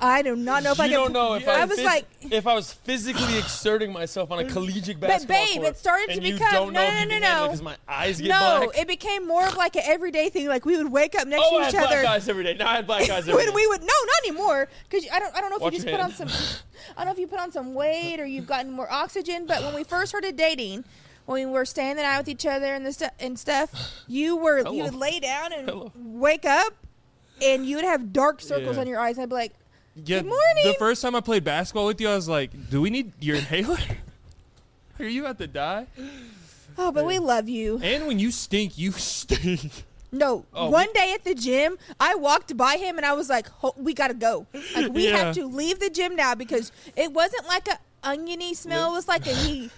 Speaker 5: I do not know if I
Speaker 3: you
Speaker 5: can.
Speaker 3: don't know if I,
Speaker 5: I was
Speaker 3: phys-
Speaker 5: like,
Speaker 3: if I was
Speaker 5: (gasps)
Speaker 3: physically exerting myself on a collegiate
Speaker 5: But
Speaker 3: basketball
Speaker 5: babe,
Speaker 3: court.
Speaker 5: it started
Speaker 3: and
Speaker 5: to
Speaker 3: you
Speaker 5: become-
Speaker 3: don't
Speaker 5: no,
Speaker 3: know
Speaker 5: no,
Speaker 3: if you
Speaker 5: no,
Speaker 3: can
Speaker 5: no.
Speaker 3: handle it 'cause my eyes get
Speaker 5: no,
Speaker 3: black.
Speaker 5: it became more of like an everyday thing. Like we would wake up next
Speaker 3: oh, I
Speaker 5: to
Speaker 3: had
Speaker 5: each
Speaker 3: black
Speaker 5: other.
Speaker 3: eyes every day. Now I had black eyes every day.
Speaker 5: (laughs) when we would no, not anymore. Because I don't, I don't know if
Speaker 3: Watch
Speaker 5: you just
Speaker 3: your
Speaker 5: put on
Speaker 3: hand.
Speaker 5: some, I don't know if you put on some weight or you've gotten more oxygen. But when we first started dating, when we were staying the night with each other and the stu- and stuff, you were
Speaker 3: Hello.
Speaker 5: you would lay down and
Speaker 3: Hello.
Speaker 5: wake up, and you would have dark circles
Speaker 1: Yeah.
Speaker 5: on your eyes. And I'd be like,
Speaker 1: Yeah,
Speaker 5: Good morning.
Speaker 1: The first time I played basketball with you, I was like, "Do we need your inhaler? (laughs) Are you about to die?"
Speaker 5: oh, but we love you.
Speaker 1: And when you stink, you (laughs) stink.
Speaker 5: No,
Speaker 3: Oh,
Speaker 5: one day at the gym, I walked by him and I was like, "Ho- "We gotta go. Like, we
Speaker 1: Yeah.
Speaker 5: have to leave the gym now because it wasn't like a oniony smell. It was like a he.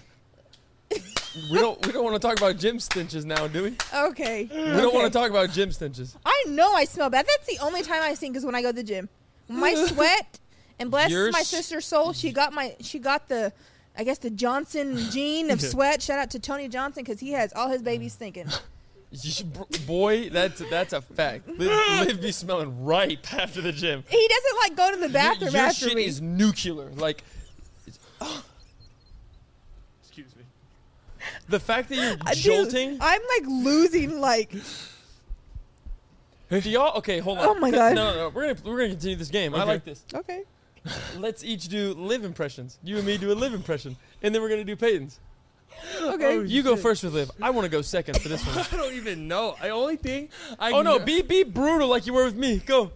Speaker 3: we don't we don't want to talk about gym stenches now, do we? We
Speaker 5: Okay, we
Speaker 3: don't want to talk about gym stenches.
Speaker 5: I know I smell bad. That's the only time I stink is when I go to the gym.
Speaker 3: (laughs)
Speaker 5: My sweat and bless
Speaker 3: Your
Speaker 5: my
Speaker 3: s-
Speaker 5: sister's soul. She got my she got the I guess
Speaker 3: (laughs)
Speaker 5: the Johnson gene of
Speaker 1: Yeah.
Speaker 5: sweat. Shout out to Tony Johnson because he has all his
Speaker 3: (laughs)
Speaker 5: babies stinking.
Speaker 3: You- Boy, that's that's a fact. Liv, Liv be smelling ripe after the gym.
Speaker 5: He doesn't like go to the
Speaker 3: Your-
Speaker 5: bathroom
Speaker 3: your
Speaker 5: after
Speaker 3: shit
Speaker 5: me.
Speaker 3: is nuclear. Like, excuse me. The fact that you're
Speaker 5: Uh, dude,
Speaker 3: jolting.
Speaker 5: I'm like
Speaker 3: (laughs)
Speaker 5: losing like
Speaker 3: Do y'all? Okay, hold on.
Speaker 5: Oh my
Speaker 3: Th-
Speaker 5: God.
Speaker 3: No, no, no. We're gonna we're gonna continue this game. I
Speaker 1: Okay.
Speaker 3: like this.
Speaker 5: okay.
Speaker 3: Let's each do live impressions. You and me do a live impression, and then we're gonna do Peyton's.
Speaker 5: Okay.
Speaker 3: You go first with Liv. I want to go second for
Speaker 1: (laughs)
Speaker 3: this one.
Speaker 1: I don't even know. The only thing I
Speaker 3: Oh no,
Speaker 1: kn-
Speaker 3: be be brutal like you were with me. Go.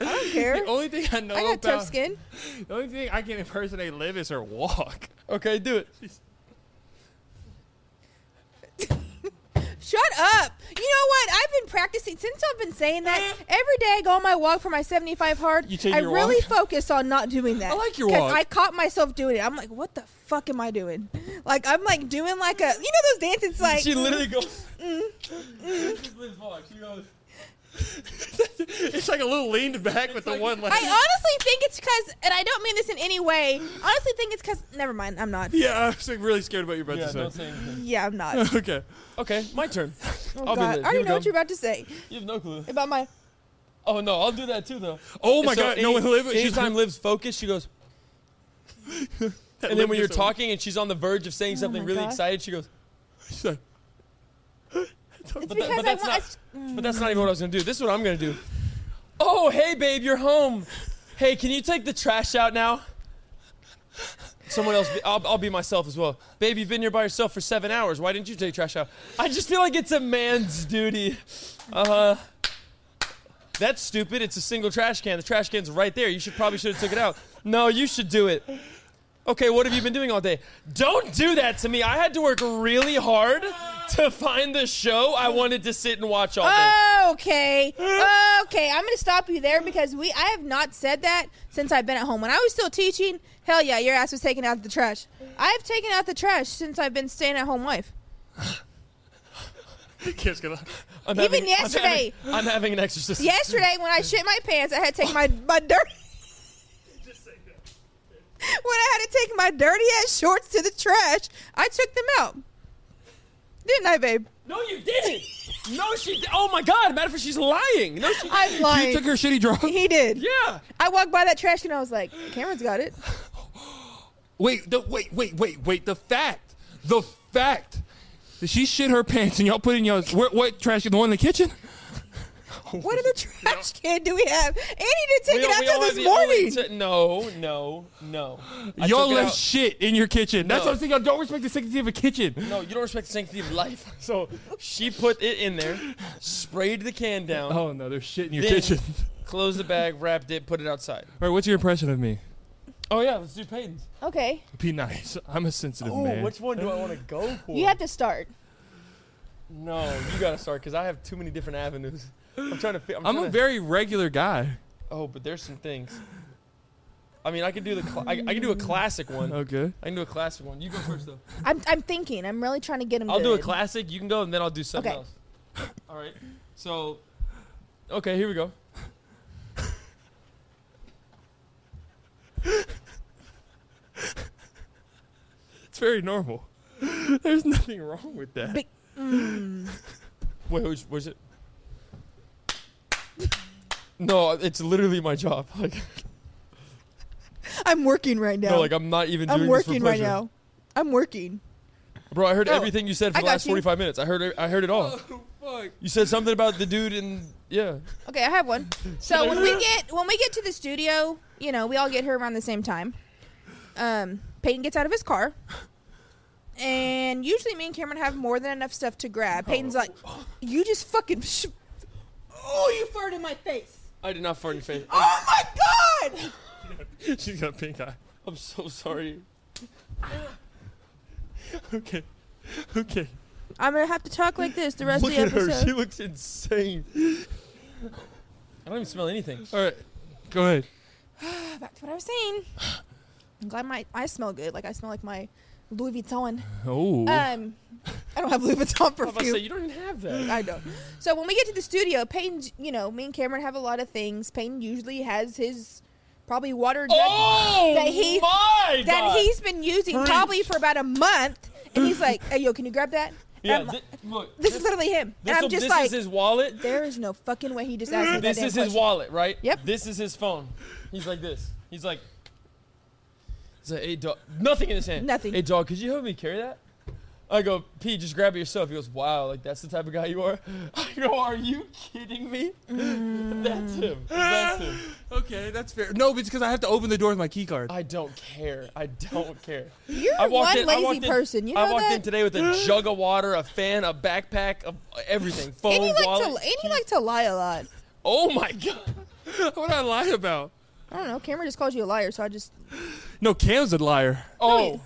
Speaker 5: I
Speaker 3: (laughs)
Speaker 5: don't care.
Speaker 1: the only thing I know
Speaker 5: I got
Speaker 1: about
Speaker 5: tough skin.
Speaker 1: the only thing I can impersonate live is her walk. (laughs)
Speaker 3: Okay, do it.
Speaker 5: Shut up. You know what? I've been practicing since I've been saying that. Every day I go on my walk for my 75 hard.
Speaker 3: Eh. You change
Speaker 5: I
Speaker 3: your
Speaker 5: really
Speaker 3: walk?
Speaker 5: focus on not doing that.
Speaker 1: I like your walk.
Speaker 5: I caught myself doing it. I'm like, what the fuck am I doing? Like, I'm like doing like a, you know, those dances like.
Speaker 3: she literally goes.
Speaker 5: Mm-hmm.
Speaker 3: Liv's walk. She goes.
Speaker 1: it's like a little leaned back with the
Speaker 3: like-
Speaker 1: one leg.
Speaker 5: I honestly think it's because, and I don't mean this in any way. Honestly, think it's because. Never mind,
Speaker 3: (laughs)
Speaker 5: I'm not.
Speaker 1: yeah, I was like really scared about you about
Speaker 3: Yeah,
Speaker 1: to
Speaker 3: don't
Speaker 1: say.
Speaker 3: say anything.
Speaker 5: Yeah, I'm not.
Speaker 1: (laughs)
Speaker 5: Oh,
Speaker 1: Okay.
Speaker 3: Okay, my turn. I'll
Speaker 5: God.
Speaker 3: be Liv.
Speaker 5: I
Speaker 3: Here
Speaker 5: already
Speaker 3: we
Speaker 5: know what
Speaker 3: go.
Speaker 5: you're about to say
Speaker 3: You have no clue.
Speaker 5: about my.
Speaker 3: Oh no, I'll do that too though.
Speaker 1: Oh my
Speaker 3: So
Speaker 1: god, no one
Speaker 3: any-
Speaker 1: live
Speaker 3: Anytime Liv's focused, she goes. and then when you're talking and she's on the verge of saying something
Speaker 5: Oh my
Speaker 3: really
Speaker 5: God.
Speaker 3: excited, she goes.
Speaker 1: she's like,
Speaker 5: It's
Speaker 3: But, that-
Speaker 5: because
Speaker 3: but
Speaker 5: I
Speaker 3: that's
Speaker 5: want. Mm.
Speaker 3: not. But that's not even what I was gonna do. This is what I'm gonna do. Oh hey babe, you're home. Hey, can you take the trash out now? Someone else. Be, I'll, I'll be myself as well. Babe, you've been here by yourself for seven hours. Why didn't you take trash out? I just feel like it's a man's duty. Uh huh. That's stupid. It's a single trash can. The trash can's right there. You should probably should have took it out. No, you should do it. Okay, what have you been doing all day? Don't do that to me. I had to work really hard to find the show I wanted to sit and watch all day.
Speaker 5: Uh, Okay. Okay. I'm going to stop you there because we I have not said that since I've been at home. When I was still teaching, hell yeah, your ass was taking out the trash. I've taken out the trash since I've been staying at home wife.
Speaker 1: Kid's gonna.
Speaker 3: I'm
Speaker 5: Even
Speaker 3: having- I'm
Speaker 5: yesterday.
Speaker 3: having- I'm having an exorcism.
Speaker 5: Yesterday when I shit my pants, I had to take my my dirty When I had to take my dirty ass shorts to the trash, I took them out. Didn't I, babe?
Speaker 3: No, you didn't. No, she. Di- oh my God, matter of fact, she's lying. No, she.
Speaker 5: I'm lying.
Speaker 1: You took her shitty draw.
Speaker 5: he did.
Speaker 3: Yeah.
Speaker 5: I walked by that trash can. I was like, Cameron's got it.
Speaker 1: Wait, the, wait, wait, wait, wait. The fact, the fact that she shit her pants and y'all put in y'all. What, what trash? The one in the kitchen?
Speaker 5: What other
Speaker 3: (laughs)
Speaker 5: trash can do we have? And he didn't take
Speaker 3: We
Speaker 5: it
Speaker 3: don't-
Speaker 5: out
Speaker 3: we don't
Speaker 5: till
Speaker 3: have
Speaker 5: this
Speaker 3: the only
Speaker 5: morning.
Speaker 3: t- no, no, no. I
Speaker 1: y'all
Speaker 3: took it
Speaker 1: left
Speaker 3: out-
Speaker 1: shit in your kitchen. That's
Speaker 3: No.
Speaker 1: what I'm saying. Y'all don't respect the sanctity of a kitchen.
Speaker 3: No, you don't respect the sanctity of life. (laughs) So she put it in there, sprayed the can down,
Speaker 1: Oh no, there's shit in your
Speaker 3: Then-
Speaker 1: kitchen. (laughs)
Speaker 3: closed the bag, wrapped it, put it outside.
Speaker 1: All right, what's your impression of me?
Speaker 3: Oh yeah, let's do Peyton's.
Speaker 5: okay,
Speaker 1: Be nice. I'm a sensitive
Speaker 3: Oh,
Speaker 1: man.
Speaker 3: which one do I want to (laughs) go for?
Speaker 5: you have to start.
Speaker 3: no, you gotta start because I have too many different avenues. I'm trying to. Fi- I'm,
Speaker 1: I'm
Speaker 3: trying
Speaker 1: a
Speaker 3: to-
Speaker 1: very regular guy.
Speaker 3: Oh, but there's some things. I mean, I could do the. Cl- I, I can do a classic one.
Speaker 1: Okay.
Speaker 3: I can do a classic one. You go first (laughs) though.
Speaker 5: I'm, I'm thinking. I'm really trying to get him.
Speaker 3: I'll do a
Speaker 5: good.
Speaker 3: classic. You can go, and then I'll do something
Speaker 5: Okay.
Speaker 3: else. All right. So, okay, here we go.
Speaker 1: It's very normal. (laughs) There's nothing wrong with that.
Speaker 5: Big-
Speaker 3: Wait, which was it?
Speaker 1: (laughs)
Speaker 3: No, it's literally my job. Like,
Speaker 5: I'm working right now.
Speaker 3: No, like I'm not even.
Speaker 5: I'm
Speaker 3: doing this for
Speaker 5: working right
Speaker 3: pleasure.
Speaker 5: now. I'm working.
Speaker 3: bro. I heard
Speaker 5: No,
Speaker 3: everything you said for
Speaker 5: I
Speaker 3: the
Speaker 5: got
Speaker 3: last
Speaker 5: you. Oh,
Speaker 3: 45 minutes. I heard. I heard it all.
Speaker 1: Fuck.
Speaker 3: You said something about the dude and
Speaker 1: (laughs)
Speaker 3: yeah.
Speaker 5: Okay, I have one. So
Speaker 3: (laughs)
Speaker 5: when we get when we get to the studio, you know, we all get here around the same time. Um, Peyton gets out of his car, and usually me and Cameron have more than enough stuff to grab.
Speaker 3: Oh.
Speaker 5: Peyton's like, "You just fucking, sh- oh, you farted in my face!
Speaker 3: I did not fart in your face.
Speaker 5: Oh my god!"
Speaker 1: She's got pink eye.
Speaker 3: I'm so sorry. okay. Okay.
Speaker 5: I'm gonna have to talk like this the rest
Speaker 3: Look
Speaker 5: of the
Speaker 3: at her. (laughs) She
Speaker 5: episode.
Speaker 3: looks insane. I don't even smell anything.
Speaker 1: All right, go ahead.
Speaker 5: Back to what I was saying. I'm glad my I smell good. Like I smell like my Louis Vuitton.
Speaker 1: Oh,
Speaker 5: Um, I don't have Louis
Speaker 3: I
Speaker 5: Vuitton
Speaker 3: was about to
Speaker 5: perfume.
Speaker 3: say you don't even have that.
Speaker 5: I know. So when we get to the studio, Peyton, you know, me and Cameron have a lot of things. Peyton usually has his probably water jug
Speaker 3: Oh
Speaker 5: That he-
Speaker 3: my
Speaker 5: that
Speaker 3: God.
Speaker 5: he's been using
Speaker 3: Preach.
Speaker 5: probably for about a month, and he's like, "Hey, yo, can you grab that?" And
Speaker 3: Yeah.
Speaker 5: I'm like-
Speaker 3: thi- look.
Speaker 5: this, is literally him, and I'm
Speaker 3: this-
Speaker 5: just
Speaker 3: this
Speaker 5: like,
Speaker 3: is his wallet.
Speaker 5: "There is no fucking way he just asked me that
Speaker 3: This
Speaker 5: damn
Speaker 3: is his
Speaker 5: question."
Speaker 3: wallet, right?
Speaker 5: Yep.
Speaker 3: This is his phone. He's like this. He's like. He's like, hey dog, nothing in his hand.
Speaker 5: Nothing.
Speaker 3: Hey dog, could you help me carry that? I go, P, just grab it yourself. He goes, wow, like that's the type of guy you are. (laughs) I go, are you kidding me? (laughs) That's him. That's him.
Speaker 1: okay, that's fair. No, but it's because I have to open the door with my key card.
Speaker 3: I don't care. I
Speaker 5: (laughs)
Speaker 3: don't care.
Speaker 5: You're
Speaker 3: I walked
Speaker 5: one
Speaker 3: in, I
Speaker 5: lazy
Speaker 3: walked in-
Speaker 5: person. You
Speaker 3: I
Speaker 5: know
Speaker 3: walked in
Speaker 5: that.
Speaker 3: today with
Speaker 5: (gasps)
Speaker 3: a jug of water, a fan, a backpack, of everything, phone,
Speaker 5: and you like
Speaker 3: wallet.
Speaker 5: to and you like to lie a lot.
Speaker 3: oh my god.
Speaker 1: (laughs) what I lie about?
Speaker 5: I don't know. Cameron just calls you a liar, so I just
Speaker 1: No, Cam's a liar.
Speaker 3: Oh.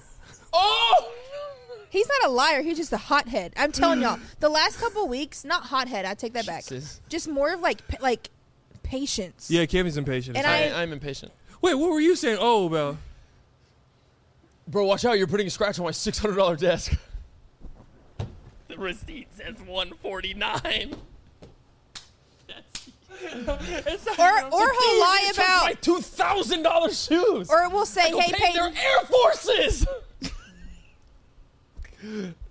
Speaker 3: Oh.
Speaker 5: He's not a liar. He's just a hothead. I'm
Speaker 3: (sighs)
Speaker 5: telling y'all. The last couple weeks, not hothead. I take that back.
Speaker 3: Jesus.
Speaker 5: Just more of like pa- like patience.
Speaker 1: Yeah, Cam is impatient.
Speaker 5: (laughs) And
Speaker 3: I,
Speaker 5: I-
Speaker 3: I'm impatient.
Speaker 1: Wait, what were you saying? Oh, about
Speaker 3: Bro, watch out! You're putting a scratch on my six hundred dollar desk. (laughs)
Speaker 6: The receipt says 149.
Speaker 5: Or or he'll lie
Speaker 3: my
Speaker 5: about.
Speaker 3: two thousand dollar shoes.
Speaker 5: Or we'll say,
Speaker 3: Go
Speaker 5: hey
Speaker 3: pay their
Speaker 5: Peyton.
Speaker 3: Air Forces. (laughs)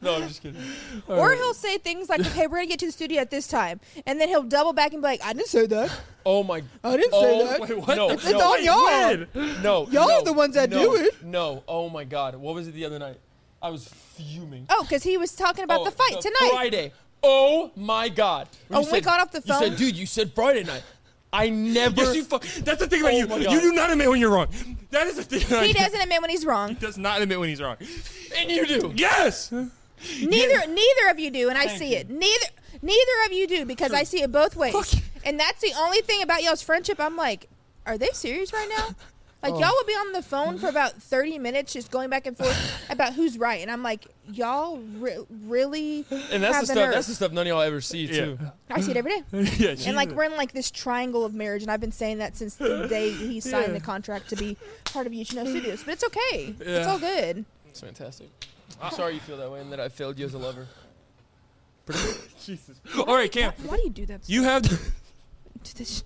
Speaker 3: no, I'm just kidding.
Speaker 5: Or he'll say
Speaker 3: (laughs)
Speaker 5: things like, okay, we're gonna get to the studio at this time, and then he'll double back and be like, I didn't
Speaker 3: (laughs)
Speaker 5: say that.
Speaker 3: Oh my!
Speaker 5: I didn't
Speaker 3: oh,
Speaker 5: say that.
Speaker 3: Wait, what? No,
Speaker 5: It's,
Speaker 3: no,
Speaker 5: it's on y'all.
Speaker 3: No,
Speaker 5: Y'all
Speaker 3: no,
Speaker 5: are the ones that
Speaker 3: no,
Speaker 5: do it.
Speaker 3: No, oh my God! What was it the other night? I was fuming.
Speaker 5: Oh, because he was talking about
Speaker 3: Oh,
Speaker 5: the fight tonight.
Speaker 3: Friday. Oh my God!
Speaker 5: Oh,
Speaker 3: you
Speaker 5: when we got off the
Speaker 3: You
Speaker 5: phone-
Speaker 3: said, dude, you said Friday night. I never.
Speaker 1: Yes, you. Fu- that's the thing about
Speaker 3: Oh
Speaker 1: you.
Speaker 3: my God.
Speaker 1: You do not admit when you're wrong. That is the thing. about
Speaker 5: He
Speaker 1: you.
Speaker 5: doesn't admit when he's wrong.
Speaker 1: (laughs) Does not admit when he's wrong.
Speaker 3: and you do.
Speaker 1: Yes. (laughs)
Speaker 5: Neither neither of you do, and I
Speaker 3: Thank
Speaker 5: see
Speaker 3: you.
Speaker 5: it. Neither neither of you do because I see it both ways. And that's the only thing about y'all's friendship. I'm like, are they serious right now?
Speaker 3: Oh.
Speaker 5: Like y'all would be on the phone for about 30 minutes just going back and forth about who's right, and I'm like, y'all re- really
Speaker 3: And that's
Speaker 5: have
Speaker 3: the
Speaker 5: the,
Speaker 3: stuff.
Speaker 5: nerve.
Speaker 3: That's the stuff none of y'all ever see too.
Speaker 5: I see it every day.
Speaker 1: yeah. she-
Speaker 5: And like we're in like this triangle of marriage, and I've been saying that since the day
Speaker 3: (laughs)
Speaker 5: he signed the contract to be part of Uchino Studios. But it's okay. It's
Speaker 1: Yeah.
Speaker 5: all good.
Speaker 3: It's fantastic. I'm sorry you feel that way and that I failed you as a lover.
Speaker 1: Jesus. All right, Cam.
Speaker 5: Why do you do that?
Speaker 1: You have.
Speaker 5: to the sh-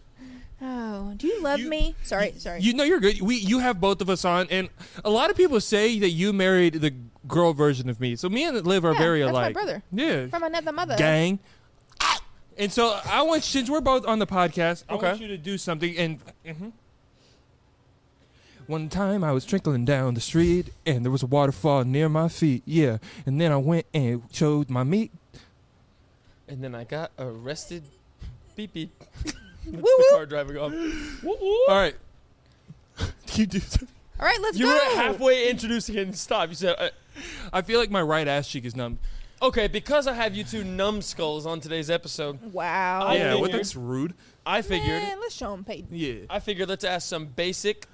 Speaker 5: Oh, do you love
Speaker 1: You-
Speaker 5: me? Sorry, sorry.
Speaker 1: You know you're good. We you have both of us on, and a lot of people say that you married the girl version of me. So me and Liv are
Speaker 5: Yeah,
Speaker 1: very
Speaker 5: that's my
Speaker 1: alike.
Speaker 5: brother.
Speaker 1: Yeah.
Speaker 5: From another mother.
Speaker 1: Gang. Ah! And so I want since we're both on the podcast, I want
Speaker 3: Okay.
Speaker 1: you to do something. And Mhm. one time I was trickling down the street, and there was a waterfall near my feet. Yeah. And then I went and showed my meat.
Speaker 3: And then I got arrested. Beep beep.
Speaker 5: Woo
Speaker 3: The
Speaker 5: woo.
Speaker 3: car
Speaker 5: (laughs)
Speaker 3: driving off.
Speaker 1: All right. (laughs) you do. something.
Speaker 5: All right, let's
Speaker 3: You
Speaker 5: go.
Speaker 3: were halfway introducing it and stop. You said, uh,
Speaker 1: I feel like my right ass cheek is numb.
Speaker 3: "Okay, because I have you two numbskulls on today's episode,
Speaker 5: Wow.
Speaker 3: I
Speaker 1: yeah. What?
Speaker 3: figured.
Speaker 1: That's rude.
Speaker 3: I figured,
Speaker 5: Man, let's show him Peyton.
Speaker 1: Yeah.
Speaker 3: I figured, let's ask some basic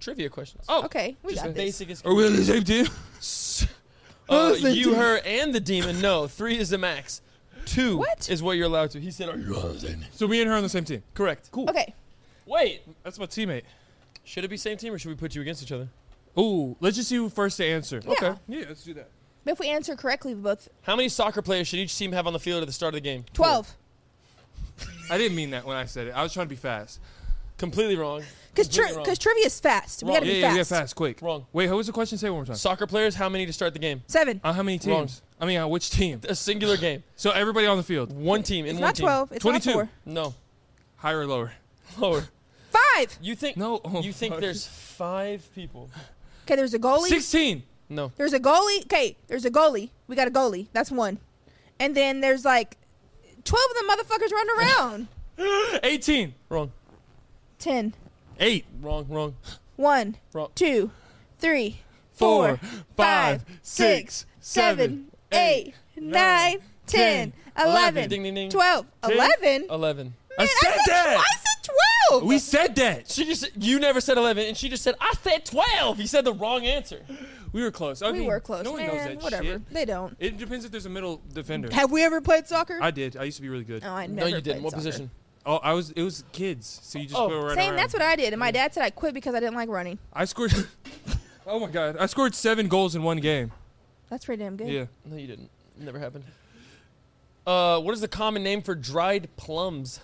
Speaker 3: trivia questions.
Speaker 1: Oh.
Speaker 5: Okay, we
Speaker 3: Just
Speaker 5: got this.
Speaker 3: basic as
Speaker 1: Are we on the same team?
Speaker 3: uh,
Speaker 1: the
Speaker 3: you, her, and the demon. No, three is the max. Two
Speaker 5: What?
Speaker 3: is what you're allowed to. He said, "Are you on the same team?"
Speaker 1: So me and her on the same team.
Speaker 3: Correct. Cool.
Speaker 5: Okay.
Speaker 3: Wait,
Speaker 1: That's my teammate.
Speaker 3: should it be same team or should we put you against each other?
Speaker 1: Ooh, let's just see who first to answer.
Speaker 5: Okay.
Speaker 1: Yeah, let's do that.
Speaker 5: But if we answer correctly, we both
Speaker 3: How many soccer players should each team have on the field at the start of the game?
Speaker 5: 12.
Speaker 1: I didn't mean that when I said it. I was trying to be fast.
Speaker 3: Completely wrong.
Speaker 5: Because
Speaker 3: Completely wrong.
Speaker 5: trivia is fast. We
Speaker 3: Wrong.
Speaker 5: got to
Speaker 1: Yeah,
Speaker 5: be
Speaker 1: yeah, yeah,
Speaker 5: fast.
Speaker 1: fast, quick.
Speaker 3: Wrong.
Speaker 1: Wait, what was the question? Say it one more time.
Speaker 3: Soccer players, how many to start the game?
Speaker 5: Seven.
Speaker 1: Uh, how many
Speaker 3: Wrong.
Speaker 1: teams? I mean, on which team?
Speaker 3: A singular game.
Speaker 1: So everybody on the field,
Speaker 3: One team in
Speaker 5: It's
Speaker 3: one
Speaker 5: not
Speaker 3: team.
Speaker 5: 12. It's
Speaker 1: 22.
Speaker 5: not
Speaker 3: No.
Speaker 1: higher or lower?
Speaker 3: Lower.
Speaker 5: 4. five.
Speaker 3: You think
Speaker 1: No, oh,
Speaker 3: you think
Speaker 1: fuck.
Speaker 3: there's five people?
Speaker 5: Okay, there's a goalie.
Speaker 1: 16.
Speaker 3: No.
Speaker 5: There's a goalie. Okay, there's a goalie. We got a goalie. That's one. And then there's like twelve of the motherfuckers running around.
Speaker 3: (laughs)
Speaker 1: 18.
Speaker 3: Wrong.
Speaker 5: Ten.
Speaker 1: 8.
Speaker 3: Wrong. Wrong.
Speaker 5: One,
Speaker 3: Wrong.
Speaker 5: two, three,
Speaker 1: Four,
Speaker 5: four,
Speaker 1: five,
Speaker 5: five,
Speaker 1: six,
Speaker 5: six, seven, eight, nine, ten,
Speaker 3: eleven. Ding, ding,
Speaker 5: eleven,
Speaker 3: ding.
Speaker 5: twelve, eleven. Man,
Speaker 3: Eleven.
Speaker 1: I said
Speaker 5: I said,
Speaker 1: that.
Speaker 5: I said twelve.
Speaker 1: We said that.
Speaker 3: She just you never said eleven, and she just said I said twelve. You said the wrong answer.
Speaker 1: We were close. I
Speaker 5: We
Speaker 1: mean,
Speaker 5: were close,
Speaker 1: No one
Speaker 5: man.
Speaker 1: knows that
Speaker 5: whatever.
Speaker 1: shit.
Speaker 5: They don't.
Speaker 1: It depends if there's a middle defender.
Speaker 5: Have we ever played soccer?
Speaker 1: I did. I used to be really good.
Speaker 5: no, Oh, I
Speaker 3: No,
Speaker 5: never
Speaker 3: you
Speaker 5: played
Speaker 3: didn't. What
Speaker 5: soccer.
Speaker 3: position?
Speaker 1: Oh, I was. It was kids. So you just
Speaker 3: Oh.
Speaker 1: go right
Speaker 5: Same.
Speaker 1: around.
Speaker 5: That's what I did, and my dad said I quit because I didn't like running.
Speaker 1: I scored. (laughs) oh my god! I scored seven goals in one game.
Speaker 5: That's pretty damn good.
Speaker 1: Yeah.
Speaker 3: No, you didn't. It never happened. Uh, what is the common name for dried plums?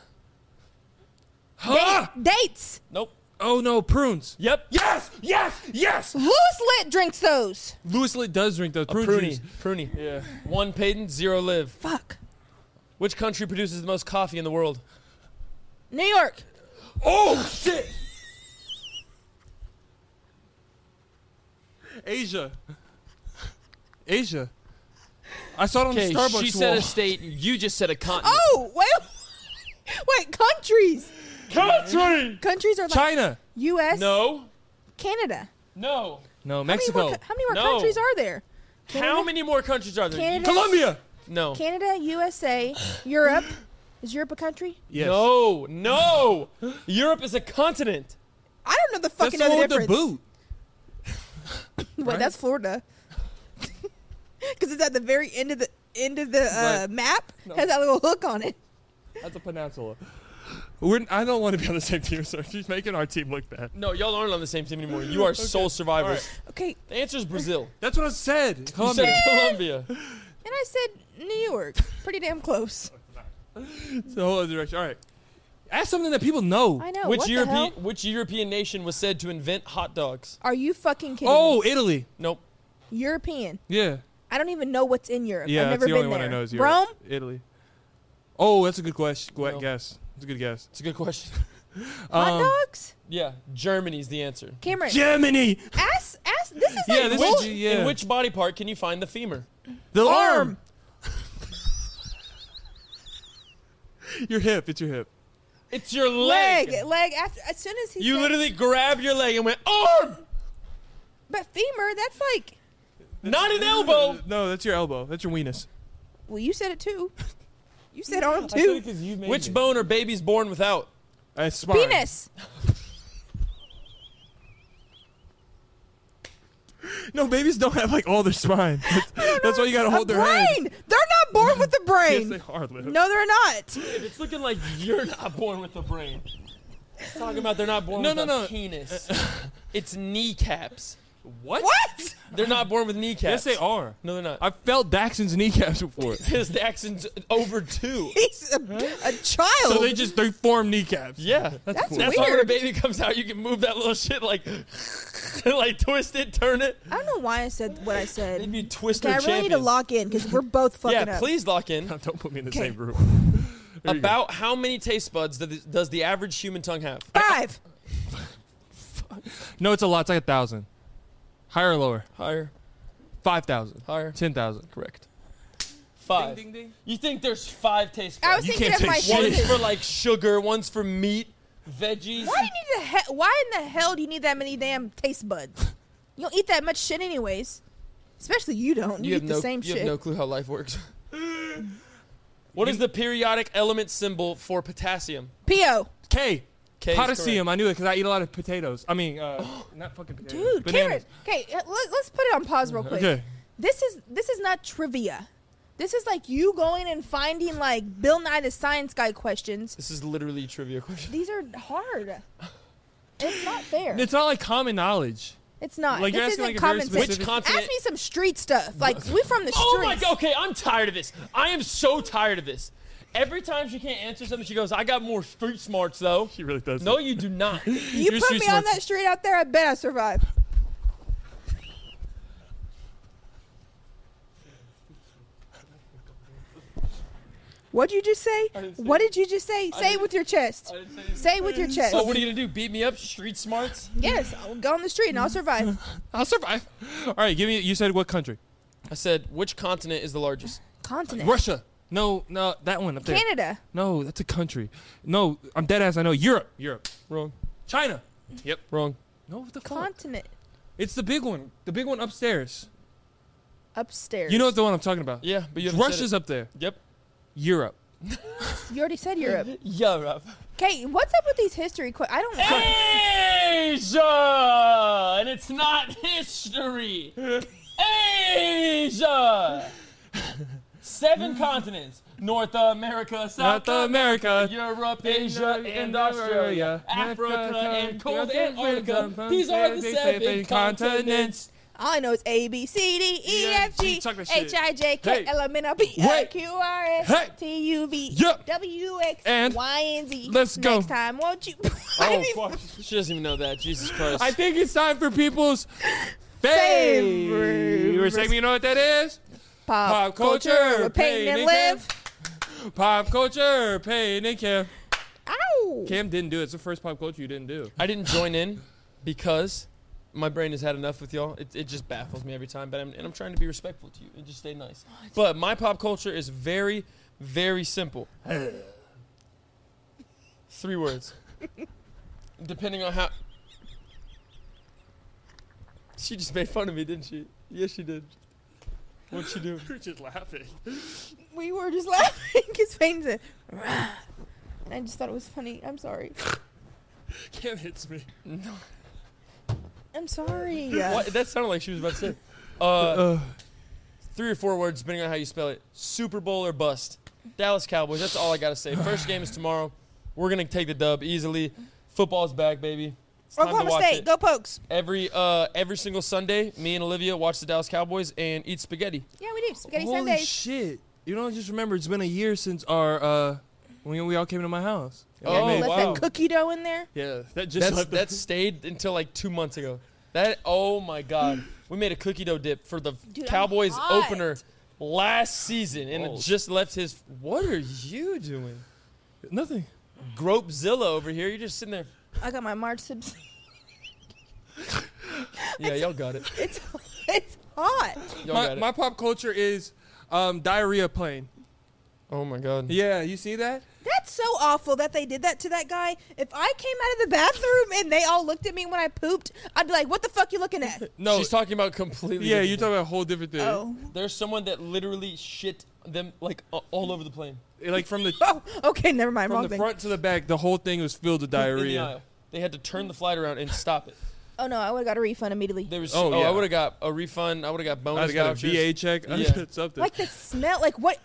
Speaker 1: Huh?
Speaker 5: Dates.
Speaker 3: Nope.
Speaker 1: Oh no, prunes.
Speaker 3: Yep.
Speaker 1: Yes, yes, yes.
Speaker 5: Lewis Lit drinks those.
Speaker 1: Lewis Lit does drink those prune
Speaker 3: Pruny.
Speaker 1: juice.
Speaker 3: Pruny.
Speaker 1: Yeah.
Speaker 3: One Payton, zero live.
Speaker 5: Fuck.
Speaker 3: Which country produces the most coffee in the world?
Speaker 5: New York.
Speaker 1: Oh shit. Asia. Asia. I saw it on
Speaker 3: Okay,
Speaker 1: the Starbucks
Speaker 3: she said
Speaker 1: wall.
Speaker 3: a state. You just said a continent.
Speaker 5: Oh wait, wait. (laughs) Countries.
Speaker 3: Country.
Speaker 5: Countries are like
Speaker 1: China.
Speaker 5: U.S.
Speaker 3: No.
Speaker 5: Canada.
Speaker 3: No.
Speaker 1: No,
Speaker 5: How many,
Speaker 1: Mexico.
Speaker 5: more, how many more
Speaker 3: No.
Speaker 5: countries are there?
Speaker 3: How many more countries are there?
Speaker 5: Canada.
Speaker 1: Colombia.
Speaker 3: No.
Speaker 5: Canada,
Speaker 1: (sighs)
Speaker 5: USA, Europe. Is Europe a country?
Speaker 1: Yes.
Speaker 3: No. No. Europe is a continent.
Speaker 5: I don't know the
Speaker 1: That's
Speaker 5: fucking
Speaker 1: the one
Speaker 5: other
Speaker 1: with the
Speaker 5: difference.
Speaker 1: boot.
Speaker 5: Wait, that's Florida. (laughs) Because it's at the very end of the end of the uh,
Speaker 1: Right.
Speaker 5: map. Has that little hook on it.
Speaker 1: That's a peninsula. We're, I don't want to be on the same team, sir. She's making our team look bad.
Speaker 3: No, y'all aren't on the same team anymore.
Speaker 1: (laughs)
Speaker 3: You are sole survivors.
Speaker 5: Okay,
Speaker 3: The answer is Brazil.
Speaker 1: That's what I said.
Speaker 3: You
Speaker 1: Colombia.
Speaker 3: said Colombia.
Speaker 5: and I said New York. Pretty damn close.
Speaker 1: It's a whole other direction. All right. Ask something that people know.
Speaker 5: I know.
Speaker 3: Which
Speaker 5: Oh, what the
Speaker 3: European
Speaker 5: hell?
Speaker 3: which European nation was said to invent hot dogs?
Speaker 5: Are you fucking kidding?
Speaker 1: Oh, Italy.
Speaker 3: Nope.
Speaker 5: me? European.
Speaker 1: Yeah.
Speaker 5: I don't even know what's in Europe.
Speaker 1: Yeah,
Speaker 5: I've never
Speaker 1: that's the
Speaker 5: been
Speaker 1: only
Speaker 5: there.
Speaker 1: one I know is Europe.
Speaker 5: Rome.
Speaker 1: Italy. Oh, that's a good question.
Speaker 3: No.
Speaker 1: Guess. It's a good guess.
Speaker 3: It's a good question.
Speaker 5: Hot
Speaker 1: Um,
Speaker 5: dogs.
Speaker 3: Yeah, Germany's the answer.
Speaker 5: Cameron.
Speaker 1: Germany.
Speaker 5: ass. Ass. This is
Speaker 1: Yeah,
Speaker 5: like
Speaker 1: this
Speaker 5: bull-
Speaker 1: is yeah.
Speaker 3: In which body part can you find the femur?
Speaker 1: the
Speaker 5: arm.
Speaker 1: (laughs) your hip. It's your hip.
Speaker 3: It's your leg.
Speaker 5: leg. Leg. After as soon as he.
Speaker 3: You
Speaker 5: said-
Speaker 3: literally grabbed your leg and went arm,
Speaker 5: But femur. That's like.
Speaker 3: not an elbow.
Speaker 1: Uh, No, that's your elbow. That's your weenus.
Speaker 5: Well, you said it too. You said arm too.
Speaker 3: Which bone are babies born without?
Speaker 1: Uh, spine.
Speaker 5: Penis.
Speaker 1: No, babies don't have like all their
Speaker 5: (laughs)
Speaker 1: spine. That's, that's why you gotta
Speaker 5: A
Speaker 1: hold their hand.
Speaker 5: brain. They're not born with a
Speaker 1: Yes,
Speaker 5: brain.
Speaker 1: they are. Liv.
Speaker 5: no, they're not.
Speaker 3: It's looking like you're not born with a brain. Talking about they're not born
Speaker 1: No,
Speaker 3: with
Speaker 1: no,
Speaker 3: a
Speaker 1: no.
Speaker 3: penis. (laughs) it's kneecaps.
Speaker 1: What?
Speaker 5: What?
Speaker 3: They're not born with kneecaps.
Speaker 1: Yes, they are.
Speaker 3: No, they're not. (laughs)
Speaker 1: I felt Daxon's kneecaps
Speaker 5: (laughs)
Speaker 1: before.
Speaker 3: Because Daxon's over two.
Speaker 5: (laughs)
Speaker 3: (laughs)
Speaker 5: He's a, a child.
Speaker 1: so they just they form kneecaps.
Speaker 3: Yeah. That's,
Speaker 5: That's
Speaker 3: that's why when a
Speaker 5: weird.
Speaker 3: baby comes out, you can move that little shit like, (laughs) like twist it, turn it.
Speaker 5: I don't know why I said what I said.
Speaker 3: It'd be twister
Speaker 5: Okay, I really
Speaker 3: champion.
Speaker 5: need to lock in because
Speaker 1: (laughs)
Speaker 5: we're both fucking
Speaker 3: yeah,
Speaker 5: up.
Speaker 3: please lock in.
Speaker 1: Don't put me in the
Speaker 5: Okay.
Speaker 1: same
Speaker 3: (laughs)
Speaker 1: room. There you go.
Speaker 3: About how many taste buds does the, does the average human tongue have?
Speaker 5: Five.
Speaker 1: No, it's a lot. It's like a thousand. Higher or lower?
Speaker 3: Higher,
Speaker 1: Five thousand.
Speaker 3: higher.
Speaker 1: Ten thousand.
Speaker 3: Correct. Five. You think there's five taste
Speaker 5: I was
Speaker 3: buds?
Speaker 1: You
Speaker 5: thinking
Speaker 1: can't
Speaker 5: of my
Speaker 1: take shit.
Speaker 3: One's
Speaker 5: senses.
Speaker 3: for like sugar, one's for meat, veggies.
Speaker 5: Why do you need the he- Why in the hell do you need that many damn taste buds? You don't eat that much shit anyways. Especially you don't. You,
Speaker 3: have
Speaker 5: eat the
Speaker 3: no,
Speaker 5: same
Speaker 3: you
Speaker 5: shit.
Speaker 3: have no clue how
Speaker 1: (laughs)
Speaker 3: life works. What is the periodic element symbol for potassium?
Speaker 5: P.O.
Speaker 1: K.
Speaker 3: K is Oh.
Speaker 1: Potassium. I knew it because I eat a lot of potatoes. I mean, uh, not fucking potatoes.
Speaker 5: Dude, Karen.
Speaker 1: Bananas.
Speaker 5: Okay, uh, let, us put it on pause real quick.
Speaker 1: Okay.
Speaker 5: This is this is not trivia. This is like you going and finding like Bill Nye the Science Guy questions.
Speaker 3: This is literally a trivia
Speaker 5: (laughs)
Speaker 3: question.
Speaker 5: These are hard. It's not fair.
Speaker 1: It's not like common knowledge.
Speaker 5: It's not.
Speaker 1: Like,
Speaker 5: this
Speaker 1: you're
Speaker 5: isn't
Speaker 1: asking, like, a very
Speaker 5: common sense.
Speaker 1: specific-
Speaker 3: Which
Speaker 5: Ask
Speaker 3: continent?
Speaker 5: me some street stuff. Like
Speaker 1: (laughs)
Speaker 5: we from the streets.
Speaker 3: Oh my god! Okay, I'm tired of this. I am so tired of this. Every time she can't answer something, she goes, "I got more street smarts though."
Speaker 1: She really does.
Speaker 3: No, you do not. (laughs)
Speaker 5: You
Speaker 1: You're
Speaker 5: put
Speaker 1: street
Speaker 5: me on
Speaker 1: smart.
Speaker 5: that (laughs) street out there, I bet I survive. What'd you just say?
Speaker 3: didn't say
Speaker 5: What did you just say? Say it
Speaker 3: didn't-
Speaker 5: with your chest. Say it with your chest.
Speaker 3: So what are you gonna do? Beat me up? Street smarts?
Speaker 5: yes, I'll go on the street and
Speaker 1: (laughs)
Speaker 5: I'll survive.
Speaker 1: I'll survive. All right, give me. You said what country?
Speaker 3: I said, which continent is the largest?
Speaker 5: Continent.
Speaker 1: Russia. No, no, that one up there.
Speaker 5: Canada.
Speaker 1: No, that's a country. No, I'm dead ass. I know Europe. Europe.
Speaker 3: Wrong.
Speaker 1: China.
Speaker 3: Yep. Wrong.
Speaker 1: No, what the fuck?
Speaker 5: Continent.
Speaker 1: It's the big one. The big one upstairs.
Speaker 5: Upstairs.
Speaker 1: You know what the one I'm talking about?
Speaker 3: Yeah, but you haven't said
Speaker 1: Russia's
Speaker 3: it.
Speaker 1: up there.
Speaker 3: Yep.
Speaker 1: Europe.
Speaker 5: You already said Europe.
Speaker 3: Europe.
Speaker 5: Kate, what's up with these history? Qu- I don't.
Speaker 3: Asia, and it's not history. (laughs) Asia. Seven continents: North America, South
Speaker 1: South America.
Speaker 3: Europe, Asia,
Speaker 1: India,
Speaker 3: and Australia,
Speaker 1: Australia,
Speaker 3: Africa,
Speaker 1: Africa,
Speaker 3: and cold
Speaker 1: Africa,
Speaker 3: Antarctica.
Speaker 1: Africa,
Speaker 3: These are the
Speaker 1: Africa,
Speaker 3: seven
Speaker 1: Africa,
Speaker 3: continents.
Speaker 1: continents.
Speaker 5: All I know is A B C D E F G
Speaker 1: Talk that shit.
Speaker 5: H I J K
Speaker 1: Hey.
Speaker 5: L M N O P R
Speaker 1: Hey.
Speaker 5: Q R S
Speaker 1: Hey.
Speaker 5: T U V
Speaker 1: Yup.
Speaker 5: W X
Speaker 1: And
Speaker 5: Y and Z.
Speaker 1: let's go.
Speaker 5: Next time, won't (laughs) you?
Speaker 3: Oh, fuck. She doesn't even know that. Jesus
Speaker 1: (laughs)
Speaker 3: Christ.
Speaker 1: I think it's time for people's
Speaker 5: Favorite.
Speaker 1: favorite segment. You know what that is?
Speaker 5: Pop,
Speaker 1: Pop culture,
Speaker 5: we're painting and
Speaker 1: painting
Speaker 5: live.
Speaker 1: Pop culture, pain and Cam.
Speaker 5: Ow!
Speaker 1: Cam didn't do it. It's the first pop culture you didn't do.
Speaker 3: I didn't join in because my brain has had enough with y'all. It, it just baffles me every time. But I'm, and I'm trying to be respectful to you and just stay nice. But my pop culture is very, very simple. Three words. Depending on how. She just made fun of me, didn't she? Yes, she did. What'd she do?
Speaker 6: You're just laughing.
Speaker 5: We were just (laughs) laughing because Payne said, "Rah." I just thought it was funny. I'm sorry.
Speaker 6: Cam hits me.
Speaker 5: I'm sorry.
Speaker 3: What? (laughs) That sounded like she was about to say. Uh, Three or four words, depending on how you spell it. Super Bowl or bust. Dallas Cowboys. That's all I got to say. First game is tomorrow. We're going to take the dub easily. Football's back, baby. It's time to
Speaker 5: Oklahoma
Speaker 3: watch
Speaker 5: State,
Speaker 3: it.
Speaker 5: go pokes.
Speaker 3: Every, uh, every single Sunday, me and Olivia watch the Dallas Cowboys and eat spaghetti.
Speaker 5: Yeah, we do. Spaghetti
Speaker 1: Holy
Speaker 5: Sundays.
Speaker 1: shit! You know, I just remember it's been a year since our uh, when we all came to my house. And we
Speaker 3: Oh,
Speaker 1: made-
Speaker 5: Let
Speaker 3: wow.
Speaker 5: that cookie dough in there.
Speaker 1: yeah, that just
Speaker 3: That's,
Speaker 1: left the-
Speaker 3: that stayed until like two months ago. That oh my god, we made a cookie dough dip for the
Speaker 5: Dude, I'm
Speaker 3: Cowboys
Speaker 5: hot.
Speaker 3: opener last season, and
Speaker 1: Oh.
Speaker 3: it just left his. What are you doing,
Speaker 1: nothing.
Speaker 3: Gropezilla over here? You're just sitting there.
Speaker 5: I got my March sips.
Speaker 3: Yeah, y'all got it.
Speaker 5: It's (laughs) it's hot.
Speaker 3: Y'all
Speaker 1: My,
Speaker 3: got it.
Speaker 1: my pop culture is um, diarrhea plane.
Speaker 3: oh my god.
Speaker 1: Yeah, you see that?
Speaker 5: That's so awful that they did that to that guy. If I came out of the bathroom and they all looked at me when I pooped, I'd be like, "What the fuck you
Speaker 1: (laughs)
Speaker 5: looking at?"
Speaker 1: No,
Speaker 3: she's talking about completely.
Speaker 1: yeah,
Speaker 3: different-
Speaker 1: you're talking about a whole different thing.
Speaker 5: oh,
Speaker 3: There's someone that literally shit them like a- all over the plane
Speaker 1: Like from the
Speaker 5: (laughs) (laughs) oh, okay, never mind.
Speaker 1: from
Speaker 5: Wrong
Speaker 1: the
Speaker 5: thing.
Speaker 1: front to the back, the whole thing was filled with
Speaker 3: (laughs) in the
Speaker 1: diarrhea.
Speaker 3: aisle. They had to turn the flight around and stop it.
Speaker 5: Oh no, I would have got a refund immediately.
Speaker 3: There was (laughs) oh,
Speaker 1: Oh, yeah.
Speaker 3: I would have got a refund. I would have got bonus
Speaker 1: I got a
Speaker 3: vouchers.
Speaker 1: VA check. I
Speaker 3: Yeah.
Speaker 1: got something.
Speaker 5: Like the smell. Like
Speaker 1: (gasps)
Speaker 5: what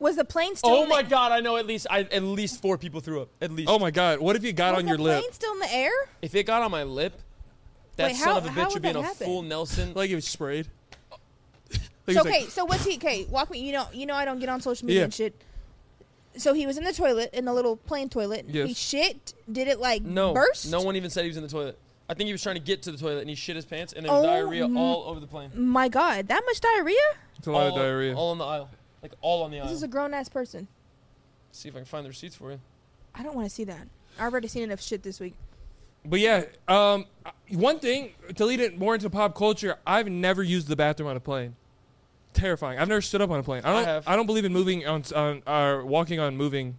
Speaker 5: was the plane still?
Speaker 3: Oh
Speaker 5: in the-
Speaker 3: my god, I know at least I, at least four people threw up. At least.
Speaker 1: oh my god, what if you got
Speaker 5: Was
Speaker 1: on
Speaker 5: the
Speaker 1: your lip?
Speaker 5: plane still in the air?
Speaker 3: If it got on my lip, that
Speaker 5: Wait,
Speaker 3: son
Speaker 5: how-
Speaker 3: of a
Speaker 5: how
Speaker 3: bitch
Speaker 5: would
Speaker 3: would be in
Speaker 5: that
Speaker 3: a
Speaker 5: happen?
Speaker 3: full Nelson.
Speaker 1: Like it was sprayed. (laughs) Like it's
Speaker 5: So,
Speaker 1: like-
Speaker 5: okay, so what's he? Okay, walk me. You know, you know, I don't get on social media
Speaker 1: Yeah.
Speaker 5: and shit. So he was in the toilet in the little plane toilet.
Speaker 1: Yes.
Speaker 5: He shit. Did it like
Speaker 3: no,
Speaker 5: burst?
Speaker 3: no one even said he was in the toilet. I think he was trying to get to the toilet and he shit his pants and there
Speaker 5: Oh
Speaker 3: was diarrhea
Speaker 5: m-
Speaker 3: all over the plane.
Speaker 5: My God, that much diarrhea?
Speaker 1: it's a lot
Speaker 3: all,
Speaker 1: of diarrhea.
Speaker 3: All on the aisle, like all on the
Speaker 5: This
Speaker 1: Uh.
Speaker 3: aisle.
Speaker 5: is a grown ass person.
Speaker 3: See if I can find the receipts for you.
Speaker 5: I don't want to see that. I've already seen enough shit this week. (gasps)
Speaker 1: But yeah, um, one thing to lead it more into pop culture, I've never used the bathroom on a plane. Terrifying. I've never stood up on a plane. I
Speaker 3: I
Speaker 1: don't. I,
Speaker 3: have.
Speaker 1: don't believe in moving on on uh, walking on moving.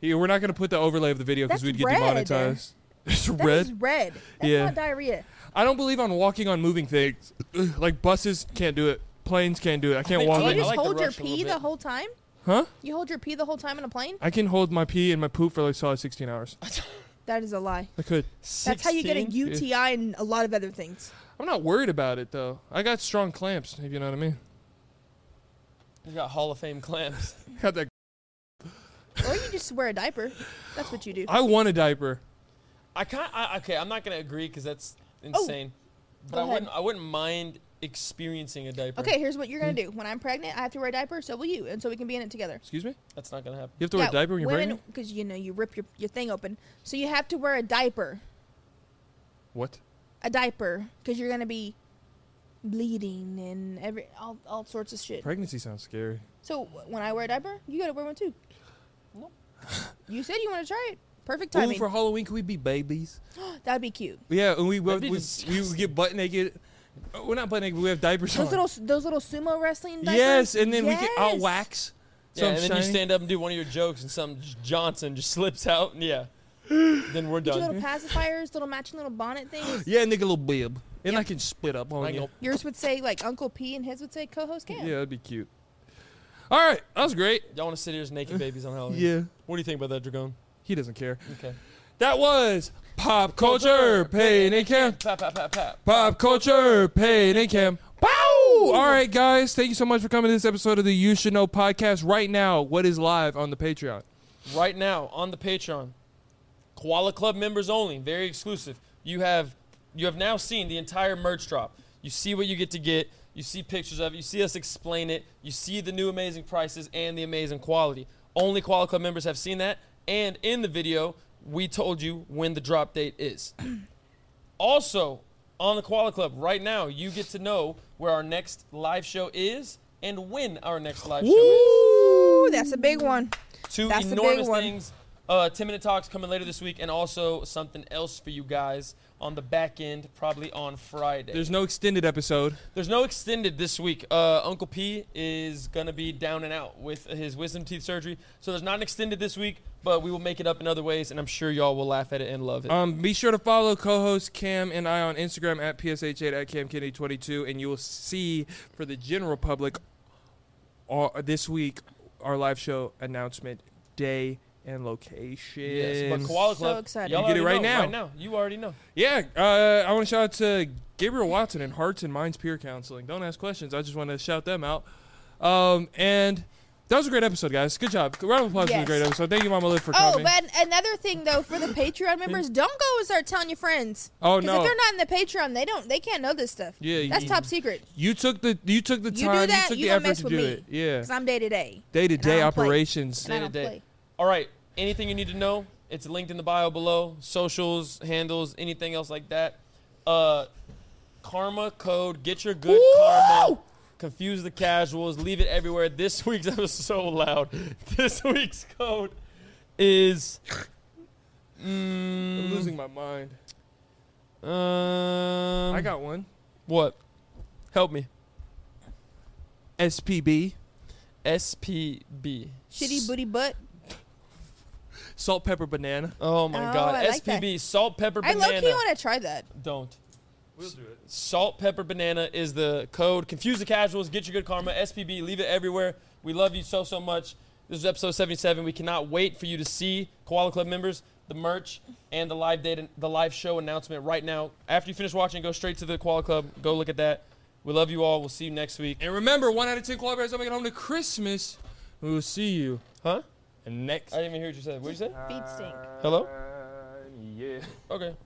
Speaker 1: Yeah, we're not gonna put the overlay of the video because
Speaker 5: That's
Speaker 1: we'd get
Speaker 5: red.
Speaker 1: demonetized. (laughs) It's
Speaker 5: That
Speaker 1: red.
Speaker 5: is red. That's
Speaker 1: Yeah.
Speaker 5: not diarrhea.
Speaker 1: I don't believe on walking on moving things. Ugh, like buses can't do it. Planes can't do it. I can't
Speaker 3: think
Speaker 1: walk.
Speaker 5: Do
Speaker 3: I
Speaker 5: you
Speaker 1: on it.
Speaker 3: like-
Speaker 5: just
Speaker 3: the
Speaker 5: hold your
Speaker 3: rush a little
Speaker 5: pee the
Speaker 3: bit.
Speaker 5: whole time?
Speaker 1: Huh?
Speaker 5: You hold your pee the whole time in a plane?
Speaker 1: I can hold my pee and my poop for like solid sixteen hours.
Speaker 5: That is a lie.
Speaker 1: I could.
Speaker 5: (laughs) That's how you get a
Speaker 3: 16?
Speaker 5: UTI and a lot of other things.
Speaker 1: I'm not worried about it though. I got strong clamps. If you know what I mean. (laughs)
Speaker 3: You got Hall of Fame clamps.
Speaker 1: Got that.
Speaker 5: Or you just wear a diaper. That's what you do.
Speaker 1: I want a diaper.
Speaker 3: I can't. I, okay, I'm not gonna agree because that's insane. but
Speaker 5: Oh, go
Speaker 3: I
Speaker 5: ahead.
Speaker 3: wouldn't. I wouldn't mind experiencing a diaper.
Speaker 5: Okay, here's what you're gonna
Speaker 1: Hmm.
Speaker 5: do. When I'm pregnant, I have to wear a diaper. So will you, and so we can be in it together.
Speaker 1: Excuse me.
Speaker 3: that's not gonna happen.
Speaker 1: You have to wear a diaper when you're pregnant.
Speaker 5: because you know you rip your, your thing open. So you have to wear a diaper,
Speaker 1: What?
Speaker 5: a diaper, because you're gonna be bleeding and every all, all sorts of shit.
Speaker 1: Pregnancy sounds scary.
Speaker 5: So wh- when I wear a diaper, you gotta wear one too. No. you said you want to try it. Perfect timing.
Speaker 1: Ooh, for Halloween, could we be babies?
Speaker 5: That'd be cute.
Speaker 1: Yeah, and we we,
Speaker 3: That'd be
Speaker 1: we, we would get butt naked. Uh, We're not butt naked. but We have diapers
Speaker 5: Those
Speaker 1: on.
Speaker 5: little those little sumo wrestling diapers.
Speaker 1: yes, and then we get all
Speaker 5: Yes.
Speaker 1: wax. So
Speaker 3: yeah,
Speaker 1: I'm
Speaker 3: and then you
Speaker 1: shiny.
Speaker 3: stand up and do one of your jokes, and some J- Johnson just (laughs) slips out, and
Speaker 1: (gasps)
Speaker 3: yeah, then we're
Speaker 5: Get your little
Speaker 3: done.
Speaker 5: pacifiers, little matching little bonnet (gasps) things.
Speaker 1: Yeah, nigga, little bib, and I can split up on (laughs)
Speaker 3: I
Speaker 1: you.
Speaker 3: go-
Speaker 5: Yours would say like Uncle P, and his would say co-host Cam.
Speaker 1: Yeah, that'd be cute. All right, that was great.
Speaker 3: Y'all want to sit here as naked babies on Halloween? What do you think about that, Dragon?
Speaker 1: he doesn't care.
Speaker 3: Okay.
Speaker 1: That was pop culture, pain and camp.
Speaker 3: Pap, pap, pap, pap.
Speaker 1: Pop culture, pain and camp. Wow! All right, guys, thank you so much for coming to this episode of the You Should Know podcast. Right now, what is live on the Patreon?
Speaker 3: Right now on the Patreon, Koala Club members only, very exclusive. You have you have now seen the entire merch drop. You see what you get to get. You see pictures of it. You see us explain it. You see the new amazing prices and the amazing quality. Only Koala Club members have seen that. And in the video, we told you when the drop date is. (clears throat) Also, on the Koala Club, right now, you get to know where our next live show is and when our next live show is.
Speaker 5: Ooh, that's a big one.
Speaker 3: Two
Speaker 5: That's the big
Speaker 3: enormous
Speaker 5: one.
Speaker 3: things. Uh, 10 minute talks coming later this week, and also something else for you guys on the back end, probably on Friday. There's,
Speaker 1: There's no extended episode.
Speaker 3: no extended this week. Uh, Uncle P is going to be down and out with his wisdom teeth surgery. So there's not an extended this week, but we will make it up in other ways, and I'm sure y'all will laugh at it and love it.
Speaker 1: Um, be sure to follow co-host Cam and I on Instagram at psh8 at camkennedy22, and you will see for the general public all, this week our live show announcement day and location.
Speaker 3: yes, but Koala
Speaker 5: So
Speaker 3: Club.
Speaker 5: excited.
Speaker 3: y'all
Speaker 1: You get it
Speaker 3: already
Speaker 1: right
Speaker 3: know,
Speaker 1: now.
Speaker 3: Right now. You already know.
Speaker 1: Yeah, uh, I want to shout out to Gabriel Watson and Hearts and Minds Peer Counseling. Don't ask questions. I just want to shout them out. Um, and that was a great episode, guys. Good job. Round of applause for
Speaker 5: Yes.
Speaker 1: the great episode. Thank you, Mama Liv, for
Speaker 5: Oh,
Speaker 1: coming.
Speaker 5: but another thing though, for the (laughs) Patreon members, don't go and start telling your friends.
Speaker 1: Oh,
Speaker 5: Because
Speaker 1: no.
Speaker 5: if they're not in the Patreon, they don't they can't know this stuff.
Speaker 1: Yeah,
Speaker 5: that's
Speaker 1: you-
Speaker 5: top secret.
Speaker 1: you took the you took the
Speaker 5: You do
Speaker 1: time. You,
Speaker 5: that,
Speaker 1: took
Speaker 5: you
Speaker 1: the
Speaker 5: gonna
Speaker 1: effort
Speaker 5: mess
Speaker 1: to
Speaker 5: with
Speaker 1: do
Speaker 5: me.
Speaker 1: it. Yeah.
Speaker 5: Because I'm day to day.
Speaker 1: Day to day
Speaker 5: And I don't play.
Speaker 1: operations.
Speaker 5: And I
Speaker 3: Day to
Speaker 5: don't
Speaker 3: day.
Speaker 5: play.
Speaker 3: All right. Anything you need to know, it's linked in the bio below. Socials, handles, anything else like that. Uh, karma code. Get your good karma. Confuse the casuals. Leave it everywhere. This (laughs) week's that was so loud. This week's code is.
Speaker 1: I'm
Speaker 3: Mm,
Speaker 1: losing my mind.
Speaker 3: Um,
Speaker 1: I got one.
Speaker 3: what? Help me.
Speaker 1: SPB.
Speaker 3: SPB.
Speaker 5: Shitty booty butt.
Speaker 1: Salt pepper banana.
Speaker 3: Oh my
Speaker 5: Oh,
Speaker 3: God.
Speaker 5: I like that.
Speaker 3: SPB. Salt pepper
Speaker 5: I
Speaker 3: banana.
Speaker 5: low key want to try that.
Speaker 3: Don't.
Speaker 1: We'll do it.
Speaker 3: Salt, pepper, banana is the code. Confuse the casuals. Get your good karma. SPB. Leave it everywhere. We love you so so much. This is episode 77. We cannot wait for you to see Koala Club members, the merch, and the live date, the live show announcement right now. After you finish watching, go straight to the Koala Club. Go look at that. We love you all. We'll see you next week.
Speaker 1: And remember, one out of ten koala bears don't make it home to Christmas. We will see you
Speaker 3: Huh?
Speaker 1: next.
Speaker 3: I didn't even hear what you said. What did you say?
Speaker 5: Feet stink.
Speaker 3: Hello?
Speaker 1: yeah.
Speaker 3: Okay.